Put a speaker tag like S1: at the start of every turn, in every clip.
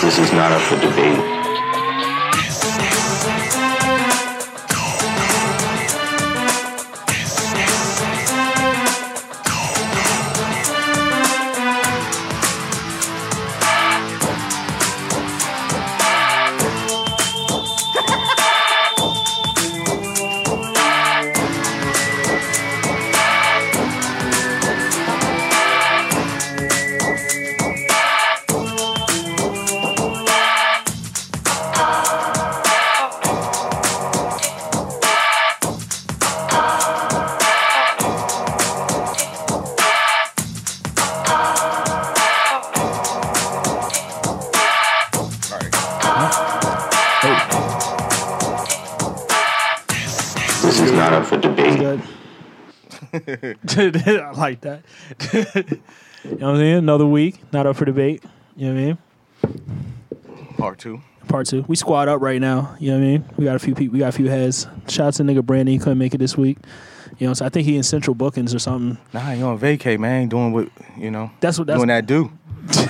S1: This is not up for debate. This is not up for debate.
S2: Good. I like that. you know what I'm saying? Another week, not up for debate. You know what I mean?
S3: Part two.
S2: Part two. We squad up right now. You know what I mean? We got a few people. We got a few heads. Shout out to nigga Brandon. He couldn't make it this week. You know, so I think he in central bookings or something.
S3: Nah, you on vacay, man. Doing what you know.
S2: That's what- that's-
S3: doing that do.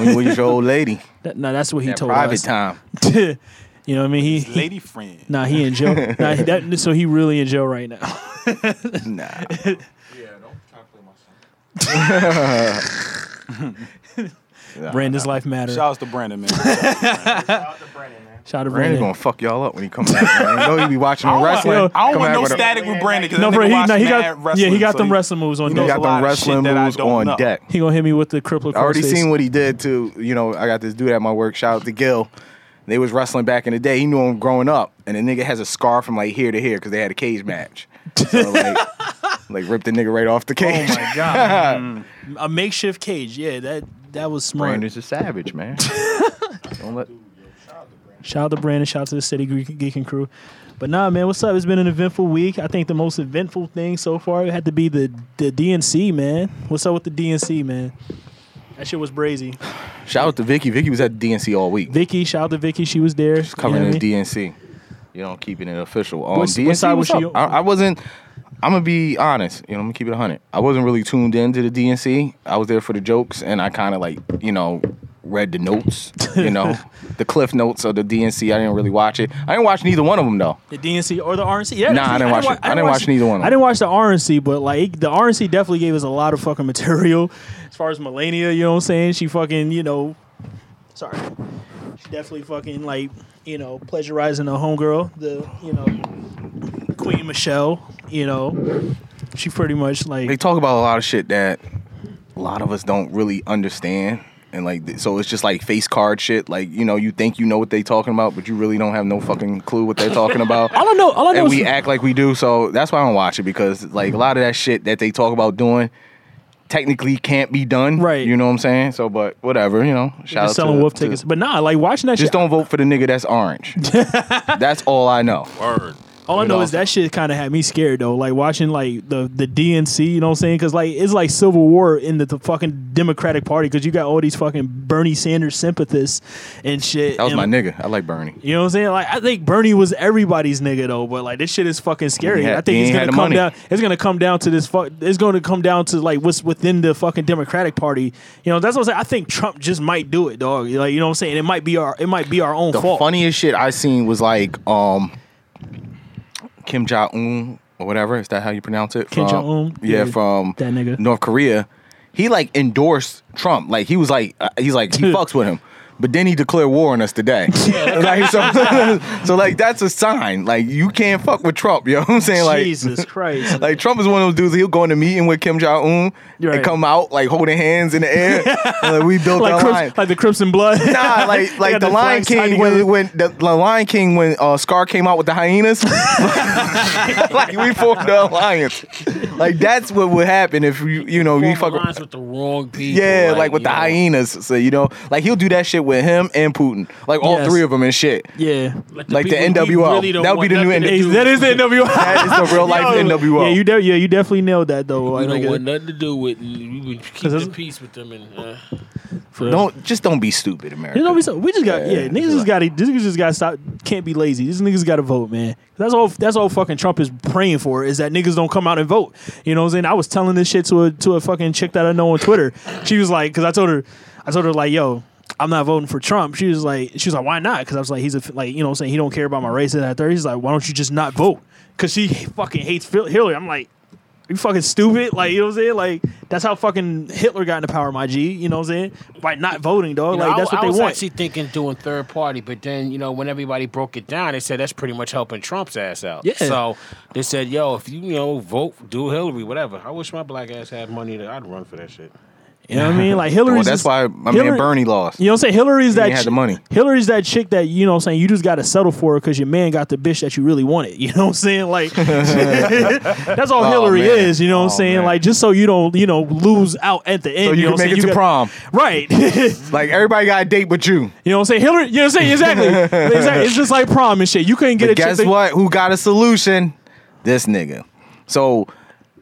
S3: when you with your old lady.
S2: That, no, that's what he
S3: That
S2: told
S3: private
S2: us.
S3: time.
S2: you know what I mean? He, he
S4: Lady friend.
S2: nah, he in jail. nah, he- that, so he really in jail right now.
S3: Nah.
S4: Yeah, don't try to play my son.
S2: Brandon's life matter. Shout
S4: Shout out to Brandon, man. Shout
S2: out to
S3: Brandon
S2: Brandon.
S3: gonna fuck y'all up when he comes back. Man. You know he be watching him wrestling.
S2: yo,
S4: I don't
S3: Come
S4: want
S3: back
S4: no
S3: with a-
S4: static with Brandon because
S2: No, bro, he, nah, he got
S4: wrestling,
S2: yeah, he got
S4: so
S2: them wrestling moves on.
S4: he
S3: He
S2: deck.
S4: knows-
S3: got
S4: a lot
S3: them
S4: of
S3: wrestling
S4: shit that I
S3: moves
S4: don't
S3: on
S4: know.
S3: deck.
S2: He gonna hit me with the crippled.
S3: I already
S2: crossface.
S3: seen what he did to you know. I got this dude at my work. Shout out to Gil. They was wrestling back in the day. He knew him growing up, and the nigga has a scar from like here to here because they had a cage match. So like, like ripped the nigga right off the cage. Oh my god,
S2: a makeshift cage. Yeah, that that was smart.
S3: Brandon's a savage, man. Don't let.
S2: Shout out to Brandon. Shout out to the City Geek, Geek and Crew. But nah, man, what's up? It's been an eventful week. I think the most eventful thing so far had to be the the DNC, man. What's up with the DNC, man? That shit was brazy.
S3: Shout out to Vicky. Vicky was at DNC all week.
S2: Vicky, shout out to Vicky. She was there.
S3: She's covering
S2: you know what I
S3: the
S2: mean?
S3: DNC. You don't keep it in official. Um,
S2: What's- what
S3: DNC,
S2: side was
S3: what's
S2: she
S3: up?
S2: on?
S3: I, I wasn't. I'm gonna be honest. You know, I'm gonna keep it 100. I wasn't really tuned into the DNC. I was there for the jokes, and I kind of like you know read the notes. You know, the cliff notes of the DNC. I didn't really watch it. I didn't watch neither one of them though.
S2: The DNC or the RNC? Yeah.
S3: Nah, I didn't watch
S2: wa-
S3: it. I didn't watch neither one of them.
S2: I didn't watch the RNC, but like the RNC definitely gave us a lot of fucking material. As far as Melania, you know what I'm saying? She fucking, you know, sorry, she definitely fucking like, you know, pleasurizing the homegirl, the you know, Queen Michelle. You know, she pretty much
S3: They
S2: like
S3: talk about a lot of shit that a lot of us don't really understand. And like, th- so it's just like face card shit. Like, you know, you think you know what they talking about, but you really don't have no fucking clue what they're talking about.
S2: I don't know. All I know
S3: and
S2: is
S3: we act like we do. So that's why I don't watch it because like a lot of that shit that they talk about doing technically can't be done.
S2: Right.
S3: You know what I'm saying? So, but whatever. You know, shout
S2: just
S3: out
S2: selling
S3: to,
S2: wolf
S3: to-
S2: tickets, but nah, like watching that
S3: Just
S2: shit.
S3: don't vote for the nigga that's orange. that's all I know.
S4: Word.
S2: All I
S3: It
S2: know is
S3: also-
S2: that shit kind of had me scared though. Like watching like the the DNC, you know what I'm saying? Because like it's like civil war in the, the fucking Democratic Party because you got all these fucking Bernie Sanders sympathists and shit.
S3: That was
S2: and,
S3: my nigga. I like Bernie.
S2: You know what I'm saying? Like I think Bernie was everybody's nigga though, but like this shit is fucking scary.
S3: He had-
S2: I think
S3: he
S2: it's
S3: ain't
S2: gonna
S3: had the
S2: come
S3: money.
S2: down. It's gonna come down to this. Fuck. It's gonna come down to like what's within the fucking Democratic Party. You know that's what I'm saying. I think Trump just might do it, dog. Like you know what I'm saying? It might be our it might be our own
S3: the
S2: fault.
S3: funniest shit I seen was like um Kim Jong Un or whatever. Is that how you pronounce it?
S2: Kim
S3: From-
S2: Jong-un?
S3: Yeah,
S2: Yeah,
S3: from
S2: that nigga.
S3: North Korea. He like endorsed Trump. Like he was like uh, he's like he fucks with him. But then he declared war on us today. like, so, so like that's a sign. Like you can't fuck with Trump. You know what I'm saying? Like
S2: Jesus Christ!
S3: like Trump is one of those dudes. He'll go in a meeting with Kim Jong Un
S2: Right.
S3: and come out like holding hands in the air. And, like, we built
S2: like
S3: our
S2: Crips-
S3: line
S2: like the Crips and Blood.
S3: nah, like like
S2: got
S3: the
S2: the
S3: Lion
S2: flags tied
S3: King
S2: together.
S3: when when the, the Lion King when uh, Scar came out with the hyenas. like we formed the alliance. Like that's what would happen if you you know you fuck.
S5: with the wrong people.
S3: Yeah, like, with
S5: you
S3: the
S5: know.
S3: hyenas. So you know, like he'll do that shit with him and Putin, like all
S2: Yes.
S3: three of them and shit.
S2: yeah.
S3: Like the
S5: people we
S3: NWO.
S5: really don't
S3: that would be the new
S5: want nothing
S3: NWO.
S5: to do.
S2: that is the NWO.
S3: That is the real life NWO.
S2: Yeah, you de- yeah, you definitely nailed that though.
S5: We
S2: Like,
S5: don't
S2: nigga.
S5: want nothing to do with. We would keep
S2: it's-
S5: the peace with them and. Uh,
S3: don't just don't be stupid, America.
S2: You know, we, so- we just got yeah, niggas just got to these niggas just got to stop. Can't be lazy. These niggas got to vote, man. That's all. That's all. Fucking Trump is praying for is that niggas don't come out and vote. You know what I'm saying? I was telling this shit to a to a fucking chick that I know on Twitter. She was like, because I told her, I told her like, yo. I'm not voting for Trump. She was like, she was like, why not? Because I was like, he's a f- like, you know, what I'm saying he don't care about my race and that third. He's like, why don't you just not vote? Because she fucking hates Phil- Hillary. I'm like, you fucking stupid. Like, you know what I'm saying? Like, that's how fucking Hitler got into power, my G. You know what I'm saying? By not voting, dog.
S5: You know,
S2: like, that's
S5: I,
S2: what
S5: I
S2: they
S5: was
S2: want.
S5: actually thinking doing third party, but then you know when everybody broke it down, they said that's pretty much helping Trump's ass out.
S2: Yeah.
S5: So they said, "Yo, if you, you know vote, do Hillary, whatever." I wish my black ass had money that I'd run for that shit.
S2: you know what I mean? Like, Hillary's.
S3: Well, that's
S2: just-
S3: why my
S2: Hillary-
S3: man Bernie lost.
S2: You know what I'm saying? Hillary's that
S3: ain't had the
S2: chi-
S3: money.
S2: Hillary's that chick that you know what I'm saying you just gotta settle for because your man got the bitch that you really wanted. You know what I'm saying? Like that's all
S3: Oh,
S2: Hillary
S3: man.
S2: is, you know what I'm
S3: Oh,
S2: saying?
S3: man.
S2: Like just so you don't, you know, lose out at the end.
S3: So you,
S2: know
S3: can
S2: what I'm
S3: make
S2: saying?
S3: it to
S2: You got-
S3: prom.
S2: Right. you
S3: Like everybody got a date but you.
S2: know what I'm saying? Hillary, you know what I'm saying? Exactly. exactly. It's just like prom and shit. You couldn't get
S3: But
S2: a chick
S3: guess
S2: that-
S3: what? Who got a solution? This nigga. So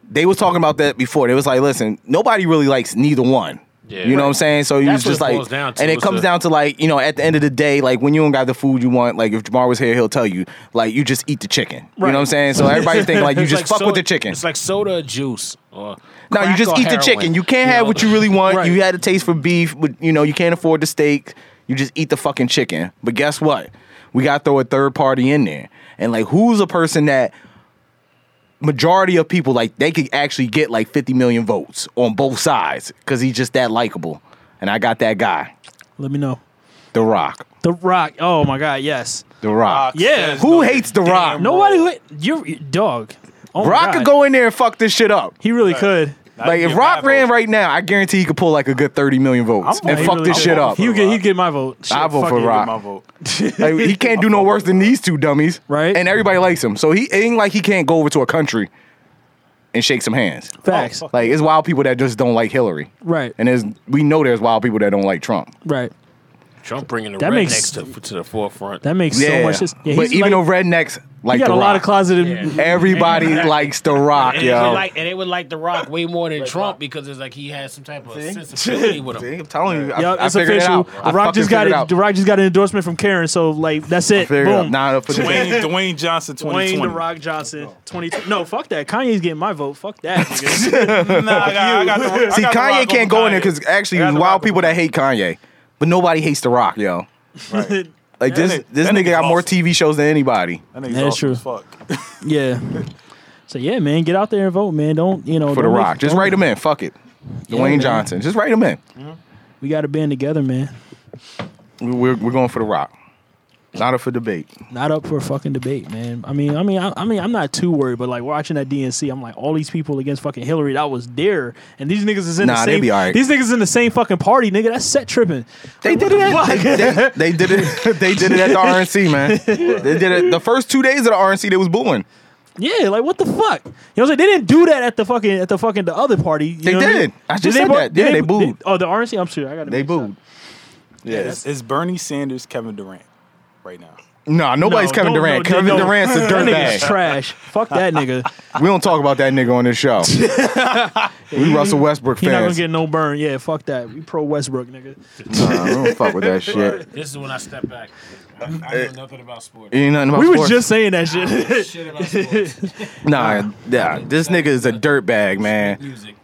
S3: they was talking about that before. They was like, listen, nobody really likes neither one.
S5: Yeah.
S3: you know what I'm saying? So you
S5: That's
S3: just
S5: what it
S3: like,
S5: boils down to
S3: and it
S5: is
S3: comes
S5: the-
S3: down to like, you know, at the end of the day, like when you don't got the food you want, like if Jamar was here, he'll tell you, like you just eat the chicken. You know what I'm saying? So everybody's thinking like you
S5: It's
S3: just
S5: like
S3: fuck with
S5: soda-
S3: the chicken.
S5: It's like soda or juice. Or
S3: No, you
S5: crack
S3: just
S5: or
S3: eat
S5: heroin,
S3: the chicken. You can't have
S5: know?
S3: what you really want.
S2: Right.
S3: You had a taste for beef, but you know you can't afford the steak. You just eat the fucking chicken. But guess what? We got to throw a third party in there, and like, who's a person that majority of people like they could actually get like fifty million votes on both sides because he's just that likable. And I got that guy,
S2: Let me know.
S3: The Rock.
S2: The Rock. Oh my God, yes.
S3: The Rock.
S2: Yeah.
S3: Who hates The Rock?
S4: No,
S2: Nobody who you dog. Oh my
S3: Rock
S2: God.
S3: could go in there and fuck this shit up.
S2: He really could.
S3: Like if Rock ran right now, I guarantee he could pull like a good thirty million votes
S4: I'm
S3: and
S2: He
S3: fuck
S2: really
S3: this
S2: could.
S3: shit up.
S2: He get he get my vote. Shit,
S3: I vote
S2: fuck
S3: for
S2: it.
S3: Rock.
S4: my vote.
S3: Like, he can't do no worse than these two dummies,
S2: Right.
S3: And everybody likes him, so he it ain't like he can't go over to a country and shake some hands.
S2: Facts.
S3: Like it's wild people that just don't like Hillary,
S2: Right.
S3: and there's we know there's wild people that don't like Trump.
S2: Right.
S5: Trump bringing the
S2: That
S5: rednecks
S2: makes-
S5: to, to the forefront.
S2: That makes so much sense. Yeah,
S3: but
S2: he's
S3: even
S2: like,
S3: though rednecks like
S2: he got a
S3: the
S2: lot
S3: Rock,
S2: of closeted.
S3: everybody likes the Rock,
S5: and, they would
S3: yo.
S5: like, and they would like The Rock way more than Trump because it's like he has some type of sensitivity with him.
S3: See, I'm telling you, I,
S2: Yup,
S3: I
S2: it's
S3: figured
S2: official.
S3: it out. I
S2: The Rock
S3: fucking
S2: just got
S3: figured
S2: it.
S3: Out.
S2: The Rock just got an endorsement from Karen. So like that's it.
S3: Figured it out.
S2: Boom.
S3: Nah, for the
S4: Dwayne, Dwayne Johnson,
S2: Dwayne
S4: 2020.
S2: the Rock Johnson. Twenty. No, fuck that. Kanye's getting my vote. Fuck that. nigga.
S4: Nah, I got, I got the, I
S3: See,
S4: got the
S3: Kanye
S4: Rock
S3: can't
S4: over
S3: go in there
S4: Kanye.
S3: because actually,
S4: I got
S3: there's
S4: the
S3: wild
S4: Rock
S3: people
S4: over
S3: that hate Kanye, but nobody hates the Rock, yo. Like
S4: That
S3: this,
S4: nigga-
S3: this
S4: that
S3: nigga
S4: nigga's
S3: got more
S4: awesome.
S3: TV shows than anybody.
S4: That nigga's
S2: That's
S4: awesome
S2: true.
S4: as fuck.
S2: yeah. So yeah, man, get out there and vote, man. Don't you know
S3: for the
S2: don't make-
S3: Rock. Just
S2: don't-
S3: write him in. Fuck it. Dwayne
S2: man.
S3: Johnson. Just write him in.
S2: We got to band together, man.
S3: We- We're, we're going for the Rock. Not up for debate.
S2: Not up for a fucking debate, man. I mean, I mean, I, I mean, I'm not too worried, but like watching that DNC, I'm like, all these people against fucking Hillary, that was there, and these niggas is in the
S3: Nah, they
S2: same.
S3: be all right.
S2: These niggas in the same fucking party, nigga. That's set tripping.
S3: They did it. At, they, they- they did it. They did it at the RNC, man. They did it the first two days of the RNC. They was booing.
S2: Yeah, like what the fuck? You know what I'm saying? They didn't do that at the fucking at the fucking the other party. you
S3: They
S2: know what I
S3: did.
S2: mean?
S3: I just said
S2: bo-
S3: that. Yeah, they booed.
S2: oh, the RNC. I'm sure. I got.
S3: They booed.
S4: It's, it's Bernie Sanders, Kevin Durant, right now.
S3: Nah, nobody's Kevin Durant. Kevin Durant's a
S2: That nigga's
S3: dirtbag.
S2: trash. Fuck that nigga.
S3: We don't talk about that nigga on this show. we Russell Westbrook
S2: He not gonna
S3: fans.
S2: get no burn. Yeah, fuck that. We pro Westbrook, nigga.
S3: nah, we don't fuck with that shit.
S5: This is when I step back. I, I know nothing about sports.
S3: Ain't nothing about
S2: We was
S3: sports.
S2: just saying that shit.
S5: Shit about sports.
S3: nah, nah. This nigga is a dirtbag, man.
S5: Music.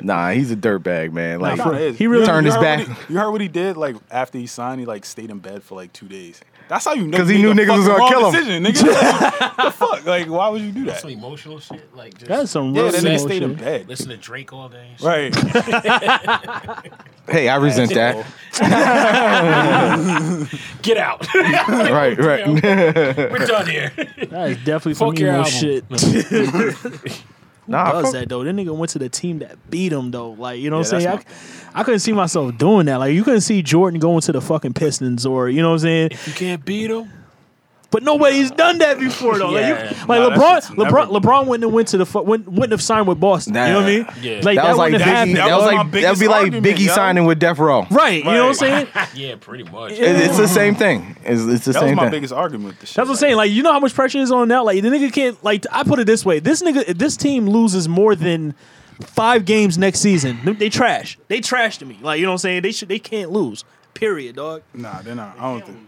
S3: Nah, he's a dirtbag, man. Like
S2: for-
S4: Nah, it is.
S2: he really-
S4: You-
S3: Turned
S4: you
S3: his
S4: heard what
S3: back.
S4: he- you heard what he did? Like after he signed, he like stayed in bed for like two days. That's how you know
S3: 'Cause he
S4: made
S3: knew
S4: the
S3: niggas was
S4: fucking
S3: gonna
S4: wrong
S3: kill
S4: decision, nigga. What the fuck? Like, why would you do that?
S5: Some emotional shit. Like just
S2: That's some real
S4: Yeah, that nigga
S2: emo
S4: stayed in
S2: shit.
S4: bed.
S5: listen to Drake all day. and shit.
S4: Right.
S3: Hey, I resent that.
S5: Get out.
S3: right, right.
S5: We're done here.
S2: That is definitely some
S5: Fuck your
S2: emo
S5: album.
S2: shit.
S3: nah,
S2: does
S3: fuck-
S2: that though. That nigga went to the team that beat him though. Like you know what
S4: Yeah,
S2: I'm saying?
S4: that's
S2: I, I couldn't see myself doing that. Like you couldn't see Jordan going to the fucking Pistons or you know what I'm saying.
S5: You can't beat him. But
S2: But nobody's done that before though.
S5: Yeah.
S2: Like, you, like
S4: Nah, that
S2: LeBron,
S4: shit's never-
S2: LeBron, LeBron wouldn't have went to the fu- wouldn't, wouldn't have signed with Boston. You know what I mean?
S3: Nah.
S5: Yeah.
S2: Like
S3: that,
S2: that,
S3: was like
S2: wouldn't have
S3: Biggie,
S2: happened.
S3: that,
S4: That
S3: was
S4: was
S3: like
S4: my
S3: that would
S4: biggest
S3: be like
S4: argument,
S3: Biggie
S4: yo.
S3: signing with Death Row.
S2: Right, you know what I'm saying?
S5: Yeah, pretty much.
S3: It- It's the same thing. It's, it's the
S4: That was
S3: same
S4: my
S3: thing.
S4: biggest argument with the shit.
S2: That's what I'm saying. Like, you know how much pressure is on now. Like, the nigga can't. Like, I put it this way: this nigga, if this team loses more than five games next season, they, they trash. They trash to me. Like, you know what I'm saying? They should. They can't lose. Period, dog.
S4: Nah, they're not. I don't think.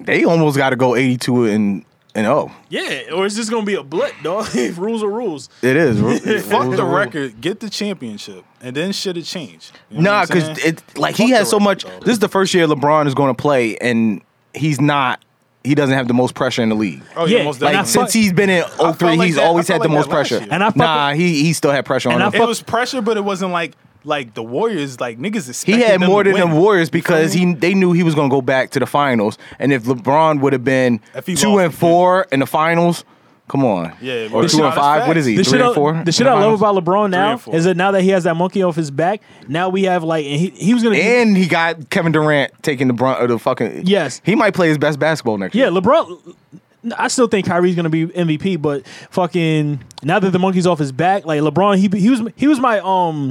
S3: They almost got to go 82 and And oh,
S2: Yeah, or it's just gonna be a blip, dog. rules are rules.
S3: it is.
S4: Fuck the record, get the championship, and then shit it change. You know
S3: Nah,
S4: what I'm
S3: because
S4: saying?
S3: it like
S4: Fuck
S3: he has
S4: the
S3: so much.
S4: record, though.
S3: This is the first year LeBron is going to play, and he's not. He doesn't have the most pressure in the league.
S4: Oh yeah,
S2: Yeah,
S4: most
S3: Like
S2: and I
S4: definitely.
S2: fuck-
S3: since he's been in
S4: felt
S3: 03,
S4: like
S3: he's
S4: that-
S3: always
S4: I
S3: had
S4: felt
S3: the
S4: like
S3: most
S4: that last
S3: pressure.
S4: year.
S2: And I fuck
S3: nah, he he still had pressure on
S2: And I
S3: him.
S2: fuck-
S4: it was pressure, but it wasn't like like the Warriors. Like niggas expected
S3: he had
S4: them
S3: more
S4: to
S3: than the
S4: win.
S3: Warriors because he they knew he was going to go back to the finals. And if LeBron would have been
S4: If he
S3: two
S4: lost,
S3: and
S4: he
S3: four in the finals, come on,
S4: Yeah,
S3: or
S4: the
S3: two
S4: shot
S3: and five.
S4: is fast.
S3: What is he?
S2: The
S3: three
S2: shit,
S3: and
S2: I,
S3: four.
S2: the shit
S3: in
S2: I love
S3: finals?
S2: about LeBron now
S4: and four.
S2: is that now that he has that monkey off his back, now we have like and he, he was gonna
S3: And he got Kevin Durant taking the brunt of the fucking.
S2: Yes.
S3: he might play his best basketball next
S2: yeah
S3: year.
S2: LeBron. I still think Kyrie's gonna be MVP, but fucking now that the monkey's off his back, like LeBron, he he was he was my um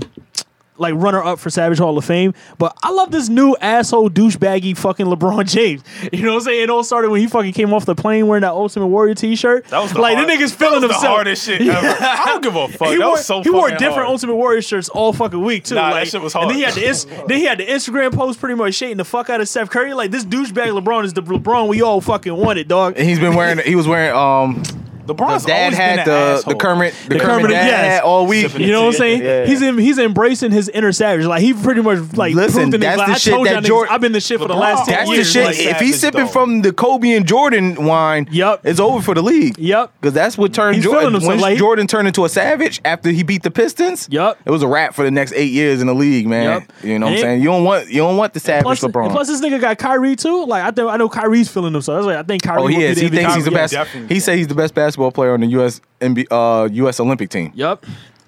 S2: like runner up for Savage Hall of Fame. But I love this new asshole douchebaggy fucking LeBron James. You know what I'm saying? It all started when he fucking came off the plane wearing that Ultimate Warrior T-shirt.
S4: That was the
S2: like
S4: hard-
S2: the niggas feeling
S4: that was
S2: himself.
S4: The hardest shit ever. I don't give a fuck.
S2: he
S4: that
S2: wore,
S4: was so
S2: he wore
S4: fucking
S2: different
S4: hard.
S2: Ultimate Warrior shirts all fucking week too.
S4: Nah, that
S2: like,
S4: shit was
S2: And then he had
S4: hard.
S2: the ins- then he had the Instagram post pretty much shading the fuck out of Steph Curry. Like this douchebag LeBron is the LeBron we all fucking wanted, dog.
S3: And he's been wearing. He was wearing. Um,
S4: LeBron's
S3: his dad
S4: always been
S3: had
S4: an
S3: the
S4: asshole.
S3: the Kermit the,
S2: The
S3: Kermit,
S2: Kermit,
S3: dad
S2: yes.
S3: had all week.
S2: You know what I'm saying?
S3: Yeah.
S2: He's in, he's embracing his inner savage. Like he pretty much like
S3: Listen,
S2: proved in his
S3: that's
S2: life,
S3: the
S2: I
S3: shit
S2: told
S3: that
S2: y'all niggas,
S3: Jordan-
S2: I've been the shit for the
S4: LeBron
S2: last ten
S3: That's the
S2: years.
S3: shit.
S2: Like,
S3: if he's
S4: Savage,
S3: sipping
S4: though.
S3: from the Kobe and Jordan wine,
S2: Yup.
S3: it's over for the league.
S2: Yup.
S3: Because that's what turned
S2: He's feeling
S3: Jordan.
S2: himself,
S3: When
S2: like-
S3: Jordan turned into a savage after he beat the Pistons,
S2: Yup.
S3: it was a wrap for the next eight years in the league, man.
S2: Yup.
S3: You
S2: And
S3: know what I'm
S2: it-
S3: saying? You don't want you don't want the savage
S2: Plus,
S3: LeBron.
S2: plus this nigga got Kyrie too. Like I think I know Kyrie's feeling himself. That's why I think Kyrie.
S3: oh,
S2: will
S3: he
S2: be
S3: is.
S2: the
S3: He
S2: MVP.
S3: thinks he's the
S2: Yeah.
S3: best.
S4: definitely.
S3: He said he's the best basketball player on the U.S. NBA, uh, U.S. Olympic team.
S2: Yep.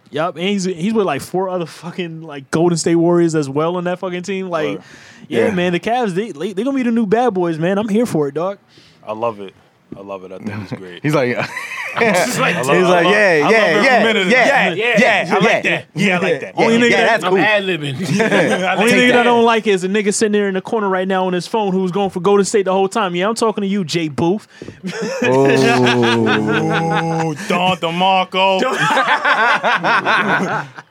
S2: Yep. And he's he's with like four other fucking like Golden State Warriors as well on that fucking team. Like, yeah,
S3: Yeah.
S2: man, the Cavs they they they gonna be the new bad boys, man. I'm here for it, dog.
S4: I love it. I love it. I think it's great.
S3: He's like,
S4: He's like,
S3: he's like, yeah, yeah, yeah, yeah, yeah, yeah,
S4: I like that. Yeah, I like that.
S3: Yeah,
S2: Only nigga
S3: yeah,
S2: that-
S3: that's
S5: I'm
S3: cool.
S5: ad libbing.
S2: Only
S3: Take
S2: thing
S3: that.
S2: that I don't like is a nigga sitting there in the corner right now on his phone who's going for Golden State the whole time. Yeah, I'm talking to you, Jay Booth.
S3: Oh.
S4: Ooh, Don DeMarco.
S2: That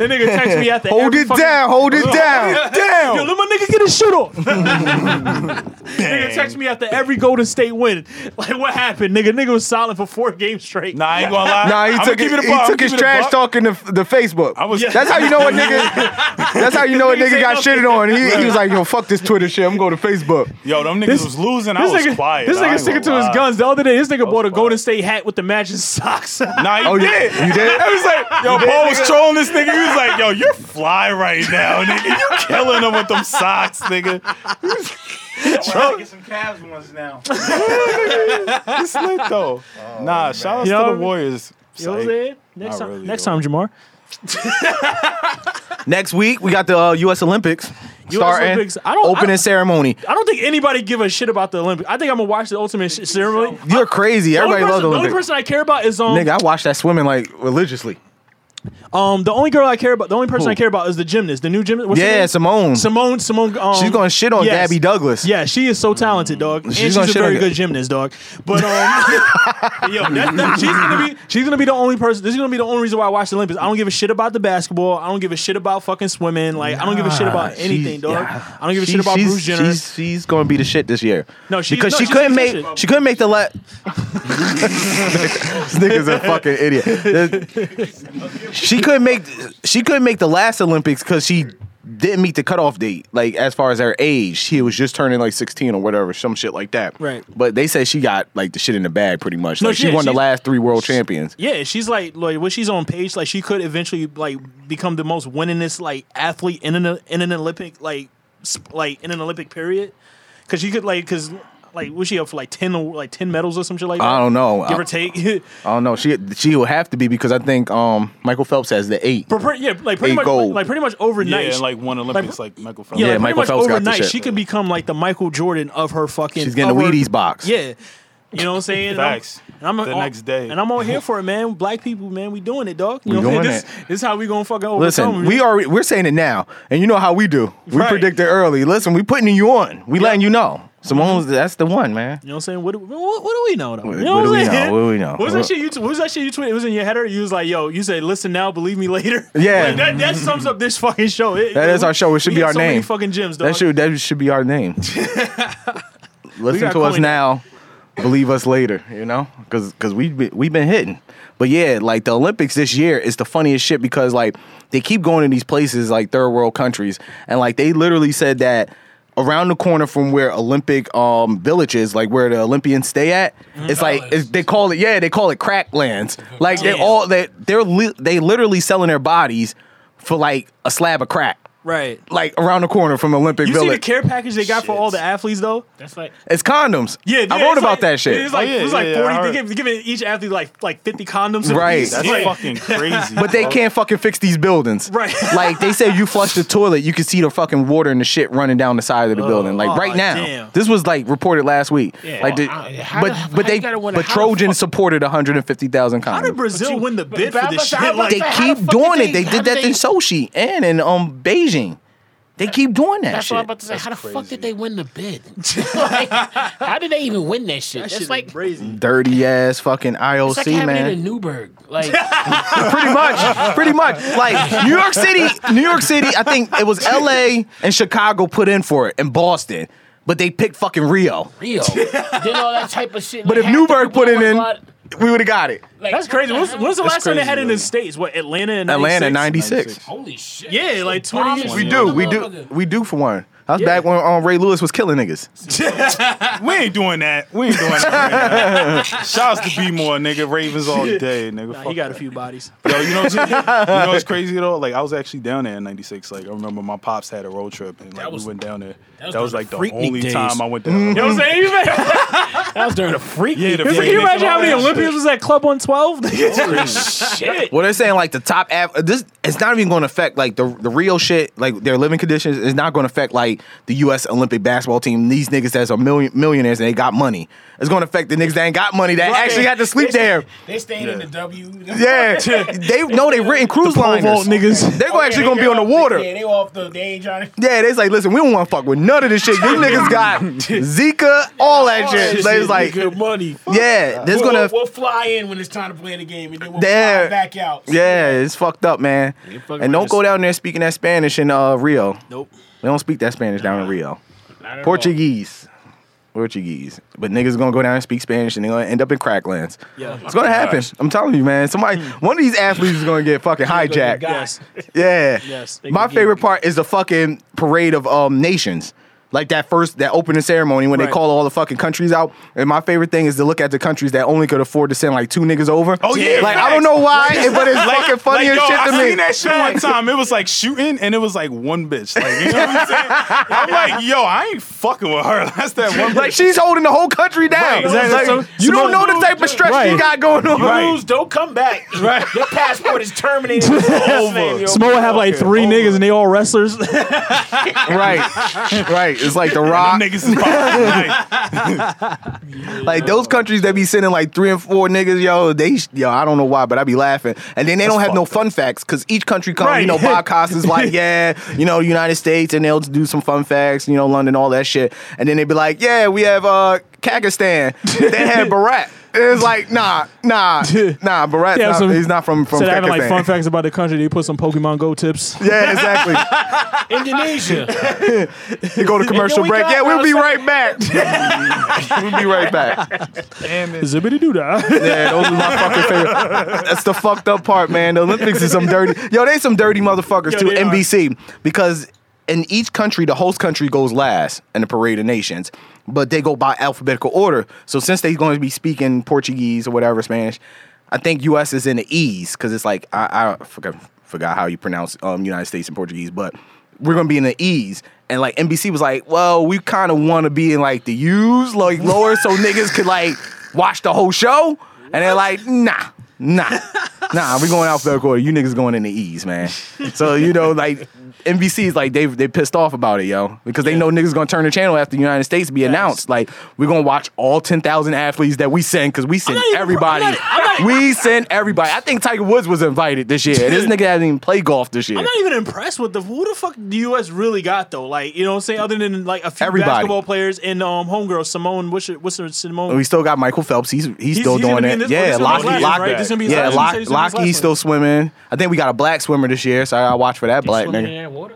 S2: nigga text me after
S3: Hold
S2: every
S3: it
S2: fucking-
S3: down, hold it down,
S2: Yo,
S3: down.
S2: let my nigga get his shit off. nigga text me after every Golden State win. Like, what happened, nigga? Nigga was silent for four games straight.
S4: Nah, I ain't gonna lie.
S3: Nah, he
S4: I'ma
S3: took
S4: keep
S3: his,
S4: it a
S3: he
S4: buck. I'ma
S3: took his
S4: keep it a
S3: trash
S4: buck.
S3: talking to, to Facebook.
S4: I was-
S3: that's how you know a nigga. that's how you know a nigga got shitted on. He, he was like, "Yo, fuck this Twitter shit. I'm going to Facebook."
S4: Yo, them niggas was losing. I
S2: This
S4: was
S2: nigga,
S4: quiet.
S2: this
S4: I
S2: nigga
S4: ain't
S2: sticking to
S4: gonna
S2: his
S4: lie.
S2: guns. The other day, this nigga bought a
S4: quiet.
S2: Golden State hat with the matching socks.
S4: Nah, he
S3: Oh, you-
S4: did.
S3: you did?
S4: I was like, yo, Paul was trolling this nigga. He was like, yo, you're fly right now, nigga. You killing him with them socks, nigga.
S6: Trying to get some calves ones now.
S4: It's lit though. nah, shout outs
S2: You know what I
S4: to the
S2: mean?
S4: Warriors.
S2: You know what I'm
S4: Psych.
S2: saying? Next
S4: Not
S2: time,
S4: really,
S2: next
S4: though.
S2: time, Jamar.
S3: Next week we got the uh, U.S. Olympics starting.
S2: Olympics. I don't- I
S3: opening
S2: don't-
S3: ceremony.
S2: I don't think anybody give a shit about the Olympics. I think I'm gonna watch the ultimate sh- ceremony.
S3: You're crazy.
S2: The only, person,
S3: Everybody loves the
S2: the only
S3: Olympics.
S2: person I care about is um,
S3: Nigga, I watched that swimming like religiously.
S2: um the only girl I care about the only person
S3: Who?
S2: I care about is the gymnast, the new gymnast. What's her
S3: Yeah,
S2: name?
S3: Simone.
S2: Simone Simone um,
S3: She's gonna shit on
S2: yes.
S3: Gabby Douglas.
S2: Yeah, she is so talented, dog. and
S3: She's
S2: she's
S3: gonna
S2: a
S3: shit on
S2: very
S3: Ga-
S2: good gymnast, dog. But um, yo, that, that- she's gonna be she's gonna be the only person. This is gonna be the only reason why I watch the Olympics. I don't give a shit about the basketball. I don't give a shit about fucking swimming. Like I don't give a shit about Uh,
S3: Nah,
S2: anything,
S3: she's-
S2: dog.
S3: yeah.
S2: I don't give a
S3: She-
S2: shit about
S3: she's-
S2: Bruce Jenner.
S3: She's, she's going to be the shit this year.
S2: No, she's-
S3: because
S2: no,
S3: she
S2: she's
S3: couldn't
S2: the
S3: make
S2: shit.
S3: she couldn't make the let. this nigga's a fucking idiot. This- she couldn't make she couldn't make the last Olympics because she didn't meet the cutoff date. Like as far as her age, she was just turning like sixteen or whatever, some shit like that.
S2: Right.
S3: But they say she got like the shit in the bag pretty much.
S2: No,
S3: like she
S2: yeah,
S3: won the
S2: she's-
S3: last three world champions.
S2: Yeah, she's like like when she's on page, like she could eventually like become the most winningest like athlete in an in an Olympic like sp- like in an Olympic period, because she could like because like was she up for like ten or- like ten medals or some shit like that?
S3: I don't know.
S2: Give
S3: I-
S2: or take.
S3: I don't know. She she will have to be because I think um Michael Phelps has the eight.
S2: But pretty, yeah, like pretty
S3: Eight
S2: much
S3: gold.
S2: like pretty much
S4: Yeah,
S2: overnight.
S4: and like one Olympics, like, Michael Phelps.
S2: yeah,
S3: Yeah,
S2: like, pretty
S3: Michael
S2: much
S3: Phelps got the
S2: overnight,
S3: shit.
S2: she could become like the Michael Jordan of her fucking.
S3: She's getting
S2: of
S3: a
S2: her-
S3: Wheaties box.
S2: Yeah, you know what I'm saying. And I'm-
S4: Facts.
S2: And I'm,
S4: The
S2: on-
S4: next day.
S2: and I'm on here for it, man. Black people, man, we doing it, dog. You
S3: We
S2: know what I'm
S3: doing
S2: saying?
S3: it.
S2: This, this is how we gonna fucking overcome.
S3: Listen,
S2: it.
S3: we already we're saying it now, and you know how we do. We
S2: Right.
S3: predict it early. Listen, we putting you on. We letting you know. Simone's that's the one, man.
S2: You know what I'm saying? What do, what, what do we know though?
S3: What-
S2: You know
S3: what do we
S2: I'm
S3: know?
S2: saying?
S3: What do we know?
S2: What was that
S3: What-
S2: shit you? T- what was that shit you tweeted? It was in your header. You was like, "Yo," you said, "Listen now, believe me later."
S3: Yeah.
S2: Like, that, that sums up this fucking show. It-
S3: That is
S2: we-
S3: our show. It should
S2: we
S3: be
S2: got
S3: our
S2: so
S3: name.
S2: Many fucking gems, dog.
S3: That should that should be our name.
S2: We
S3: Listen
S2: got
S3: to us
S2: coined it.
S3: now. believe us later, you know, because because we be, we've been hitting. But yeah, like the Olympics this year is the funniest shit because like they keep going to these places like third world countries, and like they literally said that around the corner from where Olympic um village is, like where the Olympians stay at, it's like it's, they call it yeah they call it crack lands. Like they all they they're li- they literally selling their bodies for like a slab of crack.
S2: Right.
S3: Like around the corner from Olympic
S2: You see the
S3: Village,
S2: care package they got for all the athletes though.
S5: That's like
S3: it's condoms.
S2: Yeah,
S3: I
S2: yeah,
S3: wrote
S2: it's
S3: about
S2: like-
S3: that shit.
S2: It's like
S4: Oh, yeah,
S2: it was like
S4: yeah, yeah, I
S2: forty.
S4: heard.
S2: They give, they giving each athlete like like fifty condoms.
S3: Right.
S2: apiece.
S4: That's
S2: Yeah.
S4: fucking crazy.
S3: But they can't fucking fix these buildings.
S2: Right.
S3: Like they said, you flush the toilet, you can see the fucking water and the shit running down the side of the building. Like right
S2: aw,
S3: now,
S2: Oh, damn.
S3: this was like reported last week.
S5: Yeah.
S3: Like, the,
S5: Uh, how
S3: but
S5: the- how
S3: but
S5: you
S3: they
S5: gotta
S3: but
S5: wonder how the
S3: Trojan
S5: fuck-
S3: supported one hundred and fifty thousand
S2: How did
S3: condoms.
S2: Brazil win the bid
S5: but-
S2: for this shit?
S5: but- but-
S2: Like,
S3: They
S5: How the
S3: keep
S5: fuck
S3: doing
S5: did
S3: it.
S5: they-
S3: They
S5: how
S3: did
S5: did
S3: that in
S5: they-
S3: Sochi and in um Beijing. They keep doing that
S5: that's
S3: shit.
S5: what I'm about to say. how the fuck did they win the bid? Like, how did they even win that shit?
S2: that
S5: That's
S2: shit
S5: like
S2: is crazy.
S3: Dirty ass fucking IOC
S5: it's like having
S3: man.
S5: it in Newburgh. Like
S3: pretty much, pretty much. Like New York City, New York City. I think it was L.A. and Chicago put in for it, and Boston, but they picked fucking Rio.
S5: Rio, did all that type of shit.
S3: But
S5: like,
S3: if
S5: half the
S3: Newberg
S5: people
S3: put it
S5: were
S3: in,
S5: blood-
S3: we would have got it.
S5: like,
S2: That's crazy. When's, when's the
S3: That's
S2: last time they
S3: crazy,
S2: had it in
S3: really.
S2: the states? What Atlanta and
S3: Atlanta '96.
S5: Holy shit!
S2: Yeah, like 20 years
S3: We
S5: Yeah.
S3: do, we do, we do for one. That's back when um, Ray Lewis was killing niggas.
S4: we ain't doing that. We ain't doing that. Right now. Shouts to B more nigga. Ravens all day,
S2: Nah,
S4: nigga. Fuck
S2: he got a
S4: that.
S2: few bodies.
S4: Yo, you know, what's, you know what's crazy though? Like I was actually down there in '96. Like I remember my pops had a road trip, and like
S5: was-
S4: we went down there. That was,
S5: was the
S4: like the
S5: Freaknik
S4: only
S5: days.
S4: time I went down.
S2: You know what I'm saying? You imagine-
S5: That was during a freak.
S4: Yeah, the
S2: Can
S4: Freaknik
S2: you imagine
S4: and
S2: how
S4: all
S2: many
S4: that shit.
S2: Olympians was at Club 112?
S5: shit.
S3: Well, they're saying like the top. Af- uh, this it's not even going to affect like the the real shit. Like their living conditions is not going to affect like the U.S. Olympic basketball team. These niggas that's are million millionaires and they got money. It's going to affect the niggas that ain't got money that actually had to sleep there.
S5: They stayed in the W.
S3: Yeah, they know they renting cruise
S2: Pole vault
S3: liners.
S2: niggas.
S3: They're actually gonna be on the
S5: Oh, Yeah,
S3: water.
S5: they off the. They ain't trying to.
S3: Yeah, they's like, listen, we don't want to fuck with none of this shit. You niggas got Zika, all
S5: Oh,
S3: that shit. They was like,
S5: good money.
S3: yeah, this
S5: we'll,
S3: gonna,
S5: we'll, we'll fly in when it's time to play the game, and then we'll
S3: There.
S5: fly back out.
S3: yeah, it's fucked up, man.
S5: You fucking
S3: And don't
S5: right.
S3: go down there speaking that Spanish in uh, Rio.
S2: Nope.
S3: They don't speak that Spanish down in Rio.
S5: Not at all.
S3: Portuguese. Portuguese. But niggas gonna go down and speak Spanish and they're gonna end up in cracklands.
S2: Yeah. Hmm.
S3: It's
S4: Oh
S3: gonna happen. I'm telling you, man. Somebody one of these athletes is gonna get fucking hijacked.
S2: Yes.
S3: Yeah.
S2: Yes, they
S3: My
S2: can get-
S3: favorite part is the fucking parade of um nations. Like that first that opening ceremony when they
S2: Right.
S3: call all the fucking countries out. And my favorite thing is to look at the countries that only could afford to send like two niggas over.
S4: Oh, yeah,
S3: Like I
S4: facts.
S3: don't know why, but it's fucking funny as
S4: yo,
S3: shit to
S4: I
S3: me.
S4: seen that shit one time. It was like shooting, and it was like one bitch. Like you know what I'm saying? I'm like, yo, I ain't fucking with her. That's that one.
S3: Like
S4: Bitch.
S3: she's holding the whole country down.
S4: Right, exactly.
S3: Like,
S4: So-
S3: you don't know the type of stress she
S2: Right.
S3: got going on.
S4: Right.
S5: Cruz, don't come back. Right. Your passport is terminated.
S4: Over.
S2: Samoa have like three niggas and they all wrestlers.
S3: right, right. It's like the
S4: Them
S3: rock,
S4: niggas is popping. Like,
S3: like those countries that be sending like three and four niggas. Yo, they, yo, I don't know why, but I be laughing. And then they don't have no fun facts because each country comes. You
S4: Right.
S3: know, Bob Costas like, yeah, you know, United States, and they'll do some fun facts. You know, London, all that shit. And then they be like, yeah, we have uh, Kazakhstan. They had Barat. And It's like nah, nah, nah. Barat,
S2: Yeah,
S3: not,
S2: some-
S3: he's not from from
S2: Instead of having like
S3: Kazakhstan.
S2: fun facts about the country, they put some Pokemon Go tips.
S3: yeah, exactly.
S5: Indonesia.
S3: You go to commercial
S5: we
S3: break.
S5: got
S3: yeah, we'll be
S5: outside-
S3: right back. we'll be right back.
S2: Zibbity doo dah.
S3: Yeah, those are my fucking favorite. That's the fucked up part, man. The Olympics is some dirty. Yo, they some dirty motherfuckers
S2: Yo,
S3: too.
S2: they are.
S3: NBC because in each country, the host country goes last in the parade of nations, but they go by alphabetical order. So since they're going to be speaking Portuguese or whatever Spanish, I think U.S. is in the E's because it's like I, I forgot forgot how you pronounce um, United States in Portuguese, but we're gonna be in the E's. And like NBC was like, well, we kind of want to be in like the U's, like lower, so niggas could like watch the whole show. And they're like, nah, nah, nah, we going alphabetical order. You niggas going in the E's, man. So you know, like NBC is like they they pissed off about it, yo, because they know niggas gonna turn the channel after the United States be announced. Like we're gonna watch all ten thousand athletes that we send because we send
S2: not even-
S3: everybody.
S2: I'm not- I'm not-
S3: we send everybody. I think Tiger Woods was invited this year. and This nigga hasn't even played golf this year.
S2: I'm not even impressed with the who the fuck the US really got though. Like, you know what I'm saying? Other than like a few
S3: Everybody.
S2: basketball players and um homegirl Simone what's her, what's her Simone
S3: We still got Michael Phelps. He's he's, still
S2: he's
S3: doing
S2: gonna be
S3: it.
S2: in this- oh,
S3: yeah,
S2: this gonna
S3: Lock,
S2: be his last
S3: Lock,
S2: one, right? This gonna be his
S3: yeah,
S2: last one. You
S3: Lock,
S2: said this gonna be his
S3: Lockheed's
S2: last
S3: still
S2: one.
S3: swimming. I think we got a black swimmer this year, so I gotta watch for that black
S5: Swimming in
S3: nigga.
S5: that water?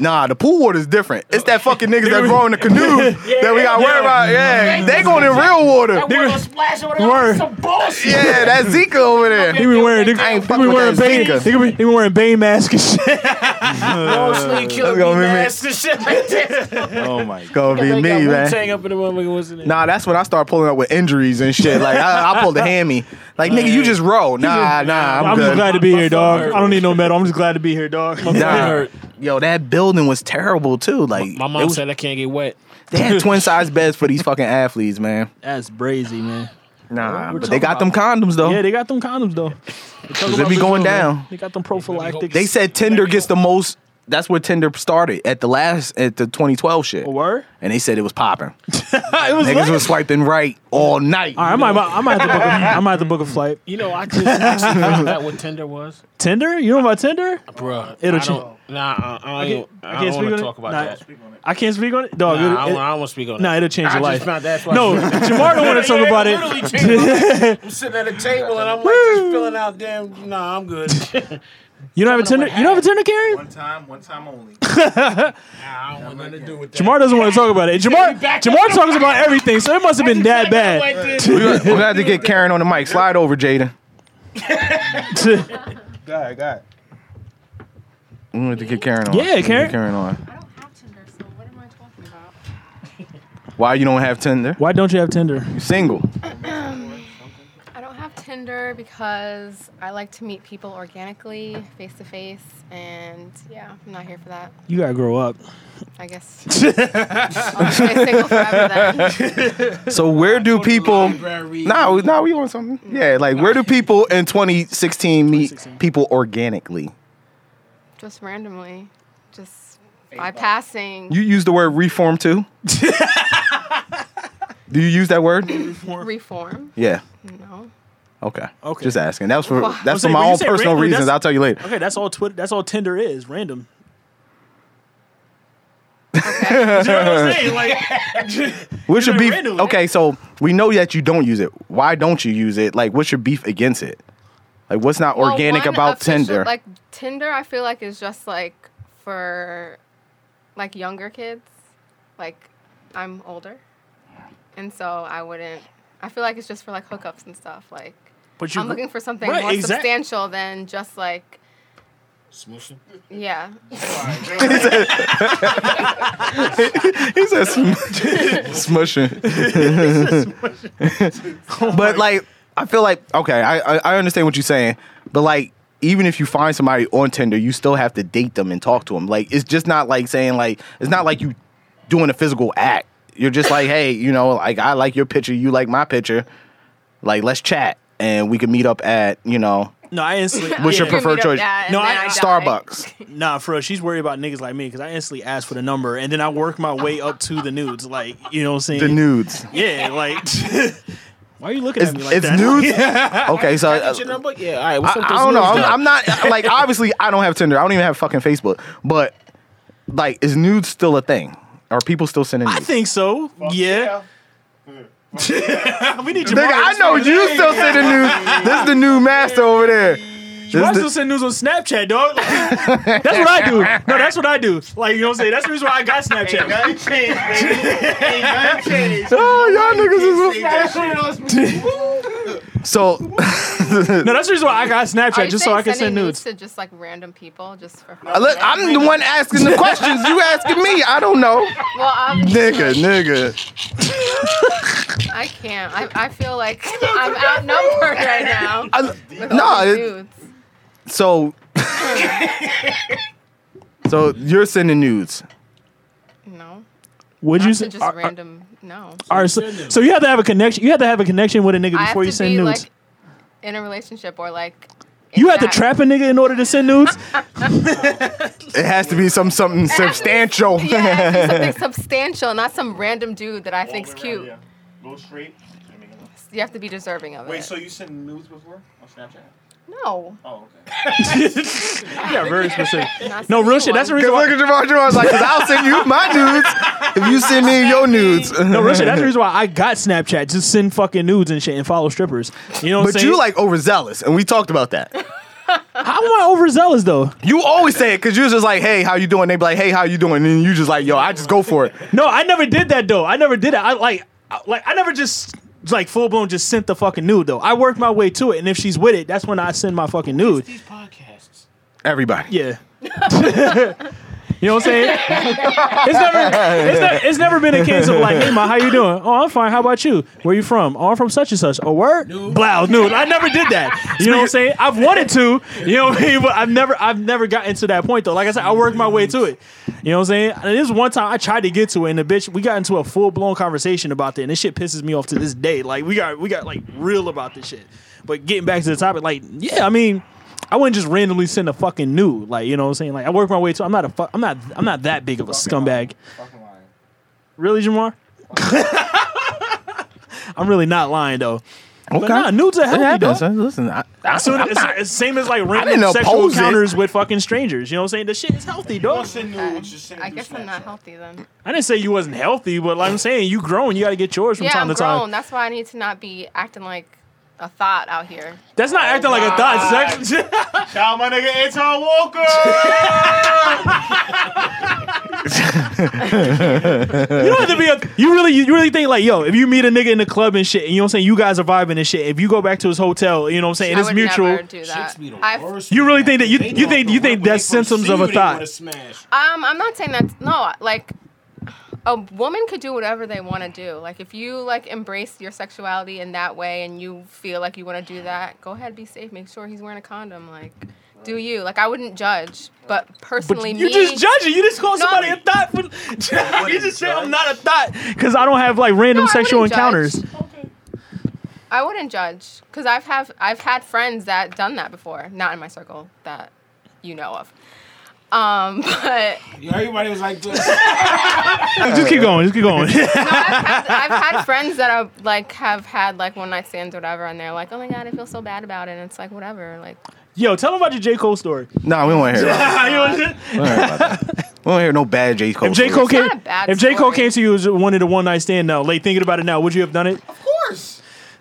S3: Nah, the pool water is different. It's that fucking niggas that grow in the canoe that we got to worry about. Yeah, they going in real water.
S7: That water splash over there.
S2: Word.
S7: Word. Some bullshit.
S3: Yeah, that Zika over
S2: He
S3: there.
S2: been wearing,
S3: I
S2: they,
S3: ain't
S2: he
S3: fucking
S2: been wearing
S3: with
S2: Bane,
S3: that
S2: they been, they been wearing Bane mask and shit.
S7: Long sleeve killer
S3: gonna
S7: bee
S3: be me.
S7: masks and shit like that.
S4: Oh my god.
S3: Gonna be
S7: They got
S3: me, man.
S7: Wu-Tang up in the motherfucker. What's his name?
S3: Nah, that's when I start pulling up with injuries and shit. Like I, I pulled a hammy. Like nigga, you just roll. Nah, nah, I'm,
S2: I'm
S3: good.
S2: just glad to be here, dog. I don't need no medal. I'm just glad to be here, dog.
S3: Nah.
S5: hurt.
S3: Yo, that building was terrible too. Like
S5: My
S3: it
S5: mom
S3: was-
S5: said I can't get wet.
S3: they had twin size beds for these fucking athletes, man.
S2: That's brazy, man.
S3: Nah,
S2: We're
S3: but they got them
S2: talking
S3: condoms though.
S2: Yeah, they got them condoms though.
S3: They be going down.
S2: They got them prophylactic.
S3: They said Tinder gets the most. That's where Tinder started at the last at the 2012 shit.
S2: word.
S3: And they said it was popping.
S2: it was.
S3: Niggas
S2: lit.
S3: was swiping right all night.
S2: All right, I might, I might have to book. A, I might have to book a flight.
S5: You know, I just actually found out what Tinder was.
S2: Tinder? You know about Tinder?
S5: Bruh.
S2: It'll
S5: I don't, nah, I, I,
S2: can't-
S5: don't-
S2: I
S5: I
S2: can't
S5: don't
S2: speak
S5: want
S2: on
S5: to
S2: it.
S5: talk about
S2: Nah.
S5: that.
S2: I can't speak on it, dog.
S5: Nah,
S2: it,
S5: I, don't, I don't want to speak on
S2: nah,
S5: that.
S2: it'll change your
S5: I
S2: life.
S5: just found that.
S2: no, Jamar don't want to talk about
S5: Yeah,
S2: it.
S5: literally changed my life. I'm sitting at a table and I'm like just filling out. Damn, nah, I'm good.
S2: You don't have a Tinder. You don't have a Tinder, Karen.
S6: One time, one time only.
S5: I don't want nothing to do with that.
S2: Jamar doesn't want to talk about it. Jamar, Jamar talks about everything, so it must have been that bad.
S3: We're gonna, we gonna have to get Karen on the mic. Slide over, Jaden.
S6: God, God.
S3: We gonna have to get Karen on.
S2: Yeah,
S3: We gonna get
S2: Karen.
S3: Karen on.
S8: I don't have Tinder, so what am I talking about?
S3: Why you don't have Tinder?
S2: Why don't you have Tinder?
S3: You single.
S8: I don't have Tinder because I like to meet people organically, face to face, and yeah, I'm not here for that.
S2: You gotta grow up.
S8: I guess I'll stay single forever then.
S3: So where do people? Nah, we- nah, we on something. Yeah, like where do people in 2016 meet people organically?
S8: Just randomly, just bypassing
S3: You use the word reform too. do you use that word?
S2: Mm-hmm.
S8: reform.
S3: Yeah.
S8: No,
S3: Okay.
S2: Okay.
S3: Just asking. That was for
S8: Wow.
S3: that's for
S2: When
S3: my
S2: you
S3: own
S2: say
S3: personal
S2: randomly,
S3: reasons.
S2: that's-
S3: I'll tell you later.
S2: Okay, that's all Twitter. That's all Tinder is. Random.
S3: What's your
S2: You're
S3: beef?
S2: randomly.
S3: Okay, so we know that you don't use it. Why don't you use it? Like, what's your beef against it? Like, what's not
S8: Well,
S3: organic
S8: one
S3: about
S8: official-
S3: Tinder?
S8: Like Tinder, I feel like is just like for like younger kids. Like I'm older, and so I wouldn't. I feel like it's just for like hookups and stuff. Like
S2: But you.
S8: I'm looking for something
S2: Right,
S8: more
S2: exact-
S8: substantial than just like
S5: Smooshing.
S8: yeah.
S3: He said sm- smushing. but like, I feel like okay, I, I I understand what you're saying, but like. Even if you find somebody on Tinder, you still have to date them and talk to them. Like it's just not like saying like it's not like you doing a physical act. You're just like, hey, you know, like I like your picture, you like my picture, like let's chat and we can meet up at you know
S2: no, I instantly.
S3: What's
S2: yeah.
S3: your
S8: Screw me
S3: preferred
S8: up,
S3: choice?
S8: yeah, and
S2: No,
S8: then
S2: I-
S8: die.
S3: Starbucks.
S2: Nah, for real, she's worried about niggas like me because I instantly ask for the number and then I work my way up to the nudes. Like, you know what I'm saying?
S3: The nudes.
S2: Yeah, like. Why are you looking
S3: It's,
S2: at me like
S3: it's
S2: that?
S3: nudes. Okay, so uh,
S5: Your number? Yeah. All right.
S3: I,
S5: What's up?
S3: I
S5: with this
S3: don't know.
S5: news,
S3: I'm,
S5: though?
S3: I'm not like obviously I don't have Tinder. I don't even have fucking Facebook. But like, is nudes still a thing? Are people still sending
S2: I
S3: nudes?
S2: think so. yeah. we need
S3: Nigga,
S2: Jamar.
S3: I know you still sending nudes. This is the new master over there.
S2: Why
S3: This
S2: still
S3: is the-
S2: send news on Snapchat, dog? Like, that's what I do. No, that's what I do. Like, you know what I'm saying? That's the reason why I got Snapchat.
S6: Gun change, baby. Hey, gun change.
S3: oh, y'all niggas is. So
S2: No, that's the reason why I got
S8: Are
S2: Snapchat
S8: you
S2: just so
S8: saying
S2: I can send
S8: sending
S2: nudes.
S8: to just like random people just for fun?
S3: look, I'm the one asking the questions. You asking me? I don't know,
S8: well, obviously,
S3: nigga, nigga.
S8: I can't. I, I feel like I'm outnumbered right now.
S3: I,
S8: with all
S3: nah,
S8: these
S3: it-
S8: dudes.
S3: So, so you're sending nudes.
S8: no,
S2: Would you? uh,
S8: Not
S2: send
S8: to just random. no,
S2: Are, so, so you have to have a connection. You have to have a connection with a nigga
S8: I have
S2: before you
S8: to
S2: send
S8: be
S2: nudes.
S8: like in a relationship or like.
S2: you have to
S8: that-
S2: trap a nigga in order to send nudes.
S3: It has to be some something substantial.
S8: Yeah, it has to be something substantial, not some random dude that I think's cute.
S6: Go straight.
S8: You have to be deserving of
S6: Wait,
S8: it.
S6: so you sent nudes before on Snapchat?
S8: no,
S6: Oh, okay.
S2: yeah, very specific.
S8: not
S2: No,
S8: some
S2: real
S8: new
S2: shit. That's the
S8: one.
S2: reason. Why,
S3: Look at Javon Javon's like, cause I'll send you my nudes if you send me your nudes.
S2: no, real shit. That's the reason why I got Snapchat. Just send fucking nudes and shit and follow strippers. You know what I'm
S3: but
S2: saying?
S3: you like overzealous, and we talked about that.
S2: How am I overzealous though?
S3: You always say it because you're just like, hey, how you doing? They be like, hey, how you doing? And then you just like, yo, I just go for it.
S2: No, I never did that though. I never did it. I like, I- like I never just like full blown just sent the fucking nude though. I worked my way to it, and if she's with it, that's when I send my fucking nude.
S7: These podcasts.
S3: Everybody.
S2: Yeah. you know what I'm saying? It's never, it's, never, it's never been a case of like, hey, ma, how you doing? Oh, I'm fine. How about you? Where you from? Oh, I'm from such and such. Oh, word? Blow, nude. I never did that. You know what I'm saying? I've wanted to. You know what I mean? But I've never, I've never gotten to that point though. Like I said, I worked my way to it. You know what I'm saying? And this one time I tried to get to it, and the bitch, we got into a full blown conversation about that, and this shit pisses me off to this day. Like we got, we got like real about this shit. But getting back to the topic, like, yeah, I mean. I wouldn't just randomly send a fucking nude. Like, you know what I'm saying? Like I work my way to I'm not a fuck I'm not I'm not that big of a scumbag. Really, Jamar? I'm really not lying though. But nah, nudes are
S3: It
S2: healthy,
S3: happens.
S2: dog.
S3: Listen, I, I,
S2: Soon,
S3: I'm
S2: it's,
S3: not-
S2: it's same as like
S3: didn't
S2: random sexual
S3: oppose it.
S2: encounters with fucking strangers. You know what I'm saying? The shit is healthy, dog.
S8: I guess I'm not healthy then.
S2: I didn't say you wasn't healthy, but like I'm saying, you grown. You got to get yours from
S8: yeah,
S2: time to
S8: I'm grown.
S2: time.
S8: That's why I need to not be acting like a thought out here.
S2: That's not acting like a thought. Sex.
S6: Shout out my nigga Anton Walker.
S2: You don't have to be a. You really, you really think like, yo, if you meet a nigga in the club and shit, and you know what I'm saying, you guys are vibing and shit. If you go back to his hotel, you know what I'm saying,
S8: I
S2: it's
S8: would
S2: mutual.
S8: Never do that.
S5: Chicks be the
S8: I've-
S5: worst
S2: You
S5: for
S2: really think that- you-
S5: They
S2: you
S5: know
S2: think-
S5: off
S2: you
S5: the
S2: think
S5: rip when
S2: that's
S5: they first
S2: symptoms
S5: see
S2: of
S5: you,
S2: a
S5: they
S2: thought.
S5: wanna smash.
S8: Um, I'm not saying that. No, like a woman could do whatever they want to do. Like if you like embrace your sexuality in that way and you feel like you want to do that, go ahead, be safe. Make sure he's wearing a condom. Like, do you? Like I wouldn't judge, but personally,
S2: You
S8: me,
S2: just judging. You just call
S8: No,
S2: somebody a
S8: I'm-
S2: thought. For, you just say I'm not a thought because I don't have like random
S8: No, I
S2: sexual
S8: wouldn't judge.
S2: encounters.
S8: I wouldn't judge because I've have I've had friends that done that before, not in my circle that you know of. Um, but
S5: Yeah, Everybody was like, this.
S2: Just keep going. Just keep going.
S8: I've had friends that are like have had like one night stands or whatever, and they're like, "Oh my god, I feel so bad about it." And it's like, whatever, like
S2: Yo, tell them about your J Cole story.
S3: nah, we don't want to hear about
S2: You know what I'm saying?
S3: it. We don't wanna hear about that. We don't hear no bad J. Cole.
S2: If J Cole
S8: It's
S2: came,
S8: not a bad
S2: if J Cole
S8: story.
S2: came to you as wanted a one night stand now, like thinking about it now, would you have done it?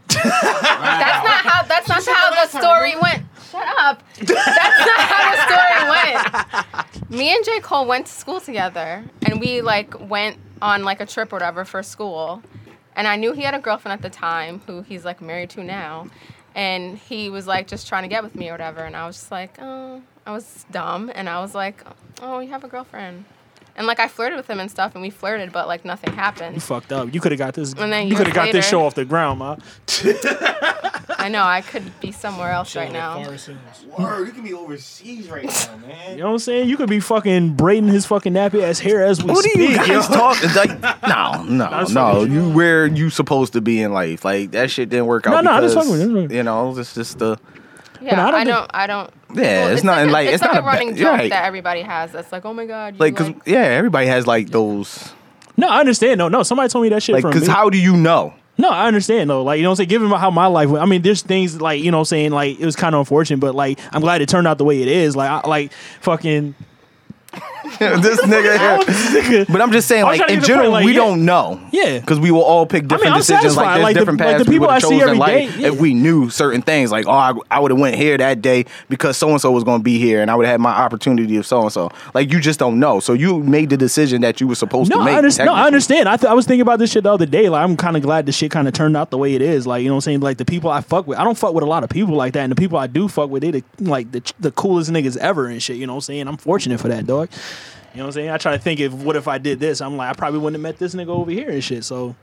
S8: that's not how that's not how the story went. Shut up. That's not how the story went. Me and J Cole went to school together, and we like went on like a trip or whatever for school. And I knew he had a girlfriend at the time who he's like married to now, and he was like just trying to get with me or whatever. And I was just like, oh, I was dumb, and I was like, oh, you have a girlfriend. And like I flirted with him and stuff, and we flirted, but like nothing happened.
S2: You fucked up. You could have got this.
S8: And then
S2: You could have
S8: years
S2: got this
S8: later-
S2: show off the ground, ma.
S8: I know I could be somewhere else right now.
S6: Word, you can be overseas right now, man.
S2: You know what I'm saying? You could be fucking braiding his fucking nappy ass hair as we
S3: What do
S2: speak.
S3: you
S2: yo.
S3: guys talk? It's Like, no, no,
S2: just
S3: no.
S2: fucking
S3: You where you supposed to be in life? Like that shit didn't work
S2: No,
S3: out.
S2: no, I'm just
S3: because,
S2: fucking with you, I'm just fucking with you.
S3: You know, it's just the.
S8: Yeah,
S2: I
S8: I
S2: don't
S8: don't. I
S2: think-
S8: don't. I don't
S3: Yeah, it's not
S8: like, a-
S3: like-
S8: it's,
S3: it's
S8: like
S3: not a
S8: a running
S3: bad- you're
S8: joke
S3: right.
S8: that everybody has. That's like, oh my god, you
S3: like, cause yeah, everybody has like those,
S2: No, I understand. No, no. Somebody told me that shit
S3: like,
S2: from me.
S3: cause how do you know?
S2: No, I understand though. Like you know, what I'm saying given how my life went, I mean, there's things like you know, what I'm saying like it was kind of unfortunate, but like I'm glad it turned out the way it is. Like I like fucking.
S3: this nigga here. But I'm just saying,
S2: I was trying
S3: like
S2: to get the
S3: in
S2: point,
S3: general,
S2: like,
S3: we
S2: yeah.
S3: don't know.
S2: Yeah.
S3: because we will all pick different
S2: I'm
S3: decisions.
S2: satisfied. like,
S3: Like there's
S2: the-
S3: different
S2: like,
S3: paths
S2: the people
S3: we
S2: I
S3: would
S2: see
S3: have chosen
S2: every
S3: in life
S2: day, yeah.
S3: if we knew certain things. Like, oh, I, I would have went here that day because so and so was going to be here, and I would have had my opportunity of so and so. Like you just don't know. So you made the decision that you were supposed
S2: No,
S3: to make.
S2: I understand. No, I
S3: technically.
S2: understand. I, th- I was thinking about this shit the other day. Like, I'm kind of glad this shit kind of turned out the way it is. Like, you know what I'm saying? Like, the people I fuck with, I don't fuck with a lot of people like that. And the people I do fuck with, they the, like the, the coolest niggas ever and shit. You know what I'm saying? I'm fortunate for that, dog. You know what I'm saying? I try to think if what if I did this? I'm like, I probably wouldn't have met this nigga over here and shit. So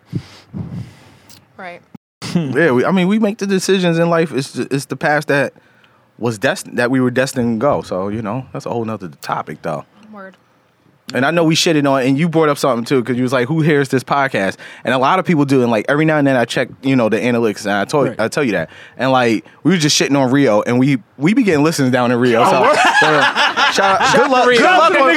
S8: right.
S3: Yeah, we, I mean, we make the decisions in life. It's ju- it's the past that was destined that we were destined to go. So you know, that's a whole nother topic though.
S8: Word.
S3: And I know we shitted on, and you brought up something too, because you was like, "Who hears this podcast?" And a lot of people do. And like every now and then, I check, you know, the analytics, and I told I tell you that. And like we were just shitting on Rio, and we we be getting listens down in Rio. So, so, shout out, good luck, good
S2: Shout out
S3: luck,
S2: to the
S3: on,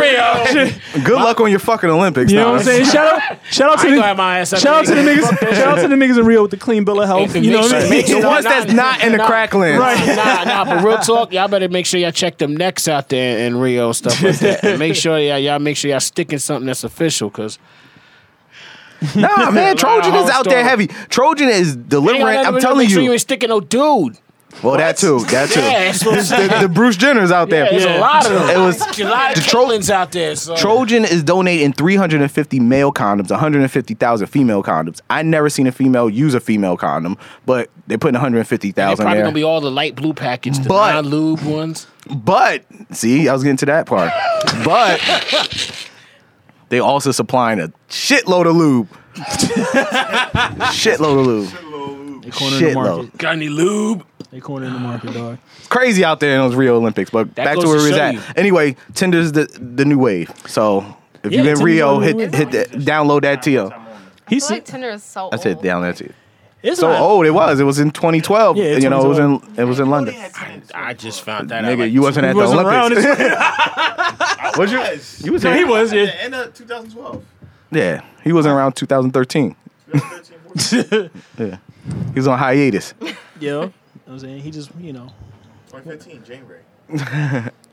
S2: niggas in Rio.
S3: good luck on your fucking Olympics.
S2: You
S3: nah,
S2: know what I'm
S3: that's-
S2: saying? Shout out, shout out to
S5: I
S2: the
S5: go at my ass up
S2: shout out to the
S5: there.
S2: niggas, shout out to the niggas in Rio with the clean bill of
S3: Oh,
S2: health.
S5: And
S2: You know what I
S5: conviction.
S2: mean?
S5: Make sure-
S3: The ones that's not in the cracklands.
S5: Nah, nah, nah, but real talk, y'all better make sure y'all check them necks out there in Rio and stuff like that. And make sure y'all, y'all make sure y'all sticking something that's official because
S3: Nah, man, Trojan
S5: Nah,
S3: is out there
S5: homeschool.
S3: heavy. Trojan is delivering. I'm telling
S5: make sure you
S3: you.
S5: ain't sticking no dude.
S3: Well, that too. That too.
S5: Yeah, that's what I'm
S3: the, the Bruce Jenner's out there.
S5: Yeah, there's a lot of them.
S3: It was
S5: There's a lot of
S3: the Tro-
S5: Trojans out there. So.
S3: Trojan is donating 350 male condoms, 150,000 female condoms. I never seen a female use a female condom, but they're putting
S5: They're
S3: 150,000
S5: probably
S3: there.
S5: gonna be all the light blue package, the
S3: But-
S5: non lube ones.
S3: but see, I was getting to that part. but they also supplying a shitload of lube. shitload of lube.
S2: They cornering the
S3: Shitload.
S2: market.
S5: Got any lube?
S2: They cornering the market, dog.
S3: Crazy out there in those Rio Olympics, but
S5: That
S3: back to
S5: goes
S3: where
S5: to
S3: we was
S5: show
S3: at.
S5: you.
S3: Anyway, Tinder's the the new wave. So if
S2: Yeah,
S3: you in
S2: Tinder's
S3: Rio,
S2: the
S3: hit
S2: new wave.
S3: hit that, download that to you.
S2: He
S8: I feel like
S2: said,
S8: Tinder is so
S3: I
S8: old.
S3: said download that to you.
S2: "It's
S3: so
S2: not-
S3: old it was. It was in 2012.
S2: Yeah,
S3: you know, it was in it was in London.
S5: I just found that out.
S3: Nigga,
S5: like
S3: you wasn't at
S2: He wasn't
S3: the Olympics.
S2: around.
S3: was you? You was
S2: No,
S3: here.
S2: he was.
S6: At
S2: Yeah.
S6: the end of 2012.
S3: Yeah, he was around 2013.
S6: 2013, 14.
S3: He was on hiatus.
S2: Yeah. You know what I'm saying he just, you know,
S6: 2015, January.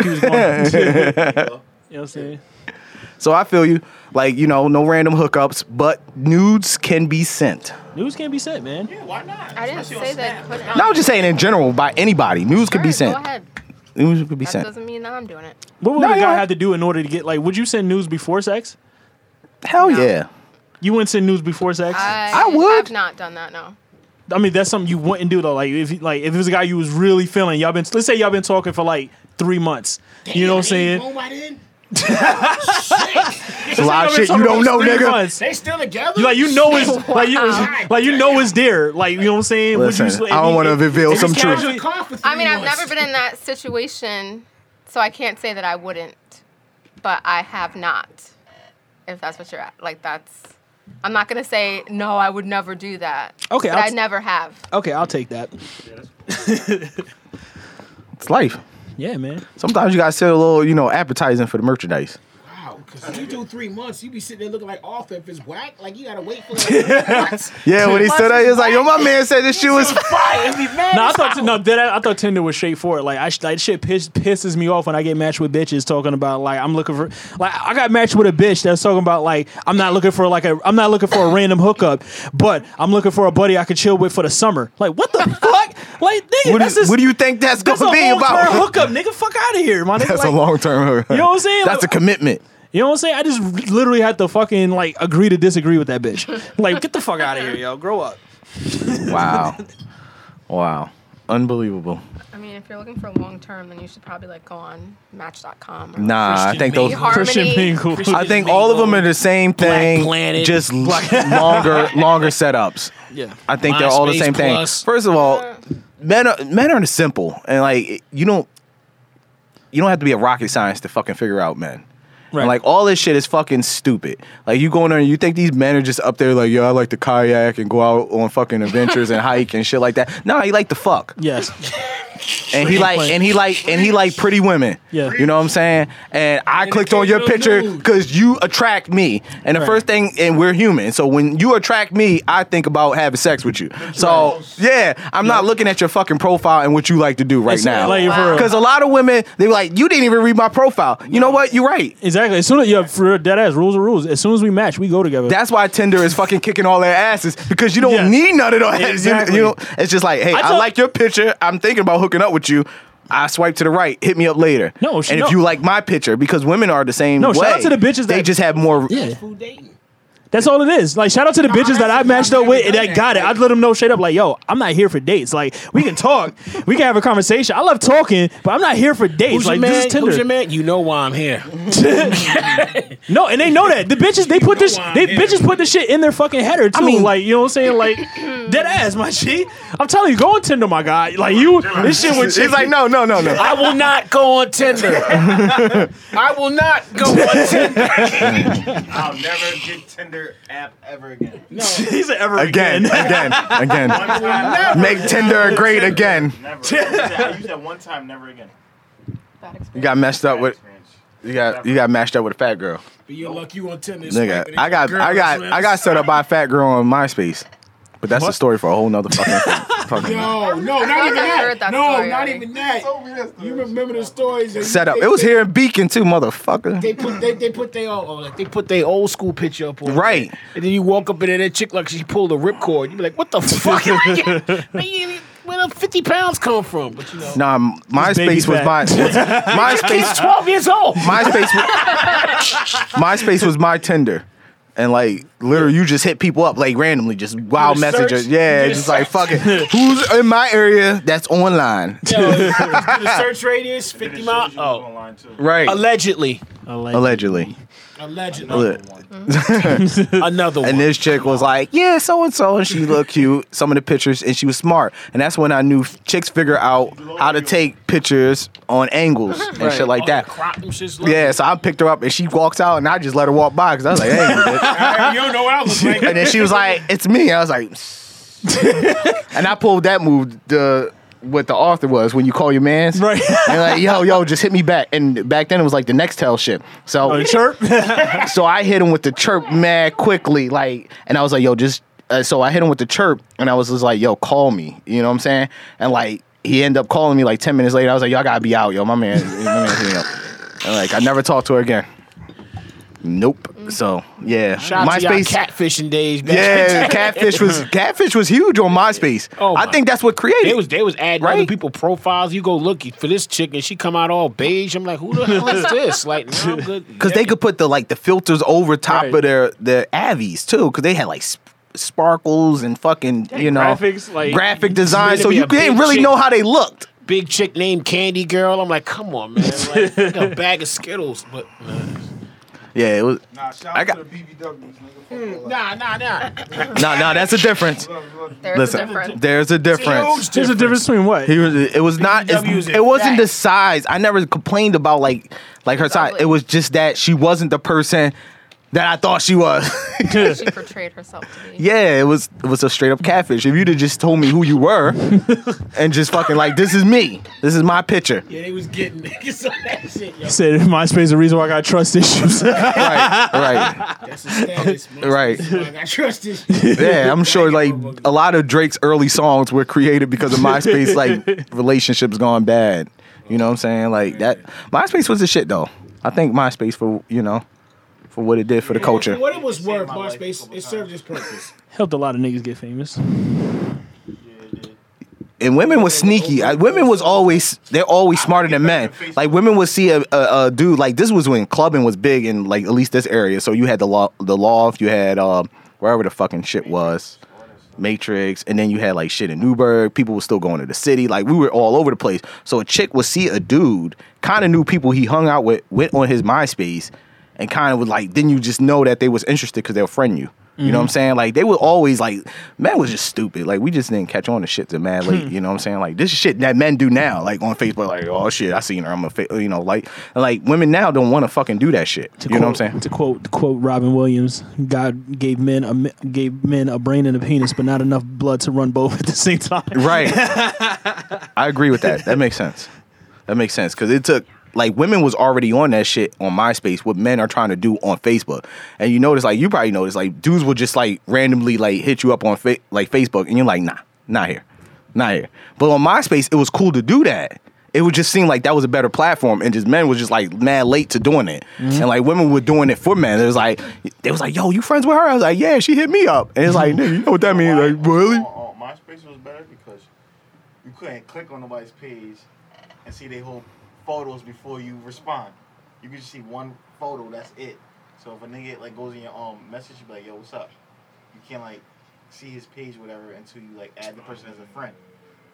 S2: he was going. you know
S6: Hello.
S2: what I'm saying?
S3: So I feel you. Like you know, no random hookups, but nudes can be sent.
S2: News can't be said, man.
S6: Yeah, why not?
S8: I didn't say that. Couldn't.
S3: No, I'm just saying in general by anybody, nudes could be
S8: Sure, Go
S3: sent.
S8: ahead.
S3: Nudes could be
S8: That
S3: sent.
S8: doesn't mean that I'm doing it.
S2: What would
S3: No,
S2: a guy
S3: yeah.
S2: have to do in order to get like? Would you send news before sex?
S3: Hell yeah.
S2: You wouldn't send news before sex.
S8: I,
S3: I would.
S8: have not done that. No.
S2: I mean, that's something you wouldn't do though. Like if like if it was a guy you was really feeling, y'all been let's say y'all been talking for like three months. You know what I'm saying?
S3: It's a lot
S2: Y'all been
S3: of shit you
S2: talking
S3: don't
S2: for
S3: know,
S2: three
S3: nigga.
S2: months.
S5: They still together?
S2: You, like you know it's like you like you know it's there. Like you know what I'm saying? Would you
S3: Listen,
S2: s- if
S3: I
S2: he-
S3: don't want to
S2: if-
S3: reveal
S2: if
S3: some
S2: it's
S3: truth.
S2: casual-
S8: I mean, I've never been in that situation, so I can't say that I wouldn't. But I have not. If that's what you're at, like that's. I'm not gonna say no. I would never do that.
S2: Okay,
S8: But
S2: I'll
S8: I
S2: t-
S8: never have.
S2: Okay, I'll take that.
S3: It's life.
S2: Yeah, man.
S3: Sometimes you gotta set a little, you know, appetizing for the merchandise.
S5: Wow, because you do three months, you be sitting there looking like off if it's whack. Like you gotta wait for like
S3: Yeah, when he said that, he was like, "Yo, my man said this shit was."
S2: No, I thought no. That I, I thought Tinder was straightforward. Like I sh- like shit piss, pisses me off when I get matched with bitches talking about like I'm looking for like I got matched with a bitch that's talking about like I'm not looking for like a I'm not looking for a random hookup, but I'm looking for a buddy I could chill with for the summer. Like what the fuck? Like nigga,
S3: What do,
S2: that's
S3: you,
S2: just,
S3: what do you think that's
S2: that's a
S3: gonna be
S2: long term
S3: about?
S2: hookup, nigga. Fuck out of here, my nigga.
S3: That's
S2: Like,
S3: a long term. You
S2: know what I'm saying?
S3: That's a
S2: Like-
S3: commitment.
S2: You know what I'm saying? I just literally had to fucking like agree to disagree with that bitch. like get the fuck out of here, yo. Grow up.
S3: Wow, wow, unbelievable.
S8: I mean, if you're looking for long term, then you should probably like go on Match.com. Or
S3: Nah, I think those.
S8: Harmony.
S2: Christian Mingle.
S3: I think all of them are the same thing.
S5: Planet.
S3: Just longer, longer setups.
S2: Yeah.
S3: I think they're all the
S5: MySpace
S3: same thing.
S5: Plus.
S3: First of all, men are men are simple, and like you don't you don't have to be a rocket science to fucking figure out men. Right.
S2: Right.
S3: like all this shit is fucking stupid. Like you going there and you think these men are just up there like, yo, I like to kayak and go out on fucking adventures and hike and shit like that. No, he like to fuck.
S2: Yes.
S3: And he like and he like and he like pretty women.
S2: Yeah.
S3: You know what I'm saying? And I clicked on your picture because you attract me. And the first thing, and we're human. So when you attract me, I think about having sex with you. So yeah, I'm not looking at your fucking profile and what you like to do right
S2: It's
S3: now.
S2: like, for real.
S3: Because a lot of women, they were like, you didn't even read my profile. You know what? You're right.
S2: Exactly. As soon as yeah, for real, dead ass rules are rules. As soon as we match, we go together.
S3: That's why Tinder is fucking kicking all their asses because you don't
S2: Yes.
S3: need none of those.
S2: Exactly.
S3: You, you know, it's just like, hey, I,
S2: I tell-
S3: like your picture. I'm thinking about hooking up with you. I swipe to the right. Hit me up later.
S2: No, sh-
S3: and
S2: no.
S3: if you like my picture, because women are the same.
S2: No,
S3: way,
S2: shout out to the bitches
S3: They
S2: that-
S3: just have more.
S2: yeah.
S5: food dating.
S2: That's all it is. Like shout out to the bitches that I matched up with and that got it. I'd let them know straight up like, yo, I'm not here for dates. Like we can talk, we can have a conversation. I love talking, but I'm not here for dates.
S5: Who's
S2: like
S5: your man?
S2: this is Tinder.
S5: Who's your man? You know why I'm here.
S2: No, and they know that the bitches they put this
S5: why I'm
S2: they
S5: here.
S2: bitches put this shit in their fucking header too.
S3: mean-
S2: like you know what I'm saying? Like dead ass, my shit. I'm telling you, go on Tinder, my guy. Like you, this shit with
S3: It's like no, no, no, no.
S5: I will not go on Tinder. I will not go on Tinder.
S6: I'll never get Tinder app ever again.
S2: he's an ever
S3: Again,
S2: again.
S3: again, again.
S6: Never.
S3: Make Tinder great again.
S6: Never. I used that- I used that one time, never again.
S8: Bad
S3: You
S8: experience.
S3: got messed up
S6: Bad
S3: with.
S6: experience.
S3: You got you got mashed up with a fat girl.
S5: You're lucky you on Tinder.
S3: Nigga, I got I got I got set up by a fat girl on MySpace. But that's a story for a whole nother fucking. fucking
S5: No, no, not
S8: I
S5: even that.
S8: heard that
S5: No,
S8: story
S5: not
S8: already.
S5: even that. You remember the stories? that-
S3: Set up.
S5: they-
S3: It was
S5: they-
S3: here in Beacon too, motherfucker.
S5: They put they, they put their old like, they put their old school picture up on there.
S3: Right.
S5: and then you walk up in there, that chick like she pulled a ripcord. You be like, what the fuck? Like, you- where the 50 pounds come from? But you know.
S3: Nah, m- MySpace was my
S5: He's
S3: MySpace.
S5: 12 years old.
S3: MySpace. wa- MySpace was my Tinder. And like literally, you just hit people up like randomly, just wild
S5: You just
S3: messages.
S5: search?
S3: Yeah,
S5: You
S3: just
S5: just
S3: like
S5: search?
S3: fuck it. Who's in my area that's online?
S5: Yo, the search radius, 50 miles. Oh.
S6: online too.
S3: Right.
S5: Allegedly.
S3: Allegedly.
S5: Allegedly.
S3: Look.
S5: Another one.
S3: And this chick was like, yeah, so and so, and she looked cute. Some of the pictures, and she was smart. And that's when I knew f- chicks figure out how to take pictures on angles and shit like that.
S5: Crop them shits like-
S3: Yeah, so I picked her up, and she walks out, and I just let her walk by because I was like, hey, bitch.
S6: you don't know what I was like.
S3: and then she was like, it's me. I was like, and I pulled that move. The what the author was when you call your man's
S2: Right.
S3: and like yo yo just hit me back and back then it was like the next tell shit so
S2: A chirp.
S3: so I hit him with the chirp mad quickly, like, and I was like, yo, just. Uh, so I hit him with the chirp, and I was just like, yo, call me. You know what I'm saying? And like, he ended up calling me like 10 minutes later. I was like, yo, I gotta be out, yo. My man, my man hit me up. And like, I never talked to her again. Nope. So yeah,
S5: Shout out to y'all catfishing days, man.
S3: Yeah, catfish was catfish was huge on MySpace.
S5: Oh
S3: I
S5: my-
S3: think that's what created.
S5: They was they was adding
S3: Right?
S5: other people profiles. You go look for this chick and she come out all beige. I'm like, who the hell is this? Like, nah, I'm good.
S3: because they could put the like the filters over top
S2: Right.
S3: of their their avies too, because they had like sp- sparkles and fucking you know
S2: graphics, like-
S3: graphic design,
S5: Made it
S3: so
S5: be
S3: you
S5: a big
S3: didn't really
S5: chick.
S3: know how they looked.
S5: big chick named Candy Girl. I'm like, come on, man, like, like a bag of Skittles. But
S3: Yeah, it was
S6: Nah, shout
S3: I
S6: out
S3: got-
S6: to the BBWs,
S8: Hmm.
S6: nigga. Fuck
S5: nah, nah, nah.
S3: no, no, that's a difference.
S6: all that. Love, love.
S8: There's a
S3: Listen,
S8: difference.
S3: there's a difference.
S2: There's a difference between what?
S3: He was, it was not. it's-
S5: BBWs
S3: It wasn't
S5: is
S3: the size. I never complained about like like her size.
S8: ugly.
S3: It was just that she wasn't the person that I thought she was.
S8: She portrayed herself to be.
S3: Yeah, it was it was a straight up catfish. If you'd have just told me who you were and just fucking like this is me, this is my picture.
S5: Yeah, they was getting niggas on that shit, yo.
S2: He said MySpace is the reason why I got trust issues.
S3: Right, right,
S5: That's the status, man.
S3: right.
S5: Like, I trust this. shit.
S3: Yeah, I'm sure like a lot of Drake's early songs were created because of MySpace like relationships gone bad. You know what I'm saying? Like that MySpace was the shit though. I think MySpace for you know for what it did for the culture.
S5: What it was worth, MySpace, it served its purpose.
S2: Helped a lot of niggas get famous.
S3: and women was sneaky. I, women was always they're always smarter than men. Like women would see a, a, a dude like this was when clubbing was big in like at least this area. So you had the law, the loft, you had uh, wherever the fucking shit was, Matrix, and then you had like shit in Newburgh. People were still going to the city. Like we were all over the place. So a chick would see a dude, kind of knew people he hung out with, went on his MySpace, and kind of was like, then you just know that they was interested because they'll friend you. You
S2: Mm-hmm.
S3: know what I'm saying? Like they were always like, man was just stupid. Like we just didn't catch on to shit to mad
S2: Hmm.
S3: late. You know what I'm saying? Like this is shit that men do now, like on Facebook, like oh shit, I seen her. I'm a, fa-, you know, like and, like women now don't want to fucking do that shit. You know what
S2: Quote-
S3: I'm saying?
S2: To quote to quote Robin Williams, God gave men a mi- gave men a brain and a penis, but not enough blood to run both at the same time.
S3: Right. I agree with that. That makes sense. That makes sense because it took like women was already on that shit on MySpace. What men are trying to do on Facebook, and you notice like you probably notice like dudes will just like randomly like hit you up on fa- like Facebook, and you're like, nah, not here, not here. But on MySpace, it was cool to do that. It would just seem like that was a better platform, and just men was just like mad late to doing it, and like women were doing it for men. It was like they was like, "Yo, you friends with her?" I was like, "Yeah, she hit me up," and it's like, "Nigga, you know what that means?" Like, really?
S6: Oh, oh, MySpace was better because you couldn't click on nobody's page and see their whole photos before you respond. You could just see one photo. That's it. So if a nigga like goes in your um message, you be like, "Yo, what's up?" You can't like see his page, or whatever, until you like add the person as a friend.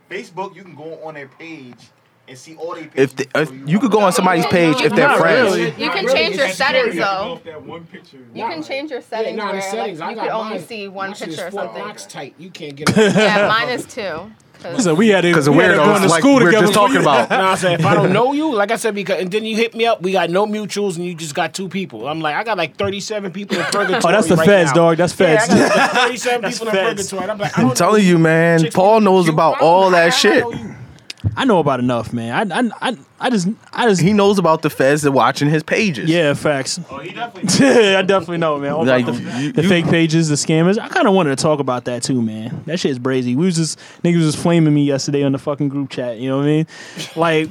S6: Facebook, you can go on their page and see all their pages.
S3: If, the,
S6: before
S3: if you could go on somebody's page if they're
S2: Not
S3: friends,
S2: really.
S8: You can change your settings though. You can change your settings
S5: nah, the
S8: where
S5: settings, I
S8: like, you
S5: got
S8: could only
S5: mine.
S8: see one
S5: My shit is
S8: picture or
S5: four
S8: something.
S5: blocks tight. You can't get. a-
S8: Yeah, mine is two. 'cause-
S2: So we had it
S3: because of
S2: we had it going
S3: weirdos
S2: to
S3: like
S2: school
S3: we're
S2: together
S3: just
S2: before
S3: talking
S2: you-
S5: You know
S3: about.
S5: what I'm saying? If I don't know you, like I said, because and then you hit me up, we got no mutuals, and you just got two people. I'm like, I got like 37 people in purgatory.
S2: Oh, that's the
S5: right
S2: feds,
S5: now.
S2: dog. That's
S5: Yeah,
S2: feds.
S5: I got like 37 people in
S2: feds.
S5: purgatory. I'm like, I don't
S3: I'm telling you, man. Paul knows about all that shit.
S2: I know about enough, man. I I I, I just I just
S3: He knows about the feds that watching his pages.
S2: yeah, facts.
S6: Oh, he definitely.
S2: I definitely know, man. All
S3: Like,
S2: about the,
S3: you-
S2: the
S3: you-
S2: fake pages, the scammers. I kind of wanted to talk about that too, man. That shit is brazy. We was just niggas was flaming me yesterday on the fucking group chat. You know what I mean? Like,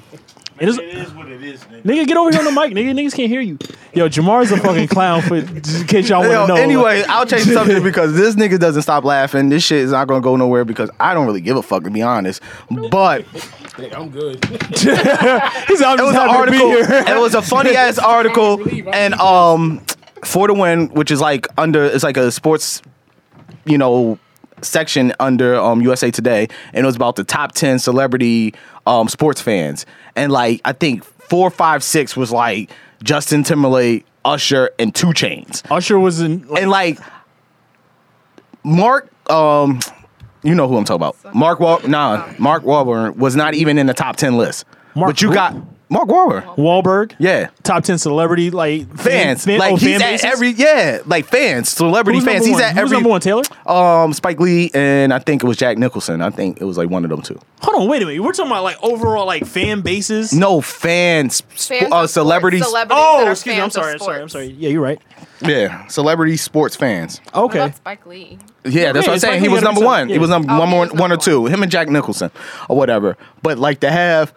S2: It is,
S6: It is what it is, nigga.
S2: nigga, get over here on the mic, nigga. Niggas can't hear you. Yo, Jamar's a fucking clown. For just in case y'all want
S3: Yo,
S2: to know.
S3: anyway, I'll change the
S2: something.
S3: subject because this nigga doesn't stop laughing. This shit is not gonna go nowhere because I don't really give a fuck to be honest. But
S5: I'm good.
S3: it was an article. it was a funny ass article, and um, for the win, which is like under, it's like a sports, you know, section under um USA Today, and it was about the top ten celebrity um sports fans, and like I think four, five, six was like Justin Timberlake, Usher, and Two Chains,
S2: Usher was in. Like,
S3: and like Mark, um, you know who I'm talking about, Mark Wal, nah, Mark Wahlberg was not even in the top ten list,
S2: Mark
S3: but you
S2: who?
S3: got. Mark Wahlberg.
S2: Wahlberg,
S3: Yeah.
S2: top ten celebrity, like
S3: Fans. like
S2: oh,
S3: he's at
S2: bases?
S3: every yeah, like fans, celebrity
S2: Who's number
S3: fans. He's
S2: one?
S3: at
S2: Who's
S3: every
S2: number one. Taylor.
S3: um Spike Lee and I think it was Jack Nicholson. I think it was like one of them two.
S2: Hold on, wait a minute. We're talking about like overall like fan bases.
S3: No fans,
S8: Fans
S3: uh,
S8: of sports,
S3: celebrities.
S8: celebrities that
S2: Oh,
S8: are
S2: excuse me. I'm
S8: fans of
S2: sorry. I'm sorry. I'm
S8: sports.
S2: sorry. Yeah, you're right.
S3: Yeah, celebrity sports fans.
S8: What
S2: Okay.
S8: about Spike Lee?
S3: Yeah, that's what
S2: Oh, yeah,
S3: I'm saying.
S2: Spike Lee
S3: He was
S2: had
S3: number
S2: himself-
S3: one.
S2: yeah.
S3: He was number
S8: Oh,
S3: one
S8: he
S3: more,
S8: was
S3: one or
S8: number
S3: two. Him and Jack Nicholson or whatever. But like to have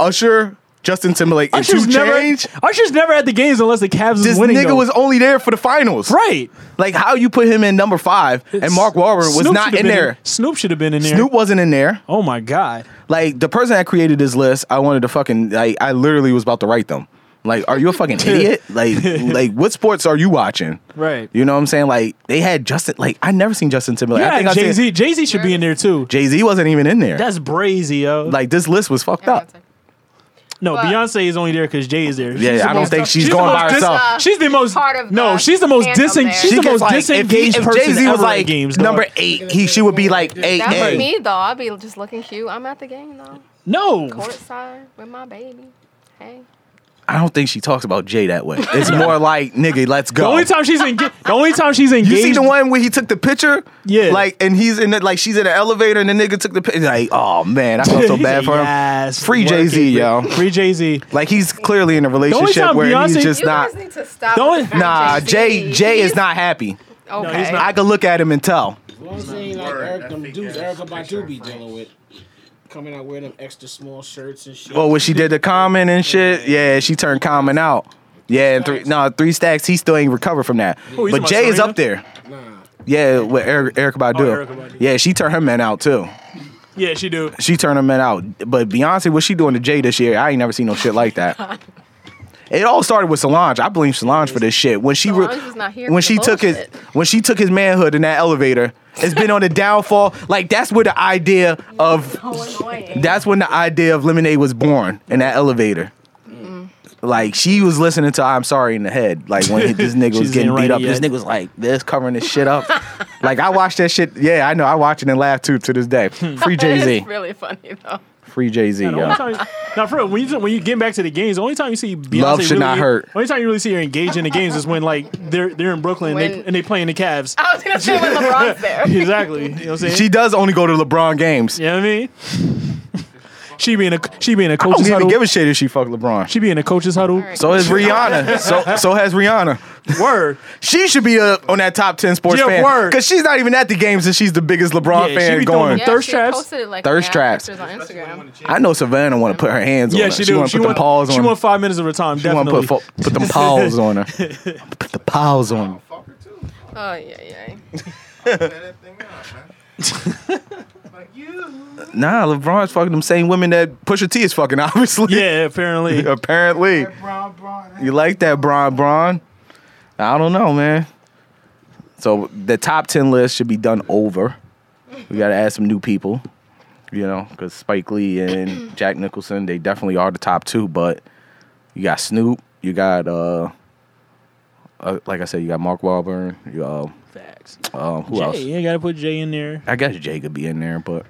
S3: Usher, Justin Timberlake, and
S2: Usher's
S3: Two
S2: never.
S3: Chainz.
S2: Usher's never at the games unless the Cavs
S3: This
S2: is winning.
S3: nigga
S2: though.
S3: was only there for the finals.
S2: right.
S3: Like how you put him in number five and Mark Wahlberg was
S2: Snoop
S3: not
S2: should've
S3: in
S2: been
S3: there.
S2: Snoop should have been in there.
S3: Snoop wasn't in there.
S2: Oh my god.
S3: Like the person that created this list, I wanted to fucking like I literally was about to write them. Like, are you a fucking idiot? Like, like what sports are you watching?
S2: Right.
S3: You know what I'm saying? Like they had Justin. Like I never seen Justin Timberlake. I
S2: Yeah,
S3: think
S2: Jay Z. Jay Z should be in there too.
S3: Jay Z wasn't even in there.
S2: That's brazy, yo.
S3: like this list was fucked
S8: Yeah,
S3: up.
S8: that's it.
S2: no,
S8: but-
S2: Beyonce is only there because Jay is there. She's
S3: Yeah,
S2: the
S3: I don't
S2: most-
S3: think she's
S2: the
S3: going
S2: most
S3: by
S2: dis-
S3: herself.
S2: she's the most
S8: Part of
S2: no.
S8: the
S2: she's the most
S8: fandom
S2: dissing.
S8: there.
S2: She's the
S3: gets,
S2: most
S3: like, if he-
S2: disengaged
S3: if
S2: person
S3: Jay-Z
S2: ever
S3: was
S2: at
S3: like
S2: games. dog.
S3: number eight, he she would be like eight.
S8: That
S3: hey.
S8: was me though. I'll be just looking cute. I'm at the game though.
S2: No,
S8: Courtside with my baby. Hey.
S3: I don't think she talks about Jay that way. It's more like nigga, let's
S2: the
S3: go.
S2: only time she's engaged. The only time she's engaged.
S3: You see the one where he took the picture?
S2: Yeah.
S3: Like, and he's in it, like, she's in an elevator and the nigga took the picture. Like, oh man, I felt so
S2: He
S3: bad
S2: said,
S3: for him.
S2: "Yes,
S3: Free
S2: work it,
S3: Jay-Z,
S2: bro."
S3: yo.
S2: Free Jay Z.
S3: Like, he's clearly in a
S2: time
S3: relationship where
S2: Beyonce-
S3: he's just
S8: you
S3: not.
S8: guys need to stop.
S2: Don't-
S8: with that
S3: Nah, Jay Jay is not happy.
S8: Okay.
S2: he's not.
S3: I could look at him and tell.
S5: As long as they ain't like Eric, them dudes Erica Badu be dealing with. Coming out wearing them extra small shirts and shit.
S3: Well, when she did the comment and shit, yeah, she turned comment out. Yeah, and three, no, three stacks. He still ain't recovered from that.
S2: you
S3: but
S2: talking
S3: Jay
S2: about
S3: is up there.
S5: nah.
S3: Yeah, with Eric, Erica Badu.
S2: Erykah Badu.
S3: Yeah, she turned her man out too.
S2: Yeah, she do.
S3: She turned her men out. But Beyonce, what she doing to Jay this year? I ain't never seen no shit like that. It all started with Solange. I blame Solange for this shit. When she re-
S8: Solange was not here
S3: when
S8: for
S3: she
S8: the
S3: took his
S8: bullshit.
S3: when she took his manhood in that elevator, it's been on the downfall. Like that's where the idea of
S8: So annoying.
S3: that's when the idea of lemonade was born in that elevator.
S8: Mm.
S3: Like she was listening to "I'm Sorry" in the head. Like when this nigga was
S2: She's
S3: getting
S2: in
S3: beat
S2: right
S3: up, this
S2: yet.
S3: nigga was like this covering this shit up. like I watched that shit. Yeah, I know. I watch it and laugh too to this day. Free Jay Z.
S8: It's really funny though.
S3: Free Jay Z.
S2: The only time- Now, for real, when you when you get back to the games, the only time you see Beyonce
S3: Love should
S2: really,
S3: not hurt.
S2: Only time you really see her engaged in the games is when like they're they're in Brooklyn and
S8: When-
S2: they and they playing the Cavs.
S8: I was gonna say when LeBron's there.
S2: exactly. You know what I'm saying?
S3: She does only go to LeBron games.
S2: you know what I mean? she being a she being a
S3: I don't
S2: coach's
S3: even
S2: huddle.
S3: give a shit if she fuck LeBron.
S2: she being a coach's huddle.
S8: right.
S3: So has Rihanna. so so has Rihanna.
S2: Word.
S3: She should be uh, on that top ten sports
S2: Yeah,
S3: fan
S2: word.
S3: because she's not even at the games and she's the biggest LeBron
S2: Yeah, she
S3: fan
S2: be throwing
S3: going.
S2: them- Thirst
S8: she
S2: traps.
S8: posted it, like,
S3: Thirst
S8: mad
S3: traps.
S8: pictures on Instagram.
S3: I know Savannah want to put her hands on
S2: Yeah,
S3: her.
S2: she,
S3: She,
S2: do.
S3: want
S2: She
S3: to put them
S2: want
S3: paws
S2: She
S3: on.
S2: want
S3: her.
S2: five minutes of her time.
S3: She want to
S2: definitely.
S3: put fo- put them paws on her. Put the paws on. her.
S8: Oh yeah, yeah.
S6: that thing out, man.
S3: Nah, LeBron's fucking them same women that Pusha T is fucking. Obviously,
S2: yeah, apparently.
S3: apparently.
S6: Bron, Bron.
S3: You like that, Bron Bron? I don't know, man. So the top ten list should be done over. We gotta add some new people, you know, because Spike Lee and Jack Nicholson, they definitely are the top two. But you got Snoop, you got uh, uh like I said, you got Mark Wahlberg. You uh,
S2: Facts.
S3: uh, who
S2: Jay,
S3: else?
S2: you gotta put Jay in there.
S3: I guess Jay could be in there, but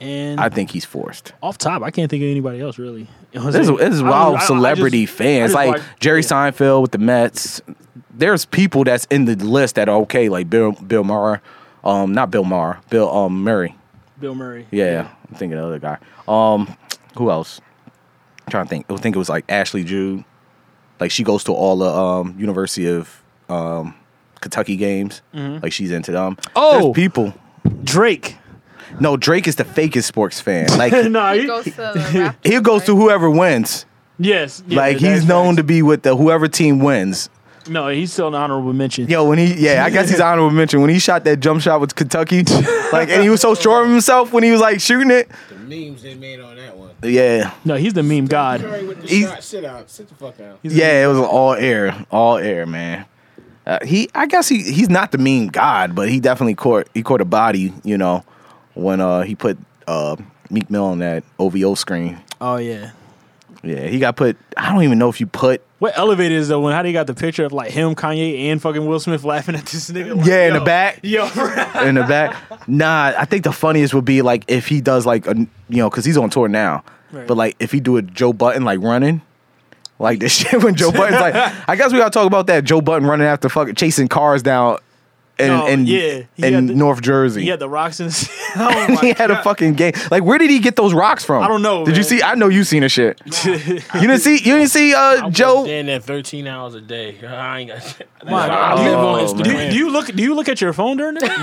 S2: And
S3: I think he's forced.
S2: off top, I can't think of anybody else really. You know what I'm
S3: This is,
S2: saying?
S3: this is
S2: I don't-
S3: wild
S2: I- I just-
S3: celebrity fans
S2: just
S3: like
S2: watch-
S3: Jerry
S2: yeah.
S3: Seinfeld with the Mets. There's people that's in the list that are okay, like Bill Bill Maher, um, not Bill Maher, Bill um Murray.
S2: Bill Murray.
S3: Yeah, I'm thinking of the other guy. Um, who else? I'm trying to think. I think it was like Ashley Jude. Like she goes to all the um University of um Kentucky games. Like she's into them.
S2: Mm-hmm. Oh!
S3: There's people.
S2: Drake.
S3: No, Drake is the fakest sports fan. Like
S2: Nah,
S8: He
S2: he-
S8: goes to the rap.
S3: he goes to whoever wins.
S2: yes, yeah,
S3: like
S2: that-
S3: he's known to be with the whoever team wins.
S2: no, he's still an honorable mention.
S3: Yo, when he yeah, I guess he's honorable mention when he shot that jump shot with Kentucky. Like and he was so sure of himself when he was like shooting it.
S5: The memes they made on that one.
S3: Yeah.
S2: No, he's the meme god.
S5: Curry with the
S3: He's-
S5: shot. Sit out. Sit the fuck out.
S3: Yeah, it was all air, all air, man. Uh, he, I guess he, he's not the mean god, but he definitely caught he caught a body, you know, when uh he put uh Meek Mill on that OVO screen.
S2: Oh yeah.
S3: Yeah, he got put. I don't even know if you put.
S2: What elevated is though when how they got the picture of like him, Kanye, and fucking Will Smith laughing at this nigga? like,
S3: Yeah, in
S2: yo,
S3: the back.
S2: Yo,
S3: in the back. Nah, I think the funniest would be like if he does like a you know because he's on tour now,
S2: Right.
S3: but like if he do a Joe Button like running. Like this shit when Joe Button's like, I guess we gotta talk about that Joe Button running after fucking chasing cars down in
S2: No,
S3: in,
S2: yeah. He
S3: in
S2: had the-
S3: North Jersey.
S2: he had the rocks in his. Oh
S3: he
S2: my
S3: had a fucking game. Like, where did he get those rocks from?
S2: I don't know,
S3: Did you
S2: man.
S3: see? I know you seen a shit.
S2: god.
S3: You didn't see? You didn't see? Uh, Joe.
S7: in there 13 hours a day. I ain't got.
S2: My
S7: I
S2: God.
S7: live
S3: Oh,
S7: on
S2: Do, you-
S7: Instagram.
S2: do you look? Do you look at your phone during the day?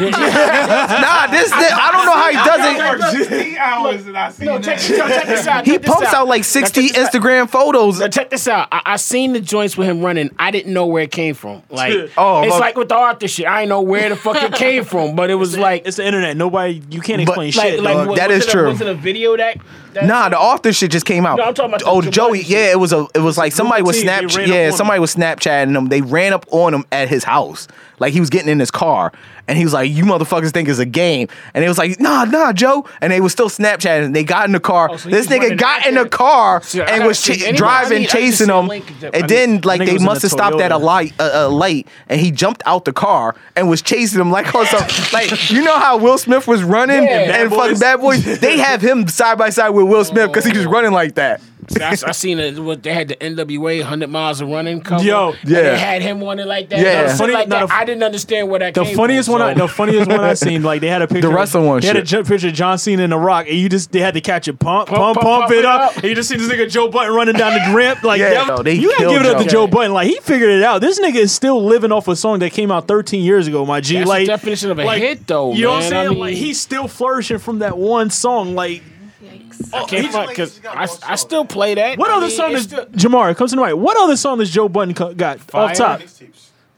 S3: Nah, this. thi- I don't know how he does it.
S6: Eight hours and I see
S5: No, check, yo, check this out.
S3: He
S5: check this
S3: posts out like sixty Instagram photos.
S5: Now check this out. I, I seen the joints with him running. I didn't know where it came from. Like,
S3: Oh,
S5: it's
S3: but-
S5: like with the Arthur shit. I didn't know where the fuck it came from, but it was like,
S2: It's the internet. Nobody, you can't
S3: But,
S2: explain
S5: like,
S2: shit.
S5: like
S2: dog.
S5: what-
S3: that
S5: was
S3: is
S5: it a-
S3: true.
S5: Was it a video that? that
S3: Nah, the author shit just came out.
S5: No, I'm talking about
S3: oh
S5: the Jabari
S3: Joey.
S5: shit.
S3: Yeah, it was a. It was like somebody was
S2: Team, they ran
S3: Snapchat.
S2: up
S3: Yeah,
S2: on
S3: somebody was Snapchatting him. They ran up on him at his house. Like he was getting in his car, and he was like, "You motherfuckers think it's a game?" And it was like, "Nah, nah, Joe." And they was still Snapchatting. And they got in the car.
S5: Oh, so he
S3: this
S5: was
S3: nigga
S5: running
S3: got
S5: after
S3: in the
S5: it.
S3: car
S5: See, I
S3: and
S5: gotta
S3: was
S5: see
S3: ch-
S5: anyway, I
S3: driving,
S5: need- I need to
S3: chasing
S5: see a
S3: him.
S5: link that- I
S3: And then
S5: need-
S3: like
S2: I think it
S3: they
S2: was in a
S3: must have stopped at a
S2: Toyota.
S3: light, a, a light, and he jumped out the car and was chasing him like on some like you know how Will Smith was running
S5: Yeah.
S2: Bad
S3: and fucking
S2: Boys.
S3: bad boys. They have him side by side with Will Smith because he was running like that.
S5: I, I seen it. What they had the NWA hundred miles of running cover.
S2: Yo,
S5: and
S3: yeah.
S5: they had him running like that.
S3: Yeah.
S5: Yeah,
S3: Funny-
S5: like
S2: not
S5: that.
S2: a-
S5: I didn't understand where that.
S2: The
S5: came
S2: funniest
S5: from,
S2: one, I,
S5: so-
S2: the funniest one I seen, like they had a picture. of-
S3: wrestling one
S2: They had a
S3: shit.
S2: ju- picture of John Cena in the Rock, and you just they had to catch it, pump, pump, pump,
S5: pump, pump
S2: it
S5: it
S2: up.
S5: up.
S2: And you just see this nigga Joe Button running down the ramp, like
S3: Yeah,
S2: that-
S3: no, they
S2: you ain't
S3: killed
S2: giving up to
S3: Joe.
S2: Joe Button. Like he figured it out. This nigga is still living off a song that came out 13 years ago. My G,
S5: That's the
S2: like
S5: definition of a
S2: like,
S5: hit, though,
S2: You know what I'm
S5: man. I
S2: saying?
S5: mean-
S2: like he's still flourishing from that one song. Like
S8: Yikes.
S5: I can't
S2: he's
S5: find
S6: like-
S5: because
S6: he's got
S5: I,
S6: one
S5: I
S6: song.
S5: still play that.
S2: what
S5: I
S2: other
S5: mean,
S2: song
S5: it's
S2: is
S5: still-
S2: Jamar? Comes to mind. What other song does Joe Button co- got off
S5: Fire.
S2: top?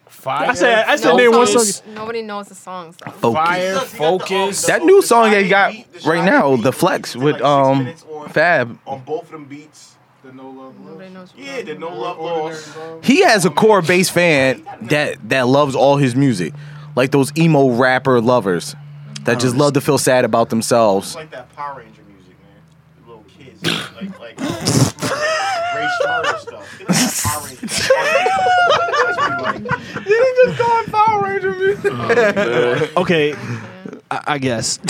S5: Fire.
S2: I said- I said
S5: Focus,
S2: name one
S8: Focus. Nobody knows the songs though.
S3: Oh.
S2: Oh,
S5: Fire. Focus.
S3: That new song that he got right now, the flex with um Fab.
S6: on both of them beats.
S4: The no love.
S8: Nobody knows.
S6: Yeah, the no love lost.
S3: He has a core base fan that that loves all his music, like those emo rapper lovers that just love to feel sad about themselves.
S6: It's like that Power Ranger music, man. The little kids, like like Ray Schreiber stuff. Get that Power Ranger stuff.
S2: Okay, I, I guess.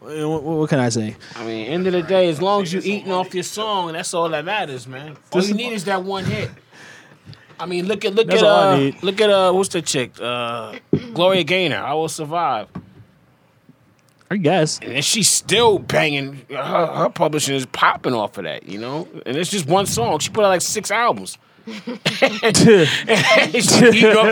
S2: what, what can I say?
S5: I mean, end of the day, as long as you eating off your song, that's all that matters, man. All you need is that one hit. I mean, look at look
S2: That's
S5: at
S2: all I
S5: uh,
S2: need.
S5: look at uh, what's the chick? Uh, Gloria Gaynor. I will survive,
S2: I guess.
S5: and she's still banging. Her, her publishing is popping off of that, you know. And it's just one song. She put out like six albums. she eating up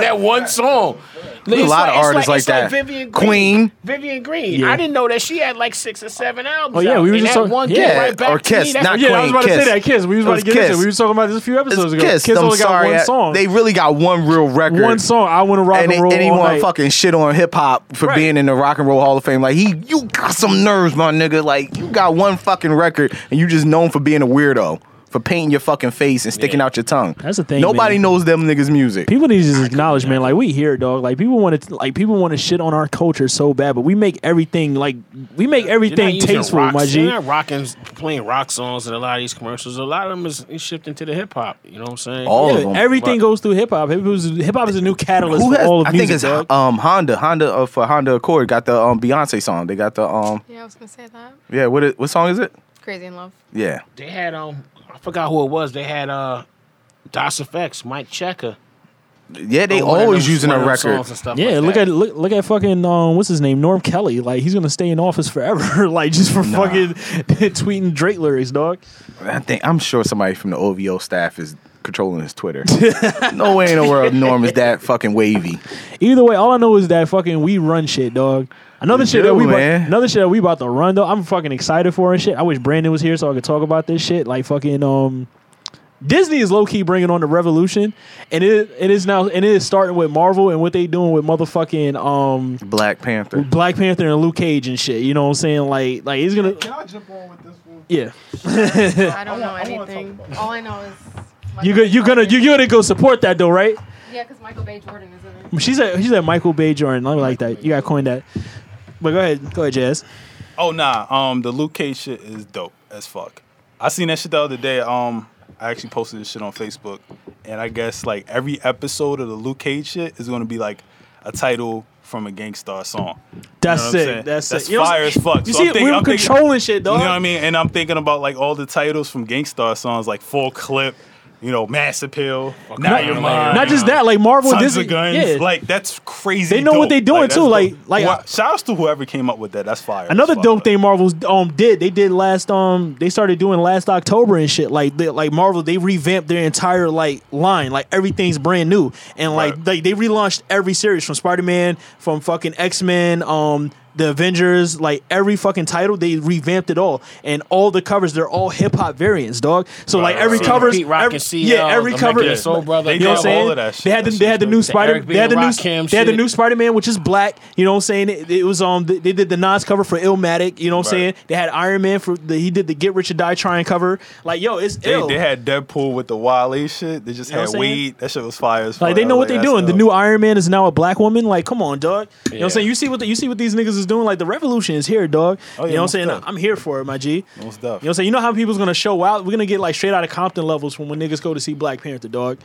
S5: that one song. There's
S3: a lot of artists like that.
S5: Vivian Green.
S3: Queen.
S5: Vivian Green.
S2: Yeah.
S5: I didn't know that she had like six or seven albums.
S2: Oh, yeah,
S5: out.
S2: we were
S5: And
S2: just
S5: that
S2: talking-
S5: one
S3: yeah,
S5: came right back
S3: or
S5: to me.
S3: Kiss,
S5: That's
S3: not
S5: what
S2: Yeah, I was about to say
S3: Kiss.
S2: that. Kiss. We was
S3: It
S2: about
S3: was
S2: to get into
S3: Kiss.
S2: it. We was talking about this a few episodes
S3: It's
S2: ago.
S3: Kiss.
S2: Kiss,
S3: I'm
S2: only got
S3: sorry. I-
S2: one song.
S3: They really got one real record.
S2: one song. I want to rock and,
S3: and they-
S2: roll all
S3: anyone
S2: night.
S3: fucking shit on hip hop for
S2: Right.
S3: being in the Rock and Roll Hall of Fame. Like he, you got some nerves, my nigga. Like you got one fucking record, and you just known for being a weirdo for painting your fucking face and sticking out your tongue.
S2: That's the thing,
S3: Nobody
S2: man.
S3: knows them niggas music.
S2: People need to just acknowledge, man. Like we here, dog. Like people want to, like people want to shit on our culture so bad, but we make everything like we make everything tasteful, my G.
S5: They're not rocking, playing rock songs in a lot of these commercials. A lot of them is is shifting to the hip hop. You know what I'm saying?
S3: All of
S2: Yeah,
S3: them.
S2: everything goes through hip hop. Hip hop's- hip hop is a new catalyst
S3: Who
S2: for
S3: has?
S2: all of
S3: I
S2: music.
S3: think it's
S2: dog.
S3: um Honda. Honda uh, for Honda Accord got the um Beyonce song. They got the um
S8: Yeah, I was gonna say that.
S3: yeah. What it, what song is it?
S8: Crazy in love.
S3: Yeah.
S5: They had um, I forgot who it was. They had uh, Das FX, Mike Checker.
S3: Yeah,
S2: Oh,
S3: they
S5: One of
S3: always
S5: them-
S3: using
S5: one
S3: a
S5: of them
S3: record.
S5: songs and stuff
S2: Yeah,
S5: like
S2: look at
S5: that.
S2: look look at fucking um, what's his name Norm Kelly. Like he's gonna stay in office forever, like just for fucking tweeting Drake lyrics, dog.
S3: I think I'm sure somebody from the OVO staff is controlling his Twitter. no way in the world Norm is that fucking wavy.
S2: Either way, all I know is that fucking we run shit, dog. Another
S3: We
S2: shit
S3: do,
S2: that we about,
S3: man.
S2: another shit that we about to run though. I'm fucking excited for and shit. I wish Brandon was here so I could talk about this shit. Like fucking um, Disney is low key bringing on the revolution, and it it is now and it is starting with Marvel and what they doing with motherfucking um
S3: Black Panther.
S2: Black Panther and Luke Cage and shit. You know what I'm saying? Like like it's gonna
S6: Can I jump on with this one?
S2: yeah.
S8: I don't know
S6: Oh, I wanna talk
S8: anything.
S6: about it.
S8: All I know is Michael
S2: You go,
S8: Bay
S2: you gonna
S8: Jordan.
S2: you gonna go support that though, right?
S8: yeah, because Michael Bay Jordan is in it.
S2: She's a she's a Michael Bay Jordan. I like that. You got coined that. But go ahead, go ahead, Jazz.
S4: Oh nah, um, the Luke Cage shit is dope as fuck. I seen that shit the other day. Um, I actually posted this shit on Facebook, and I guess like every episode of the Luke Cage shit is gonna be like a title from a Gangstar song. You know
S2: That's
S4: what I'm
S2: it.
S4: saying?
S2: That's,
S4: That's
S2: it. You know what
S4: fire
S2: I'm
S4: as
S2: saying?
S4: fuck.
S2: You see,
S4: So I'm thinking-
S2: we were
S4: I'm thinking-
S2: controlling shit, dog.
S4: You know what I mean? And I'm thinking about like all the titles from Gangstar songs, like Full Clip, you know, Mass Appeal, Now
S2: Not,
S4: Your Mind. uh,
S2: not just that, like Marvel and
S4: Sons
S2: Disney.
S4: of Guns,
S2: yeah.
S4: like that's crazy.
S2: They know what
S4: dope.
S2: they doing,
S4: that's
S2: too,
S4: dope.
S2: like- like-
S4: Who- shout-outs to whoever came up with that. That's fire.
S2: Another
S4: as fuck,
S2: dope
S4: like.
S2: thing Marvel's um did they did last um they started doing last October and shit like they, like Marvel they revamped their entire like line like everything's brand new and like
S4: Right.
S2: they, they relaunched every series from Spider Man from fucking X Men um the Avengers like every fucking title they revamped it all and all the covers they're all hip hop variants dog so like every
S7: right,
S2: cover
S5: Pete Rock
S2: every,
S5: and CL,
S2: yeah every
S5: the
S2: cover
S5: Megan Soul Brother.
S4: They
S2: you know what I'm
S4: did
S2: saying?
S4: all of that shit.
S2: They had the, they
S4: That shit's
S2: had the
S4: dope.
S2: new
S4: The
S2: Spider.
S5: Eric B.
S2: They had the new.
S5: Rakim
S2: They had the
S5: shit.
S2: new Spider Man, which is black. You know what I'm saying? It, it was um. They, they did the Nas cover for Illmatic. You know what I'm
S4: Right.
S2: saying? They had Iron Man for the. He did the Get Rich or Die Trying cover. Like yo, it's
S4: They,
S2: ill.
S4: they had Deadpool with the Wale shit. They just
S2: You know what
S4: had
S2: I'm saying?
S4: weed. That shit was fire as fuck.
S2: like they
S4: I
S2: know
S4: was
S2: what they're
S4: that's
S2: doing. The
S4: dope.
S2: new Iron Man is now a black woman. Like, come on, dog. You know what I'm
S7: Yeah.
S2: saying? You see what the, you see what these niggas is doing? Like the revolution is here, dog.
S4: Oh, yeah,
S2: you know what I'm saying?
S4: most def.
S2: I'm here for it, my G.
S4: Most
S2: You know
S4: def.
S2: what I'm saying? You know how people's gonna show out? We're gonna get like straight out of Compton levels from when niggas go to see Black Panther, dog.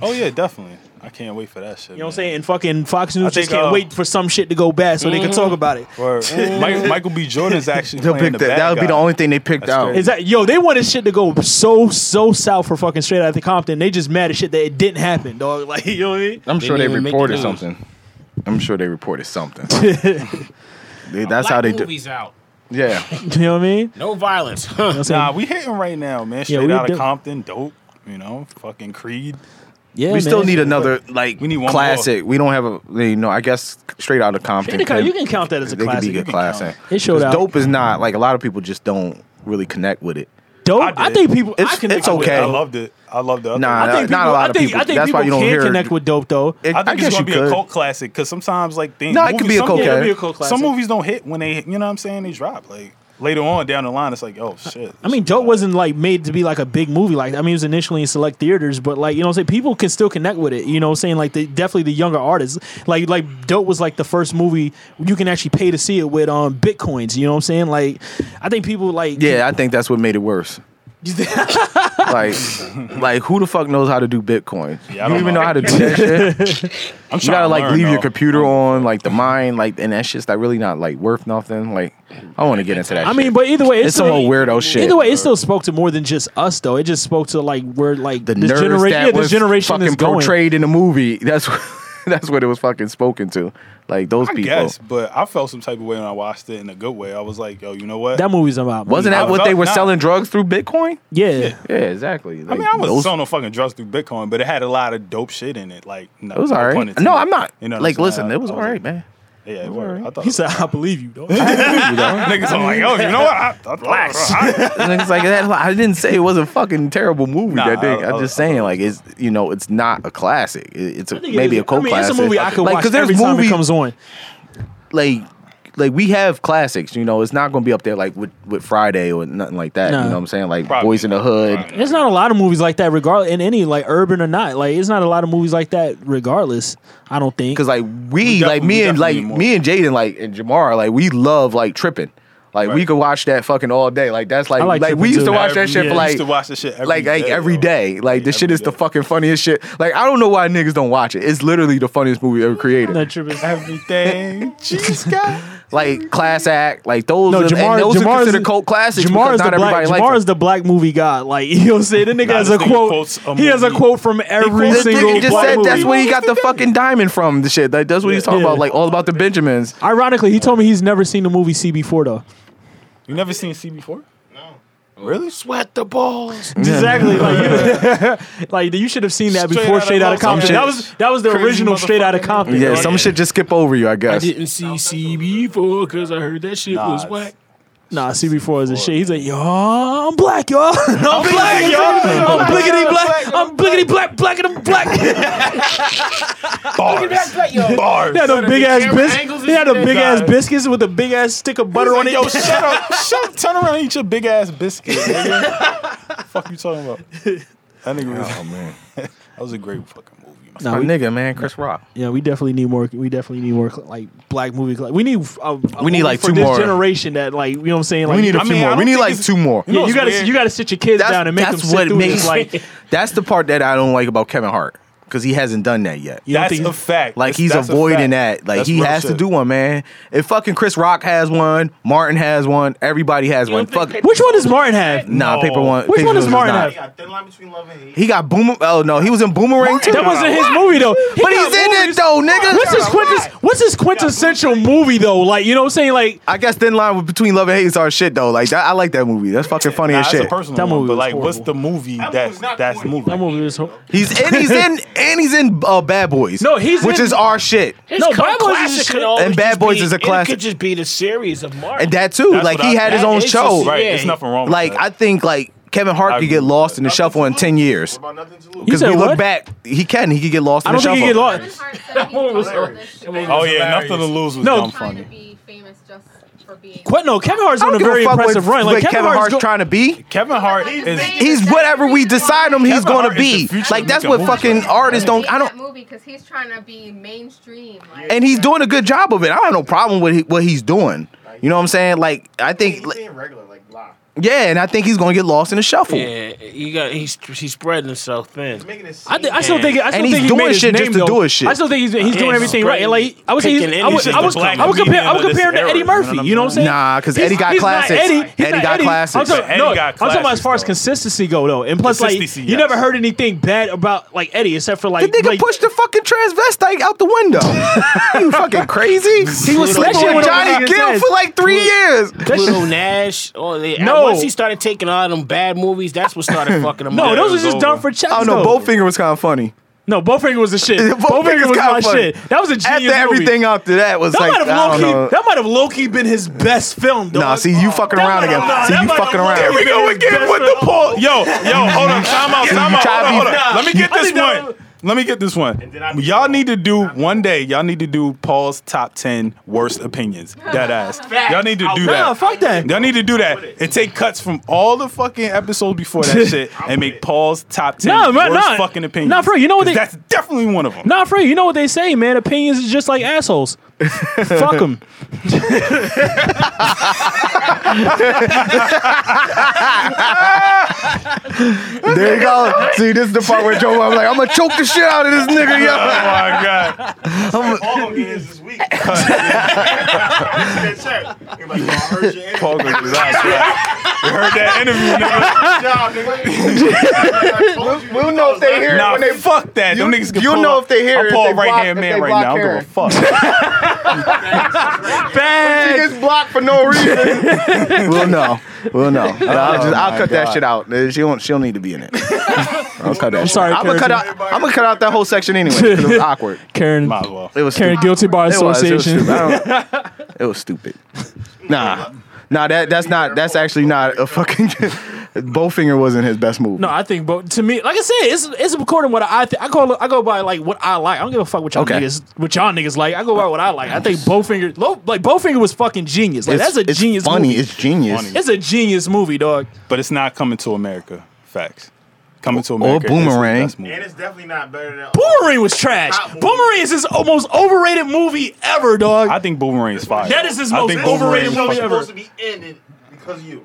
S4: Oh yeah, definitely. I can't wait for that shit.
S2: You know what I'm saying? And fucking Fox News just
S4: think,
S2: can't
S4: uh,
S2: wait for some shit to go bad so they can
S3: Mm-hmm.
S2: talk about it.
S4: Mike, Michael B. Jordan's actually
S3: They'll
S4: playing
S3: pick
S4: the
S3: that.
S4: bad
S3: That would be
S4: guy.
S3: the only thing they picked
S4: That's
S3: out.
S4: crazy.
S2: Is that yo? They wanted shit to go so so south for fucking straight out of Compton. They just mad at shit that it didn't happen, dog. Like you know what I mean?
S3: I'm
S5: They
S3: sure they
S5: didn't even make the
S3: reported
S5: news.
S3: something. I'm sure they reported something. They- that's
S5: Black
S3: how they do.
S5: movies out.
S3: Yeah,
S2: You know what I mean?
S5: No violence.
S2: I'm saying?
S4: Nah, we hitting right now, man. Straight
S2: we
S4: out
S2: do-
S4: of Compton, dope. You know, fucking Creed.
S2: yeah,
S3: we
S2: man.
S3: still need another like
S4: We need one
S3: classic. We don't have a you know. I guess straight out of Compton.
S2: You can,
S3: could-
S2: you can count that as a
S3: they could
S2: classic.
S3: be a classic.
S2: It showed
S3: 'Cause
S2: out.
S3: Dope is not like a lot of people just don't really connect with it.
S2: Dope.
S4: I
S2: I,
S4: did.
S2: think people. I
S3: It's-
S2: can.
S3: it's
S2: I-
S3: okay.
S4: I loved it. I loved the other
S3: Nah,
S4: one.
S2: I think
S3: Not a
S2: people,
S3: lot
S2: I
S3: of
S2: think,
S3: people.
S2: I think
S3: That's
S2: people
S3: why you don't
S2: can
S3: hear-
S2: connect with dope though.
S3: It-
S4: I think
S3: guess
S4: it's gonna
S3: you
S4: be
S3: could.
S4: a cult classic because sometimes like things.
S3: No, it could be a
S4: some-
S3: cult
S4: yeah,
S2: Yeah,
S3: Okay.
S2: it'll be a cult classic.
S4: Some movies don't hit when they, you know what I'm saying? They drop like later on down the line. It's like, oh shit.
S2: I mean, Dope wasn't like made to be like a big movie. Like, I mean, it was initially in select theaters, but like, you know, what I'm saying people can still connect with it. You know, what I'm saying like the definitely the younger artists. Like, like Dope was like the first movie you can actually pay to see it with um bitcoins. You know what I'm saying? Like, I think people like
S3: Yeah, I think that's what made it worse. like, like who the fuck knows how to do Bitcoin?
S4: Yeah, I
S3: you don't even
S4: don't know.
S3: know how to do that shit.
S4: I'm
S3: You gotta like leave your
S4: computer.
S3: computer on, like the mine, like and that shit's like really not like worth nothing. Like, I want to get into that.
S2: I
S3: shit.
S2: mean, but either way, it's,
S3: It's some
S2: still-
S3: old weirdo shit.
S2: Either way, it still spoke to more than just us, though. It just spoke to like where like
S3: the
S2: this
S3: nerds
S2: generation,
S3: that
S2: yeah,
S3: was
S2: this generation
S3: fucking
S2: is going.
S3: portrayed in the movie. That's what, that's what it was fucking spoken to. Like those
S4: I
S3: people.
S4: guess, but I felt some type of way when I watched it in a good way. I was like, yo, you know what?
S2: That movie's about
S3: Wasn't
S4: I
S3: that what
S4: felt-
S3: they were
S4: nah.
S3: selling drugs through Bitcoin?
S2: Yeah.
S3: Yeah, exactly.
S4: I
S3: Like,
S4: mean, I wasn't
S3: those-
S4: selling no fucking drugs through Bitcoin, but it had a lot of dope shit in it. Like, no,
S3: It was
S4: no
S3: all
S4: pun
S3: right.
S4: intended.
S3: No, I'm not.
S4: You know what
S3: like,
S4: I'm saying?
S3: listen,
S4: I-
S3: it was
S4: I
S3: all right, man.
S4: Yeah, it was. I thought
S2: He said, "I believe you." Dog.
S4: niggas are like, oh, you know what? I, I, Relax. I,
S3: And it's like that. I didn't say it was a fucking terrible movie.
S4: Nah,
S3: that thing.
S4: I-
S3: I'm
S4: I-
S3: just
S4: I-
S3: saying, like, it's you know, it's not a classic. It- It's a,
S2: think it
S3: maybe
S2: is-
S3: a cult
S2: I mean,
S3: classic.
S2: It's a movie I could
S3: Like,
S2: watch
S3: 'cause there's
S2: every time it
S3: movies-
S2: comes on.
S3: like like we have classics, you know, it's not gonna be up there like with, with Friday or nothing like that.
S2: No.
S3: You know what I'm saying? Like
S4: Probably
S3: Boys in the
S4: not.
S3: Hood.
S4: Probably
S2: There's not a lot of movies like that, regardless in any like urban or not. Like it's not a lot of movies like that, regardless. I don't think.
S3: Cause like we, like
S4: definitely-
S3: me
S4: we
S3: and
S4: definitely
S3: like
S4: need more.
S3: me and Jaden like and Jamar, like we love like tripping. Like we
S4: Right.
S3: could watch that fucking all day. Like that's like
S2: I like
S3: like,
S2: Trippin'
S3: we used to
S2: too.
S3: watch that shit
S4: Yeah,
S3: for
S4: I
S3: like
S4: used to watch this shit every
S3: like like
S4: day,
S3: every
S4: yo.
S3: day. Like
S4: Yeah,
S3: this shit
S4: every
S3: is the
S4: day.
S3: fucking funniest shit. Like I don't know why niggas don't watch it. It's literally the funniest movie ever created.
S2: no, Tripp is-
S4: everything.
S3: Jeez, God. like class act, like those.
S2: no,
S3: and-
S2: Jamar.
S3: and those
S2: Jamar
S3: are
S2: is-
S3: considered cult classics.
S2: Jamar
S3: because
S2: is the
S3: not
S2: black.
S3: everybody likes
S2: Jamar
S3: them.
S2: is the black movie god. Like you know, what I'm saying the nigga
S4: Nah,
S2: has
S4: this
S2: a
S4: nigga
S2: quote.
S4: quotes a
S2: He has a
S4: movie.
S2: quote from every
S4: quotes-
S3: This
S4: This
S2: single
S3: nigga just
S2: black
S3: said
S2: movie.
S3: that's where he got the fucking diamond from. The shit. Like that's what he's talking
S2: Yeah.
S3: about. Like all about the Benjamins.
S2: Ironically, he told me he's never seen the movie CB4 though.
S4: You never seen C before?
S6: No.
S4: Really?
S5: Sweat the balls.
S2: Exactly. Like, you, like you should have seen that
S4: Straight
S2: before
S4: Outta
S2: Straight Outta Compton.
S4: Compton.
S2: That
S4: Yeah.
S2: was that was the
S4: Crazy
S2: original Straight Outta
S4: motherfucker.
S2: Compton.
S3: Yeah,
S2: dog.
S3: some shit just skip over you, I
S5: I
S3: guess.
S5: didn't see CB4 because I heard that shit
S4: Nah,
S5: was
S4: it's-
S5: whack.
S2: Nah, CB4 is a shit. He's like, yo, I'm black, y'all. I'm black, y'all. I'm blickety black. I'm blickety black, blacker than black.
S4: Bars. Bars.
S2: He had a big ass biscuits.
S5: angles
S2: He had a
S5: and
S2: big
S4: shit.
S2: ass biscuits with a big ass stick of butter on it.
S4: Yo, shut up. Shut up. Turn around and eat your big ass biscuit, nigga. fuck you talking about? That nigga was,
S3: Oh man,
S4: that was a great fucking movie. man.
S2: Nah,
S3: my
S2: we-
S3: nigga, man, Chris Rock.
S2: Yeah, we definitely need more. We definitely need more like black movie. Like, we need a, a
S3: We need,
S2: movie
S3: like,
S2: for
S3: two
S2: this
S3: more.
S2: generation that like you know what I'm saying. Like,
S3: We need a
S4: I
S3: few
S4: mean, I
S3: more. We
S4: don't
S3: need
S4: think
S3: like
S4: it's-
S3: two more.
S2: yeah,
S4: know
S2: you
S4: it's
S2: gotta
S4: weird.
S2: you gotta sit your kids down and make them sit through this. Like,
S3: that's the part that I don't like about Kevin Hart because he hasn't done that yet.
S2: don't
S4: That's
S2: think-
S4: a fact.
S3: Like
S4: That's-
S3: he's
S4: that's a
S3: avoiding
S4: fact.
S3: that. Like
S4: That's
S3: he
S4: real
S3: has to
S4: shit.
S3: do one, man. If fucking Chris Rock has one, Martin has one, everybody has
S7: don't
S3: one.
S7: think
S3: Fuck.
S7: Paper-
S2: which one does Martin have?
S3: Nah,
S4: No.
S3: paper one.
S2: Which
S3: Paper
S2: one does
S3: One's
S2: Martin
S3: not.
S6: You got thin line between love and hate.
S3: He got boomer. Oh no, he was in Boomerang too.
S2: That wasn't his movie though. He
S3: but he's
S2: got
S3: in it
S2: movies.
S3: though, nigga.
S2: What's his quintess- What's his quintessential movie though? Like you know what I'm saying? Like
S3: I guess thin line with- between love and hate is our shit though. Like that, I like that movie. That's fucking funny
S4: Nah,
S3: as
S4: that's a
S3: shit.
S4: personal
S2: That
S4: one,
S2: movie
S4: but
S2: was
S4: like, what's
S2: horrible.
S4: the movie
S6: That
S4: that's
S6: movie's not
S4: that's
S6: corny.
S4: movie?
S2: that movie is.
S3: He's and he's in and he's in uh, Bad Boys.
S2: No, he's
S3: which
S2: in-
S3: is our shit.
S5: His
S2: No,
S5: no,
S2: Bad Boys is a
S5: classic
S2: shit.
S5: could always
S3: And Bad
S5: just
S3: Boys
S5: be-
S3: is a
S5: It
S3: classic.
S5: could just be the series of Martin.
S3: And that too.
S4: That's
S3: like
S4: what
S3: he
S4: I-
S3: had his
S4: that
S3: own
S5: is
S3: show.
S5: just-
S4: Right,
S5: Yeah.
S4: there's nothing wrong.
S3: Like
S4: with that.
S3: I think like Kevin Hart
S4: I
S3: could
S4: agree
S3: get
S4: with
S3: lost
S4: that.
S3: in the shuffle in ten years.
S6: What about nothing to lose?
S2: You
S3: Because
S2: said
S3: we look
S2: what?
S3: back, he can. He could get lost
S2: I
S3: in
S2: don't think
S3: the shuffle.
S2: he get lost.
S8: Kevin Hart said he was on this show.
S4: oh yeah, nothing to lose was
S2: No.
S4: dumb
S8: Trying to
S4: funny.
S8: be famous just for being.
S2: Quite, no, Kevin Hart's
S3: I
S2: on
S3: don't
S2: a
S3: give
S2: very
S3: fuck what-
S2: impressive run. Like
S3: what
S2: Kevin,
S3: Kevin
S2: Hart's,
S3: Hart's
S2: go-
S3: trying to be.
S4: Kevin Hart is
S8: He's
S3: He's whatever we decide him, he's
S4: Kevin
S3: going
S4: Hart
S3: to
S4: is
S3: be.
S4: the future
S3: Like that's
S4: Mika
S3: what
S4: Moon.
S3: fucking artists don't. I don't.
S8: movie because he's trying to be mainstream. Like,
S3: And he's doing a good job of it. I don't have no problem with he, what he's doing. You know what I'm saying? Like I think.
S6: He's being regular, like blah.
S3: Yeah, and I think he's going to get lost in the shuffle.
S7: Yeah, he got he's he's spreading himself thin.
S6: He's making it seem
S2: I, th- I still think I still
S3: And he's
S2: think he
S3: doing
S2: made his
S3: shit just
S2: name,
S3: to
S2: though.
S3: do his shit.
S2: I still think he's, he's
S7: Yeah,
S2: doing
S7: he's
S2: everything right. And like I would say, he's,
S7: picking
S2: I would,
S7: any
S2: I would,
S4: black
S2: I would compare I would
S4: comedian of
S2: compare him to
S4: this
S2: Eddie
S4: era, you know
S2: Murphy.
S4: what I'm
S2: You know what I'm saying?
S4: saying?
S3: Nah, 'cause
S2: He's-
S3: Eddie got
S2: he's not
S3: classics.
S2: Eddie, he's
S3: Eddie
S2: not
S3: got
S2: Eddie.
S3: classics.
S2: I'm talking,
S4: Eddie
S2: no,
S4: got
S2: I'm talking about as
S4: classics,
S2: far as
S4: though.
S2: consistency go though, and plus like
S4: Consistency,
S2: you never
S4: yes.
S2: heard anything bad about like Eddie except for
S3: The
S2: like
S3: nigga
S2: like-
S3: pushed the fucking transvestite out the window. you fucking crazy? He was
S2: That shit
S3: sleeping with
S2: went over
S3: Johnny
S2: his
S3: Gill
S2: head.
S3: for like three years.
S5: Pluto Nash. All the,
S2: No.
S5: Once he started taking all them bad movies, that's what started fucking him
S2: no,
S5: up.
S4: it
S2: those
S4: was
S2: are just
S4: over.
S2: done for checks.
S3: Oh no,
S2: though.
S3: Bowfinger was kind of funny.
S2: No, Bowfinger was the shit. Bowfinger
S3: Bowfinger's
S2: was
S3: kinda
S2: my
S3: funny.
S2: shit. That was a
S3: After
S2: genius movie.
S3: everything after that was
S2: That
S3: like,
S2: might have
S3: I
S2: low
S3: don't know.
S2: key. That might have low key been his best film. Dog.
S3: Nah, see you fucking
S2: That
S3: around
S2: might
S3: again.
S2: have- nah,
S3: see
S2: that
S3: you
S2: might have
S3: fucking
S2: low
S3: around.
S2: key been his best film.
S3: Paul.
S4: Yo, yo, hold on, time out, time out. Hold
S3: try
S4: on,
S3: to
S4: hold
S3: be-
S4: on. Let me get
S2: I
S4: this
S2: think that
S4: one.
S2: was-
S4: Let me get this one.
S6: then I be
S4: Y'all
S6: wrong.
S4: need to do one day. Y'all need to do Paul's top ten worst opinions. Dead ass. Y'all need to do
S2: Nah,
S4: that.
S2: fuck that.
S4: Y'all need to do that and take cuts from all the fucking episodes before that shit and make Paul's top ten
S2: Nah, man,
S4: worst
S2: nah.
S4: fucking opinions.
S2: Nah, bro, you know what
S4: 'Cause
S2: they-
S4: That's definitely one of them.
S2: Not free. You know what they say, man. Opinions is just like assholes. Fuck them.
S3: There you go. See, this is the part where Joe was like, I'm gonna choke the shit out of this nigga,
S4: Oh
S3: yo.
S4: my god.
S6: all of it is this week. That's it. Everybody, "Oh, I heard your interview.
S4: Paul goes, "That's right." You heard that interview, nigga.
S6: Good job, nigga.
S3: We'll know if they hear it
S4: Nah,
S3: when they
S4: fuck that.
S3: You-
S4: Them niggas can
S3: you'll
S4: pull
S3: know
S4: up.
S3: if they hear it,
S4: I'm
S3: if
S4: Paul
S3: they block-
S4: right hand
S3: if
S4: man
S3: they
S4: right
S3: block
S4: now. I don't give a fuck.
S3: He gets blocked for no reason. we'll know. We'll know. Oh I'll, just, I'll cut that shit out. Uh, She don't. She don't need to be in it. I'll cut that. I'm
S2: sorry,
S3: I'm gonna cut out.
S2: Karen.
S3: I'm gonna cut out that whole section anyway. 'cause It was awkward.
S2: Karen.
S4: Might as well.
S3: It was
S2: Karen
S3: stupid.
S2: guilty by
S3: It was, it was
S2: association.
S3: stupid. I don't- It was stupid. Nah, nah. That that's not. That's actually not a fucking. Bowfinger wasn't his best move.
S2: No, I think, but to me, like I said, it's it's according to what I think. I call it, I go by like what I like. I don't give a fuck what y'all
S3: Okay.
S2: niggas what y'all niggas like. I go by what I like. I think Bowfinger, low, like Bowfinger was fucking genius. Like that's a
S3: it's
S2: genius.
S3: Funny.
S2: movie.
S3: It's genius.
S2: It's a genius movie, dog.
S4: But it's not coming to America. Facts. Coming to
S3: Or
S4: America. is the
S3: Boomerang.
S4: best movie.
S6: And it's definitely not better than.
S2: Boomerang was trash.
S6: Top movie.
S2: Boomerang is his most overrated movie ever, dog.
S4: I think Boomerang is fire.
S2: That is his
S4: I
S2: most
S4: think Boomerang
S2: overrated
S4: is
S2: movie
S6: It's
S4: fucking-
S2: ever.
S6: supposed to be ended because of you.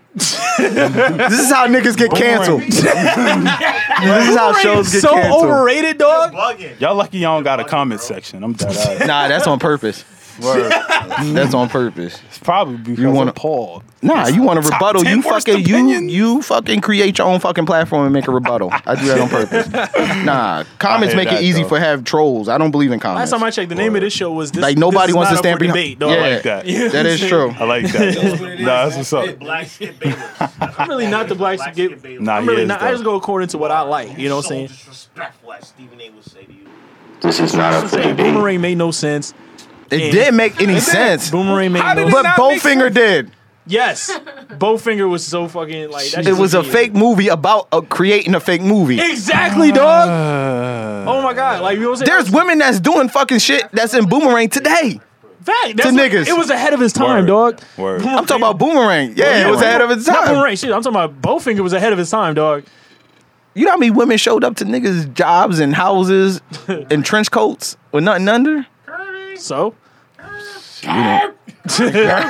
S3: This is how niggas get canceled. this is how
S2: Boomerang
S3: shows
S2: is
S3: get
S2: so
S3: canceled.
S2: overrated, dog.
S6: Bugging.
S4: Y'all lucky y'all don't got a comment section. I'm dead ass.
S3: Nah, that's on purpose.
S4: Word.
S3: That's on purpose.
S4: It's probably because
S3: You
S4: you
S3: wanna-
S4: want Paul.
S3: Nah, you want to
S4: Top
S3: rebuttal?
S4: 10
S3: You
S4: worst
S3: fucking you
S4: opinions.
S3: you fucking create your own fucking platform and make a rebuttal. I do that on purpose. Nah, comments
S4: hear
S3: make
S4: that,
S3: it easy
S4: though.
S3: for have trolls. I don't believe in
S2: Last
S3: comments.
S2: time I checked, the name of this show was this,
S3: like nobody
S2: This Is
S3: wants to
S2: Not Up
S3: stand
S2: for
S3: behind.
S2: debate. dog.
S3: yeah,
S4: like that.
S3: that is true.
S4: I like that. nah, that's what's up.
S6: Black Skip Bayless.
S2: I'm really not the black
S6: Black
S2: skip.
S6: Skip Bayless.
S4: Nah,
S2: I'm
S4: he
S2: really
S4: is,
S2: not.
S4: though.
S2: I just go according to what I like. You know what I'm saying?
S6: So disrespectful as Stephen A would say to you.
S1: This is not up for debate.
S2: Boomerang made no sense.
S3: It
S2: Yeah.
S3: didn't make any sense,
S2: Boomerang made no sense.
S3: but Bowfinger did.
S2: Yes, Bowfinger was so fucking like. That
S3: It was a
S2: shit
S3: fake movie about uh, creating a fake movie.
S2: Exactly, dog. oh my god! Like you know what I'm saying?
S3: There's women that's doing fucking shit that's in Boomerang today.
S2: fact. That's
S3: to
S2: what-
S3: niggas.
S2: It was ahead of his time,
S4: Word.
S2: dog.
S4: Word.
S2: Boomerang-
S3: I'm talking about Boomerang. Yeah, it was ahead of its
S2: Not
S3: time.
S2: Boomerang. Shit, I'm talking about Bowfinger was ahead of his time, dog.
S3: You know how many women showed up to niggas' jobs and houses in trench coats with nothing under?
S2: So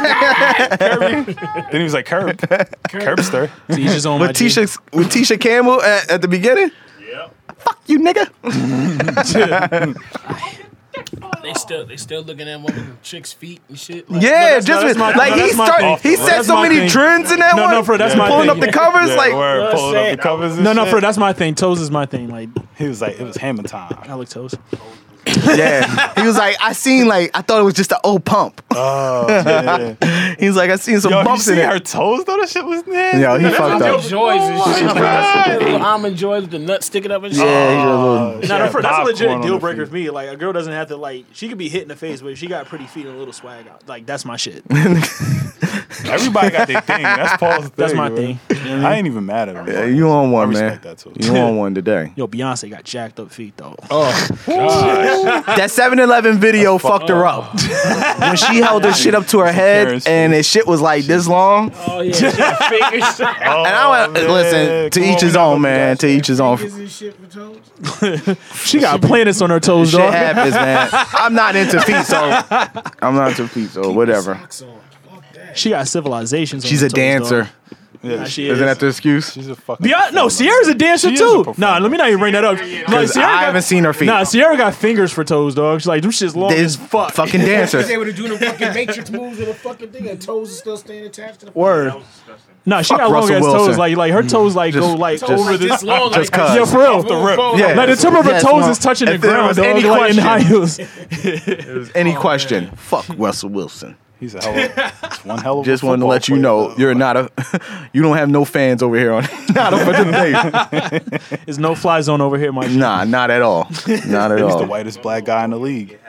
S4: Then he was like, curb. Curbster.
S2: Tisha's on my
S3: With
S2: G.
S3: Tisha with Tisha Campbell at, at the beginning? Fuck you, nigga.
S7: They still they still looking at women chicks feet and shit. Like,
S3: Yeah,
S2: that's
S3: just
S2: my-
S3: with,
S2: that's my-
S3: like
S2: no,
S3: he
S2: that's my
S3: started.
S2: fault.
S3: He
S2: Well,
S3: set
S2: that's
S3: so
S2: my
S3: many
S2: thing.
S3: trends in that
S2: No,
S3: one.
S2: no, bro, that's my
S3: pulling
S2: thing.
S3: up the covers
S4: Yeah,
S3: like
S4: word, pulling up
S2: sad.
S4: the covers and
S2: No, no,
S4: shit.
S2: bro, that's my thing. Toes is my thing. Like
S4: He was like, it was hammer time.
S2: I like toes.
S3: yeah. He was like, I seen like I thought it was just an old pump.
S4: Oh, yeah.
S3: He was like, I seen some
S4: Yo, you
S3: bumps
S4: see
S3: in
S4: her
S3: it.
S4: toes though? That shit was nasty.
S3: Yo, he fucked
S7: almond
S3: up.
S7: joys and
S1: This
S7: shit.
S1: is not up for
S7: Little
S1: debate.
S7: almond joys with the nut sticking up and shit.
S3: Yeah, he was a little-
S4: Uh, she
S2: No, no,
S4: had
S2: for, that's a
S4: popcorn
S2: legit
S4: on
S2: deal
S4: her
S2: breaker
S4: feet.
S2: for me. Like a girl doesn't have to like she could be hit in the face, but if she got pretty feet and a little swag out. Like that's my shit.
S4: Everybody got their thing. That's Paul's thing.
S2: That's my
S4: bro.
S2: thing.
S4: I ain't even mad at him.
S3: Yeah, you on
S4: I
S3: one, man.
S4: respect that too.
S3: You on one today.
S2: Yo, Beyonce got jacked up feet though.
S3: That 7-Eleven video fucked her up. when she held her shit up to her head
S4: Karen's
S3: and
S4: face.
S3: his shit was like this long.
S7: Oh yeah, she got fingers
S3: And I went,
S4: man.
S3: listen, to
S4: Come
S3: each
S4: on,
S3: his
S4: we not
S3: own,
S4: gonna do
S3: man.
S4: that
S3: To each his own.
S7: and shit for toes.
S2: She got planets on her toes,
S3: Shit
S2: dog.
S3: happens, man. I'm not into feet, so I'm not into feet, so whatever.
S7: Socks on. Fuck that.
S2: She got civilizations. on
S3: She's
S2: her
S3: a
S2: toes,
S3: dancer.
S4: Yeah,
S2: Dog.
S4: she-
S2: She is.
S3: Isn't that the excuse?
S4: she's a fucking.
S2: Beyonce, no,
S4: performer.
S2: Sierra's a dancer
S4: She is a
S2: too.
S4: performer.
S2: nah, let me not even bring that up. Like,
S3: 'Cause I haven't seen her feet.
S2: Nah, Sierra got fingers for toes, dog. She's like, them shit's long
S3: This
S2: as fuck.
S3: fucking dancer.
S7: They would have doing the fucking matrix moves with a fucking thing, and toes are still staying attached to the
S2: Word. Nah, she
S3: Fuck
S2: got long
S3: Russell
S2: ass
S3: Wilson.
S2: toes. Like, like her toes like
S3: Just-
S2: go like
S3: just-
S2: over
S7: Like
S2: the.
S7: this long, like,
S3: Just cause.
S2: Yeah, for real.
S3: Yeah.
S2: Like the tip of her
S3: Yes,
S2: toes
S3: no.
S2: is touching
S3: If
S2: the
S3: there
S2: ground,
S3: was
S2: dog.
S3: any
S2: like in
S3: question-
S2: high heels.
S3: Any question? Fuck Russell Wilson.
S4: He's a hell of it's one hell of a
S3: Just wanted to
S4: football
S3: let you
S4: player,
S3: know
S4: though.
S3: you're not a, you don't have no fans over here on not up for debate.
S2: There's no fly zone over here, my.
S3: Nah, not at all. Not at
S4: He's the
S3: all.
S4: whitest black guy in the league.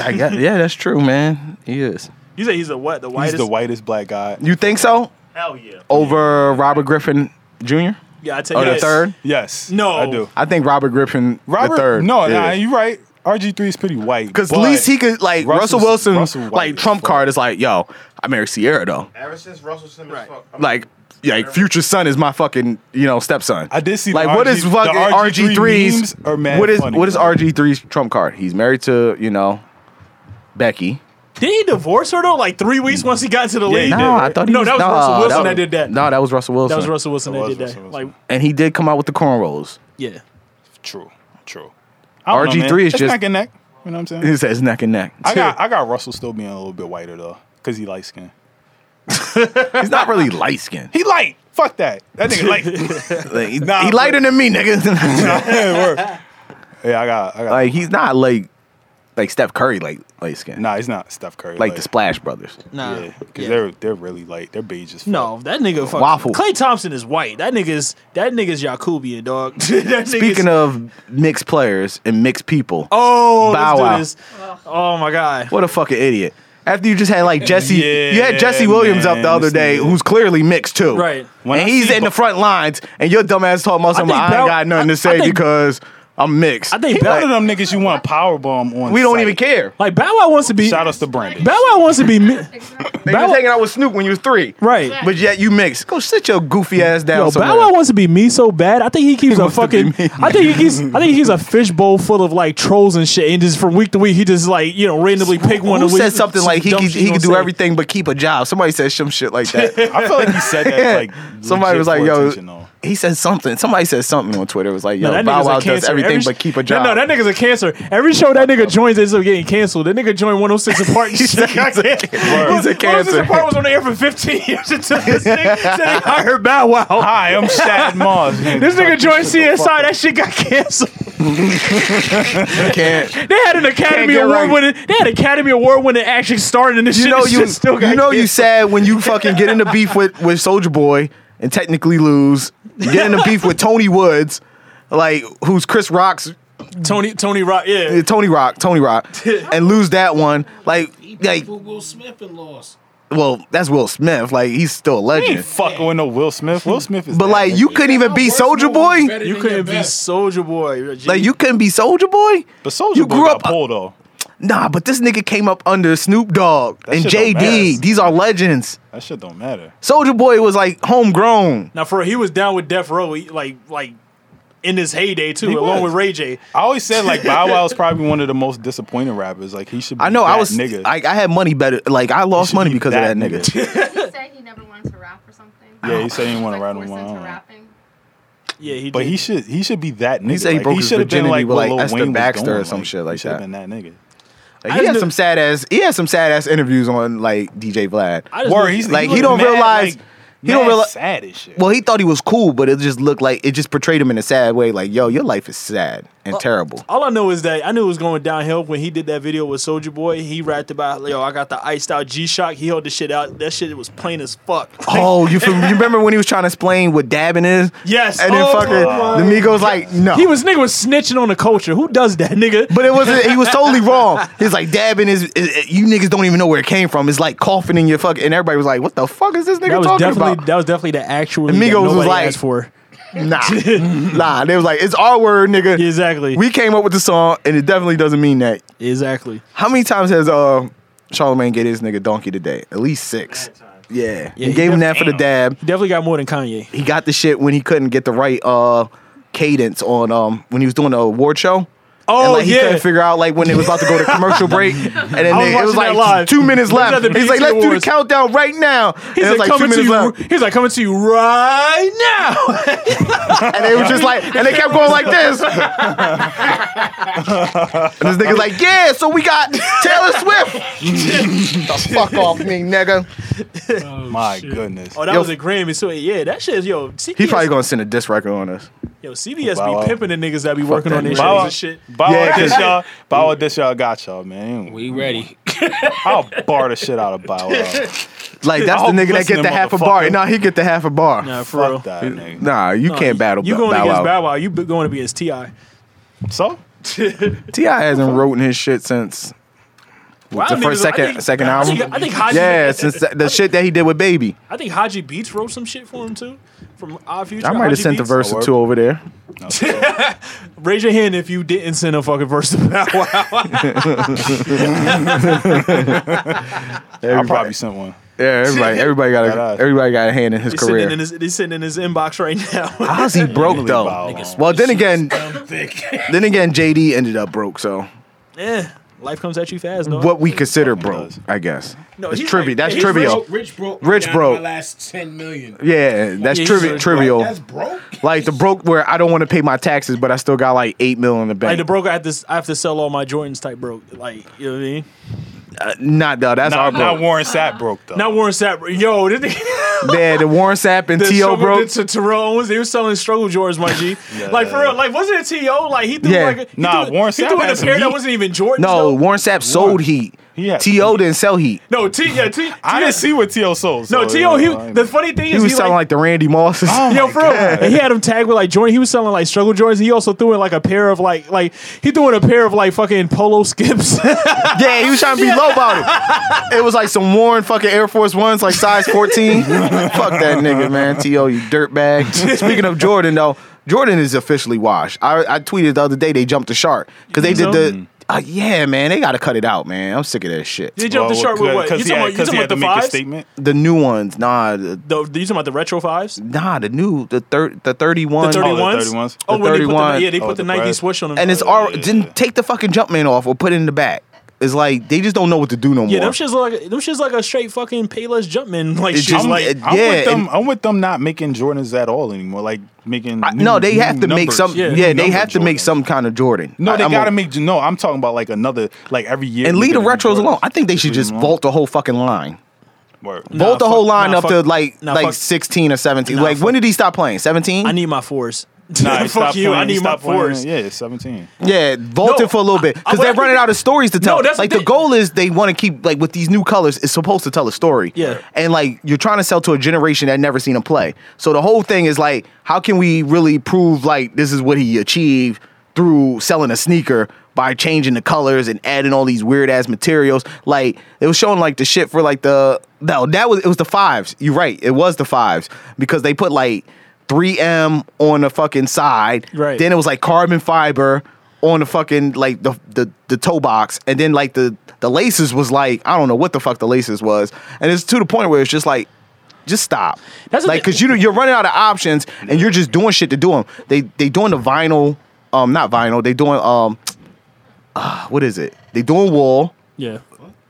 S3: I guess, yeah, that's true, man. He is.
S2: You say he's a what? The
S4: He's
S2: whitest?
S4: the whitest black guy.
S3: You think so?
S6: Hell yeah.
S3: Over Robert Griffin Jr.
S2: yeah, I take
S3: or
S2: it.
S3: Oh, the third?
S4: Yes.
S2: No.
S4: I do.
S3: I think Robert Griffin
S4: Robert.
S3: the third.
S4: no,
S3: is.
S4: nah, you're right. RG three is pretty white.
S3: Because at
S4: but-
S3: least he could like Russell
S4: Russell's-
S3: Wilson,
S4: Russell White
S3: like
S4: is
S3: Trump
S4: fucked.
S3: card is like, yo, I married Sierra though.
S6: Ever since Russell Simmons
S2: Right.
S6: fucked.
S3: Like, like future son is my fucking you know stepson.
S4: I did see the
S3: like what is
S4: RG the
S3: fucking
S4: RG3
S3: RG threes?
S4: memes are mad
S3: What is
S4: funny,
S3: what is
S4: though.
S3: RG 3s Trump card? He's married to you know Becky.
S2: Did he divorce her though? Like three weeks once he got into the
S4: Yeah, he
S2: league.
S4: did,
S3: No, I
S4: right?
S3: thought he
S2: No,
S3: was,
S2: that was
S3: nah,
S2: Russell Wilson that did that.
S3: No, that was Russell Wilson.
S2: That was Russell Wilson
S4: That
S2: that,
S4: was
S2: did that.
S4: Russell Wilson.
S2: Like,
S3: and he did come out with the cornrows.
S2: yeah.
S4: True. True. I don't know,
S3: RG3
S4: man.
S3: is
S4: It's
S3: just-
S4: neck and neck. You know what I'm
S3: He
S4: saying?
S3: says neck and neck.
S4: I got I got Russell still being a little bit whiter though, cause he light skinned.
S3: He's not really light skinned.
S4: He light. Fuck that. That nigga light.
S3: He,
S4: Nah,
S3: he
S4: but-
S3: lighter than me, nigga.
S4: yeah, I got. I got.
S3: like he's not like like Steph Curry, like light skinned.
S4: nah, he's not Steph Curry.
S3: like the Splash Brothers.
S2: Nah.
S4: Yeah, because they're they're really light. They're beige as fuck.
S2: No, that nigga fucking
S3: Waffle.
S2: Clay Thompson is white. That nigga's that nigga's Yakubian, dog. that
S3: Speaking
S2: nigga's,
S3: of mixed players and mixed people,
S2: Oh,
S3: Bow
S2: let's
S3: Wow.
S2: do this. Oh my god.
S3: what a fucking idiot! After you just had like Jesse,
S4: Yeah,
S3: you had Jesse Williams up
S4: man,
S3: the other
S4: this
S3: day,
S4: nigga.
S3: who's clearly mixed too,
S2: Right.
S4: When
S3: and
S4: I
S3: he's
S4: see
S3: in
S4: Bo-
S3: the front lines, and your dumbass talking about something.
S2: think
S3: I, ain't
S2: Bow-
S3: got nothing
S2: I-
S3: to say
S2: I think-
S3: because I'm mixed.
S2: I think
S4: He one of
S2: Bow,
S4: them niggas you want power bomb on.
S3: we don't
S4: sight.
S3: even care.
S2: like Bow Wow wants to be
S4: Shout
S2: Bow
S4: outs to Brandon.
S2: Wow wants to be mi-
S3: They
S2: Bow-
S3: was hanging out with Snoop when you was three,
S2: right.
S3: But yet you mixed. Go sit your goofy ass down
S2: Yo,
S3: somewhere.
S2: Bow Wow wants to be me so bad. I think he keeps a
S3: wants to be
S2: fucking.
S3: me.
S2: I think he keeps. I think he keeps a fishbowl full of like trolls and shit. And just from week to week, he just like you know randomly pick one.
S3: Who
S2: of
S3: said something like he
S2: dumb
S3: could,
S2: shit
S3: he
S2: gonna
S3: could do
S2: say.
S3: everything but keep a job? Somebody said some shit like that.
S4: I feel like he said that like
S3: Somebody
S4: legit
S3: was like,
S4: for
S3: "Yo,
S4: attention, though.
S3: he said something." Somebody said something on Twitter. It was like, "Yo,
S2: No, that
S3: Bow
S2: nigga's a
S3: Wow does
S2: cancer
S3: everything
S2: sh-
S3: but keep a
S2: No,
S3: job.
S2: No, that nigga's a cancer. Every show that nigga joins ends up getting canceled. That nigga joined 106 Apart and shit. oh He's
S3: He's a cancer.
S2: Apart was on the air for 15 years until this nigga said he hired Bow
S3: Oh.
S2: Wow.
S4: Hi, I'm Shad Moss.
S2: This nigga joined CSI. That shit got canceled.
S3: can't.
S2: They had an Academy
S3: get
S2: Award
S3: right.
S2: winning. They had Academy Award winning action starring in this
S3: You
S2: shit.
S3: know
S2: This
S3: you.
S2: shit still got
S3: You know you
S2: canceled.
S3: sad when you fucking get into beef with with Soldier Boy and technically lose. You get into beef with Tony Woods, like who's Chris Rock's
S2: Tony Tony Rock. Yeah.
S3: uh, Tony Rock, Tony Rock, and lose that one. Like
S7: He
S3: like
S7: like, Will Smith and lost.
S3: well, that's Will Smith. Like he's still a
S4: He ain't
S3: legend.
S4: fucking with no Will Smith. Will Smith is
S3: But
S4: dead,
S3: like
S4: nigga.
S3: you couldn't even be Soldier Boy.
S2: You couldn't be Soldier Boy.
S3: Like you couldn't be Soldier Boy.
S4: But Soldier
S3: you
S4: Boy
S3: grew
S4: got
S3: up- uh,
S4: pulled off.
S3: Nah, but this nigga came up under Snoop Dogg
S4: That
S3: and
S4: shit don't
S3: JD.
S4: matter.
S3: These are legends.
S4: That shit don't matter.
S3: Soldier Boy was like homegrown.
S2: Now, for he was down with Death Row, he- like like in his heyday too,
S4: He
S2: along
S4: was.
S2: with Ray J.
S4: I always said like Bow Wow is probably one of the most disappointing rappers. Like he should. Be
S3: I know. I
S4: that
S3: was
S4: nigga.
S3: Like I had money better. Like I lost
S4: should
S3: money
S4: be
S3: because
S4: that
S3: of that nigga.
S8: He said he never wanted to rap or something.
S4: yeah, he said he didn't want
S8: Like,
S4: to ride on
S8: forced
S4: my
S8: into
S4: own.
S8: rapping.
S2: Yeah, he.
S4: But
S2: did.
S4: he should he should be that nigga.
S3: He said he
S4: Like,
S3: broke his
S4: should have been
S3: virginity
S4: like
S3: with,
S4: what
S3: like,
S4: Lil
S3: Esther
S4: Wayne was
S3: Baxter
S4: doing.
S3: or some shit like
S4: he should
S3: that.
S4: Have been that nigga.
S3: Like,
S2: I
S3: he
S2: just
S3: had
S2: knew-
S3: some sad ass. He had some sad ass interviews on like DJ Vlad.
S2: I just
S4: Word,
S2: knew-
S4: he's-
S3: Like he,
S4: looked
S3: don't
S4: mad,
S3: realize.
S4: like,
S3: he don't
S4: mad
S3: realize.
S4: Sad as shit.
S3: Well, he thought he was cool, but it just looked like it just portrayed him in a sad way. Like, yo, your life is sad
S2: Oh.
S3: and terrible.
S2: all I know is that I knew it was going downhill when he did that video with Soldier Boy. He rapped about yo, I got the iced out G Shock. He held the shit out. That shit was plain as fuck.
S3: Oh, you, fam- you remember when he was trying to explain what dabbing is?
S2: Yes.
S3: And then
S2: Oh
S3: fucking
S2: my
S3: the Migos like, no.
S2: He was nigga was snitching on the culture. Who does that, nigga?
S3: But it wasn't. He was totally wrong. He's like dabbing is, is- you niggas don't even know where it came from. It's like coughing in your fucking. And everybody was like, "What the fuck is this nigga
S2: that was
S3: talking
S2: definitely
S3: about?"
S2: that was definitely the actual
S3: Migos
S2: that
S3: was
S2: nobody
S3: like-
S2: asked for.
S3: Nah, nah. They was like, "It's our word, nigga."
S2: Exactly.
S3: We came up with the song, and it definitely doesn't mean that.
S2: exactly.
S3: How many times has uh Charlemagne gave his nigga donkey today? At least six. Yeah. he,
S2: he
S3: gave him that for the dab.
S2: He definitely got more than Kanye.
S3: He got the shit when he couldn't get the right uh cadence on um when he was doing the award show.
S2: Oh
S3: and like he couldn't figure out like when it was about to go to commercial break, and then
S2: was
S3: they- it was
S2: watching that
S3: like
S2: live.
S3: two minutes
S2: Looking at
S3: left.
S2: the
S3: He's like,
S2: BET
S3: "Let's do the
S2: Awards."
S3: countdown right now." And
S2: He's
S3: it was
S2: like,
S3: like two
S2: coming to
S3: minutes
S2: you.
S3: left,
S2: He's like coming to you right now.
S3: and they were just like, and they kept going like this. and this nigga's like, "Yeah, so we got Taylor Swift." the fuck off me, nigga.
S4: My goodness.
S2: Oh, that
S3: Yo.
S2: was a Grammy. So yeah, that shit is yo. CBS,
S3: He probably gonna send a diss record on us.
S2: yo CBS
S4: Wow.
S2: be pimping the niggas that be working
S3: that
S2: on their
S3: nigga.
S2: shows
S4: Bow Wow-
S2: and shit.
S4: Bow
S3: Yeah,
S4: Wow dish
S3: 'cause-
S4: y'all. Bow Wow dish y'all got y'all, man.
S7: We ready.
S4: I'll bar the shit out of Bow Wow.
S3: Like that's the
S4: I hope
S3: nigga that
S4: listening,
S3: get the half a bar.
S4: motherfucker.
S3: Nah, he get the half a bar.
S2: Nah, for real.
S4: Fuck that nigga.
S3: Nah, you can't battle.
S2: You going
S3: Bow
S2: against
S3: Wow.
S2: Bow Wow? You be- going to be against Ti?
S4: So
S3: Ti hasn't wrote his shit since
S2: Well,
S3: the first second second
S2: I
S3: album.
S2: think, I think Haji.
S3: yeah, since the, the shit that he did with Baby.
S2: I think Haji Beats wrote some shit for him too. From our future.
S3: I might have sent the verse or
S4: work.
S3: two over there.
S2: Raise your hand if you didn't send a fucking verse to Bow Wow.
S4: I
S3: Everybody,
S4: probably sent one.
S3: yeah, everybody, everybody got
S4: That ass.
S3: a, everybody got a hand in his
S2: He's sitting in
S3: career.
S2: his, he's sitting in his inbox right now.
S3: How's he broke
S4: Bow
S3: though?
S4: Wow.
S3: Well, then again, then again, JD ended up broke. So
S2: Eh, life comes at you fast, no?
S3: what we consider broke,
S4: does.
S3: I guess.
S2: No,
S3: That's
S2: he's
S3: trivial.
S2: like-
S3: That's
S2: he's rich.
S3: trivial.
S7: Rich broke.
S3: Rich
S7: down
S3: broke.
S7: My last ten million.
S3: Yeah, that's
S2: Yeah, he's
S3: trivial.
S2: rich.
S3: Trivial.
S7: That's broke.
S3: Like the broke where I don't want to pay my taxes, but I still got like eight mil in the bank.
S2: Like the broker, I have to, s- I have to sell all my Jordans type broke. Like you know what I mean?
S3: Not though. That's our
S4: Not,
S3: broke.
S4: not Warren Sapp broke though.
S2: Not Warren Sapp. Yo, this nigga-
S3: yeah, the Warren Sapp and
S2: the
S3: T.O.
S2: struggle
S3: broke.
S2: To, to Terrell Owens, he was selling struggle Jordans, my G. Like for real, like wasn't it T.O. Like he threw
S3: Yeah.
S2: like he
S4: Nah,
S2: threw,
S4: Warren
S2: he
S4: Sapp
S2: threw in a
S4: had some
S2: pair that
S4: heat.
S2: wasn't even Jordans.
S3: No,
S2: though.
S3: Warren Sapp sold heat.
S4: He had-
S3: T.O. didn't sell heat.
S2: no T. Yeah, T.
S4: I didn't see what T.O. sold.
S2: No
S4: so,
S2: T.O.
S4: you know,
S2: He Oh, the funny thing
S3: He
S2: is
S3: was selling like, oh the Randy Mosses.
S2: Yo, for real, and he had him tagged with like Jordan. He was selling like struggle Jordans. He also threw in like a pair of like like he threw in a pair of like fucking polo skips.
S3: yeah, he was trying to be low about it. It was like some Warren fucking Air Force Ones, like size 14. Fuck that nigga, man. T.O., you dirtbag. Speaking of Jordan, though, Jordan is officially washed. I, I tweeted the other day they jumped the shark because they did
S2: think
S3: the. Uh, yeah, man, they got to cut it out, man. I'm sick of that shit.
S2: Did you jump the shark with what? You
S4: Because
S2: talking
S4: he
S2: about
S4: had,
S2: you
S4: 'cause he
S2: talking
S4: had
S2: about
S4: to
S2: the
S4: make a
S2: fives?
S4: statement.
S3: The new ones, nah, the,
S2: The, you talking about the retro fives?
S3: nah, the new, the third, the 31.
S2: The thirty
S4: Oh, the
S2: ones.
S4: 31s.
S2: Oh,
S3: The
S2: when they put the,
S3: 31s.
S2: yeah, they
S4: Oh,
S2: put the
S4: the
S2: Nike
S4: bread.
S2: swoosh on them.
S3: and it's
S4: Oh,
S3: all
S4: yeah.
S3: didn't take the fucking Jumpman off or put it in the back. is like they just don't know what to do no
S2: Yeah,
S3: more.
S2: them shits look like them shits like a straight fucking payless jumpman like
S3: It
S2: shit.
S3: just-
S4: I'm,
S3: like-
S4: I'm
S3: yeah,
S4: with them.
S3: and-
S4: I'm with them not making Jordans at all anymore. Like making
S3: I-
S4: new-
S3: no, they
S4: new
S3: have to make
S4: numbers.
S3: some. Yeah,
S4: new
S3: they
S4: number
S3: have to make
S4: Jordans.
S3: some kind of Jordan.
S4: No,
S3: I-
S4: they
S3: I'm
S4: gotta
S3: a-
S4: make. No, I'm talking about like another, like every year.
S3: and
S4: we
S3: leave the
S4: get a new
S3: retros
S4: Jordan.
S3: alone. I think they should
S4: Leave
S3: just
S4: them
S3: vault the whole fucking line.
S4: alone. Word.
S2: Nah,
S3: Vault the
S2: fuck-
S3: whole line
S2: nah,
S3: up
S2: fuck-
S3: to like
S2: nah,
S3: like
S2: fuck-
S3: sixteen or seventeen.
S2: Nah,
S3: like
S2: fuck-
S3: when did he stop playing? Seventeen?
S2: I need my fours.
S4: Nah,
S2: fuck
S4: stop
S2: you. I
S4: playing,
S2: need my
S4: stop playing.
S2: fours.
S4: Yeah, 17.
S3: yeah, vault
S2: No,
S3: it for a little bit
S2: I-
S3: because
S2: I-
S3: they're running out of stories to tell.
S2: No, that's
S3: like
S2: the
S3: the,
S2: thing.
S3: goal is they want to keep like with these new colors. It's supposed to tell a story.
S2: Yeah.
S3: and like you're trying to sell to a generation that never seen him play. So the whole thing is like, how can we really prove like this is what he achieved through selling a sneaker? By changing the colors and adding all these weird ass materials, like it was showing like the shit for like the no that was it was the fives. You're right, it was the fives because they put like 3M on the fucking side.
S2: Right.
S3: Then it was like carbon fiber on the fucking like the the, the toe box, and then like the the laces was like I don't know what the fuck the laces was, and it's to the point where it's just like. Just stop,
S2: That's the
S3: like,
S2: thi-
S3: cause you you're running out of options, and you're just doing shit to do them. They they doing the vinyl, um, not vinyl. They doing um, ah, what is it? They doing wool.
S2: Yeah,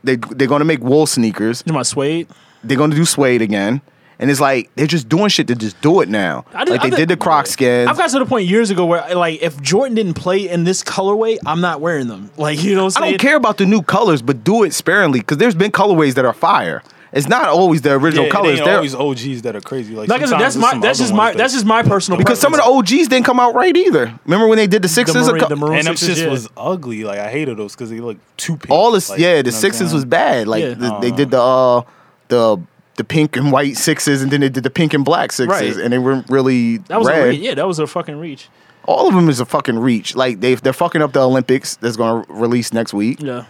S3: They they're gonna make wool sneakers.
S2: my suede.
S3: They're gonna do suede again, and it's like they're just doing shit to just do it now.
S2: I did-
S3: like
S2: I
S3: they
S2: did-
S3: did the Croc skins.
S2: I've got to the point years ago where like if Jordan didn't play in this colorway, I'm not wearing them. Like you know, what I'm
S3: I
S2: saying?
S3: don't care about the new colors, but do it sparingly because there's been colorways that are fire. It's not always the
S4: Yeah,
S3: original
S4: it
S3: colors.
S4: ain't
S3: They're,
S4: always OGs that are crazy. Like,
S2: Like I said,
S4: sometimes
S2: that's my
S4: it's some
S2: that's
S4: other
S2: just my
S4: ones
S2: that's
S4: that-
S2: just my personal
S3: because some of the OGs didn't come out right either. Remember when they did the sixes?
S2: maroon- the maroon-
S4: and them
S2: sixes,
S4: shits
S2: yeah.
S4: was ugly. Like I hated those because they look too pink.
S3: all this,
S4: Like,
S3: yeah,
S4: you know
S3: the
S4: what I'm
S3: sixes was
S4: saying?
S3: bad. Like
S2: Yeah.
S3: the, they did the uh, the the pink and white sixes, and then they did the pink and black sixes,
S2: Right.
S3: and they weren't really
S2: that was
S3: red.
S2: a reach. yeah, that was a fucking reach.
S3: All of them is a fucking reach. Like they they're fucking up the Olympics that's gonna release next week.
S2: Yeah,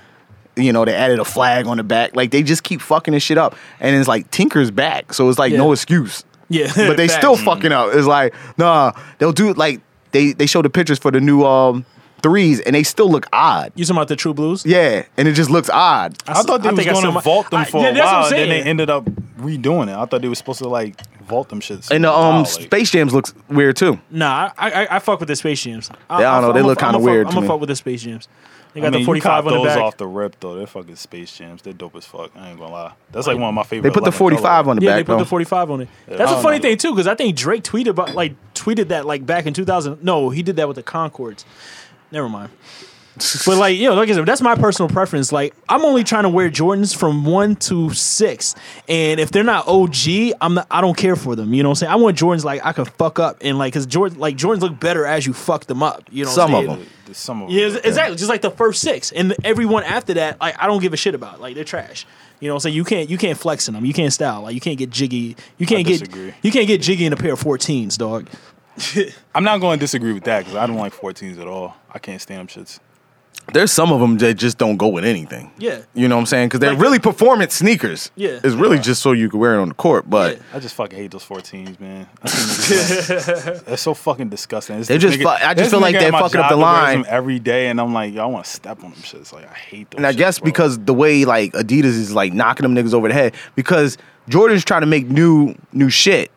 S3: you know, they added a flag on the back. Like they just keep fucking this shit up. And it's like Tinker's back. So it's like
S2: Yeah.
S3: no excuse.
S2: Yeah.
S3: But they
S2: Facts.
S3: still fucking up. It's like, nah, they'll do it like they they show the pictures for the new um threes and they still look odd.
S2: you talking about the True Blues?
S3: Yeah. And it just looks odd.
S4: I thought they
S2: I
S4: was
S2: think I
S4: going
S2: saw
S4: to
S2: my-
S4: vault them
S2: I-
S4: for
S2: yeah,
S4: a
S2: that's what I'm
S4: while, and then they
S2: saying.
S4: ended up redoing it. I thought they were supposed to like vault them shits.
S3: And the
S4: for a
S3: um
S4: while, like-
S3: Space Jams looks weird too.
S2: Nah, I, I I fuck with the Space Jams. I,
S3: Yeah, I don't know, they
S2: I'm a-
S3: look
S2: I'm a
S3: kinda
S2: fuck-
S3: weird
S2: I'm
S3: to
S2: gonna
S3: me.
S2: fuck with the Space Jams. They got
S4: I mean,
S2: the
S4: you
S2: 45
S4: cop
S2: on the
S4: those
S2: back.
S4: off the rip though. They're fucking Space Jams. They're dope as fuck. I ain't gonna lie. That's like one of my favorite.
S3: They put the
S4: 11
S3: forty five
S4: colorways.
S3: on the
S2: yeah,
S3: back
S2: they put
S3: though.
S2: the 45 on it. That's a
S4: Oh,
S2: funny
S4: no.
S2: thing too, because I think Drake tweeted about like tweeted that like back in 2000. No, he did that with the Concords. Never mind. but like you know, like I said, that's my personal preference. Like I'm only trying to wear Jordans from one to six, and if they're not OG, I'm not, I don't care for them. You know what I'm saying? I want Jordans like I could fuck up and like because Jordan like Jordans look better as you fuck them up. You know what I'm
S3: Some of
S2: saying?
S3: them.
S4: The- the- Some of them.
S2: Yeah, ex- exactly. Just like the first six, and everyone after that, like I don't give a shit about. Like they're trash. You know, what I'm saying you can't you can't flex in them. You can't style. Like you can't get jiggy. You can't get
S4: disagree.
S2: you can't get jiggy in a pair of 14s, dog.
S4: I'm not going to disagree with that because I don't like 14s at all. I can't stand them shits.
S3: There's some of them that just don't go with anything.
S2: Yeah.
S3: You know what I'm saying? Because they're
S2: Like- uh,
S3: really performance sneakers.
S2: Yeah.
S3: It's really just so you can wear it on the court, but
S2: Yeah.
S4: I just fucking hate those 14s, man. I think They're so fucking disgusting. It's
S3: They
S4: this
S3: just fu- I just
S4: this
S3: feel like
S4: nigga at
S3: they're
S4: my
S3: fucking up
S4: job
S3: the
S4: that wears
S3: line.
S4: them every day, and I'm like, yo, I want to step on them shits. Like I hate them.
S3: And I guess because the way like Adidas is like knocking them niggas over the head because Jordan's trying to make new new shit,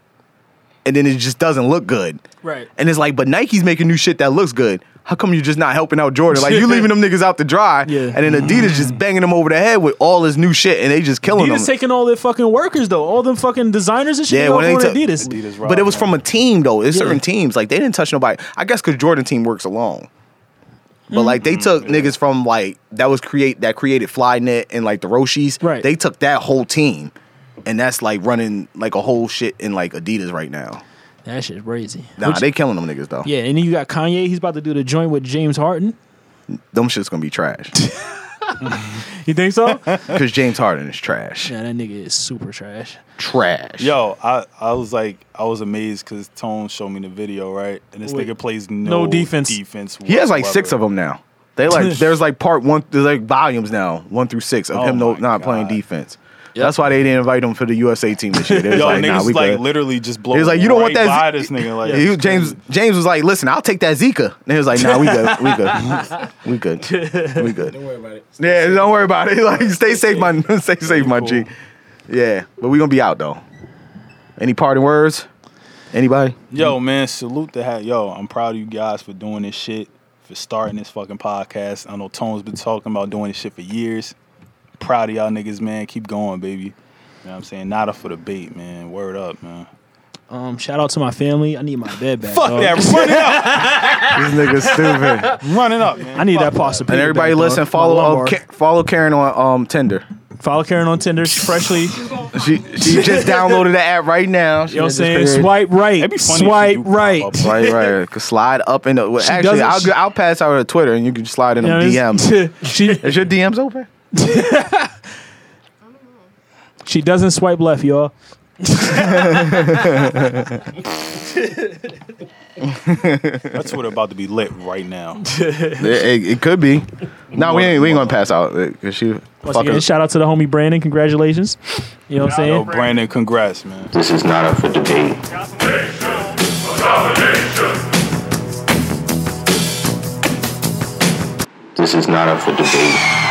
S3: and then it just doesn't look good.
S2: Right.
S3: And it's like, but Nike's making new shit that looks good. How come you're just not helping out Jordan? Like you leaving them niggas out to dry,
S2: Yeah.
S3: and then Adidas just banging them over the head with all this new shit, and they just killing
S2: Adidas
S3: them.
S2: taking all their fucking workers though, all them fucking designers and shit.
S3: Yeah,
S2: Yeah,
S3: when
S2: when
S3: they took-
S2: Adidas.
S4: Adidas rock,
S3: but it was
S4: man.
S3: from a team though. It's
S2: Yeah.
S3: certain teams like they didn't touch nobody. I guess because Jordan team works alone. But like
S4: Mm-hmm.
S3: they took niggas from like that was create that created Flynet and like the Roshis.
S2: Right.
S3: They took that whole team, and that's like running like a whole shit in like Adidas right now.
S2: That shit's crazy.
S3: Nah,
S2: Which-
S3: they killing them niggas though.
S2: yeah, and then you got Kanye. He's about to do the joint with James Harden.
S3: Them shit's gonna be trash
S2: You think so? yeah,
S3: because James Harden is trash.
S2: that nigga is super trash.
S3: Trash.
S4: Yo, I, I was like, I was amazed because Tone showed me the video, right? And this
S2: Wait.
S4: nigga plays no,
S2: defense.
S4: defense
S3: he has like six of them now. They like there's like part one. There's like volumes now, one through six of
S4: Oh
S3: him no,
S4: my
S3: not playing
S4: God.
S3: defense. That's why they didn't invite him for the USA team this year. They was
S4: Yo,
S3: like,
S4: niggas
S3: nah, we
S4: like
S3: good.
S4: literally just blow.
S3: He was like, "You don't want
S4: right
S3: that
S4: by
S3: Z-
S4: this nigga." Like,
S3: He- James James was like, listen, I'll take that Zika. And he was like, nah, we good. We good. We good. We good.
S7: Don't worry about it.
S3: Yeah, don't worry about it. Like, stay safe, my stay safe, my G. Yeah. But we gonna be out though. Any parting words? Anybody?
S4: Yo, man, salute the hat. Yo, I'm proud of you guys for doing this shit. for starting this fucking podcast. I know Tone's been talking about doing this shit for years. Proud of y'all niggas, man. Keep going, baby. You know what I'm saying? Nada for the bait, man. Word up, man.
S2: Um, shout out to my family. I need my bed back.
S4: Fuck
S2: dog.
S4: that. Run it up.
S3: These niggas stupid.
S4: Run it up, man.
S2: I need that pasta.
S3: And everybody, listen. Follow um, Ka- follow Karen on um Tinder.
S2: follow Karen on Tinder. She's freshly. you know
S3: She she just downloaded the app right now. She
S2: what I'm
S3: just
S2: saying?
S3: figured-
S2: Swipe right.
S4: That'd be funny if you
S2: Swipe
S4: do pop
S2: right.
S4: up.
S3: Right, right. Could slide up in the. Well, actually,
S2: doesn't-
S3: I'll g- I'll pass out her Twitter and you can slide in
S2: You know
S3: them
S2: what I'm
S3: DMs.
S2: saying? she
S3: Is your DMs open?
S2: she doesn't swipe left, y'all.
S4: That's what about to be lit right now.
S3: It, it- it could be. No, we ain't we ain't gonna pass out. uh, Cause she
S2: Once
S3: fucking.
S2: again, shout out to the homie Brandon. Congratulations. You know what I'm
S4: Yo,
S2: saying?
S4: Brandon, congrats, man.
S1: This is not up for debate. This is not up for debate.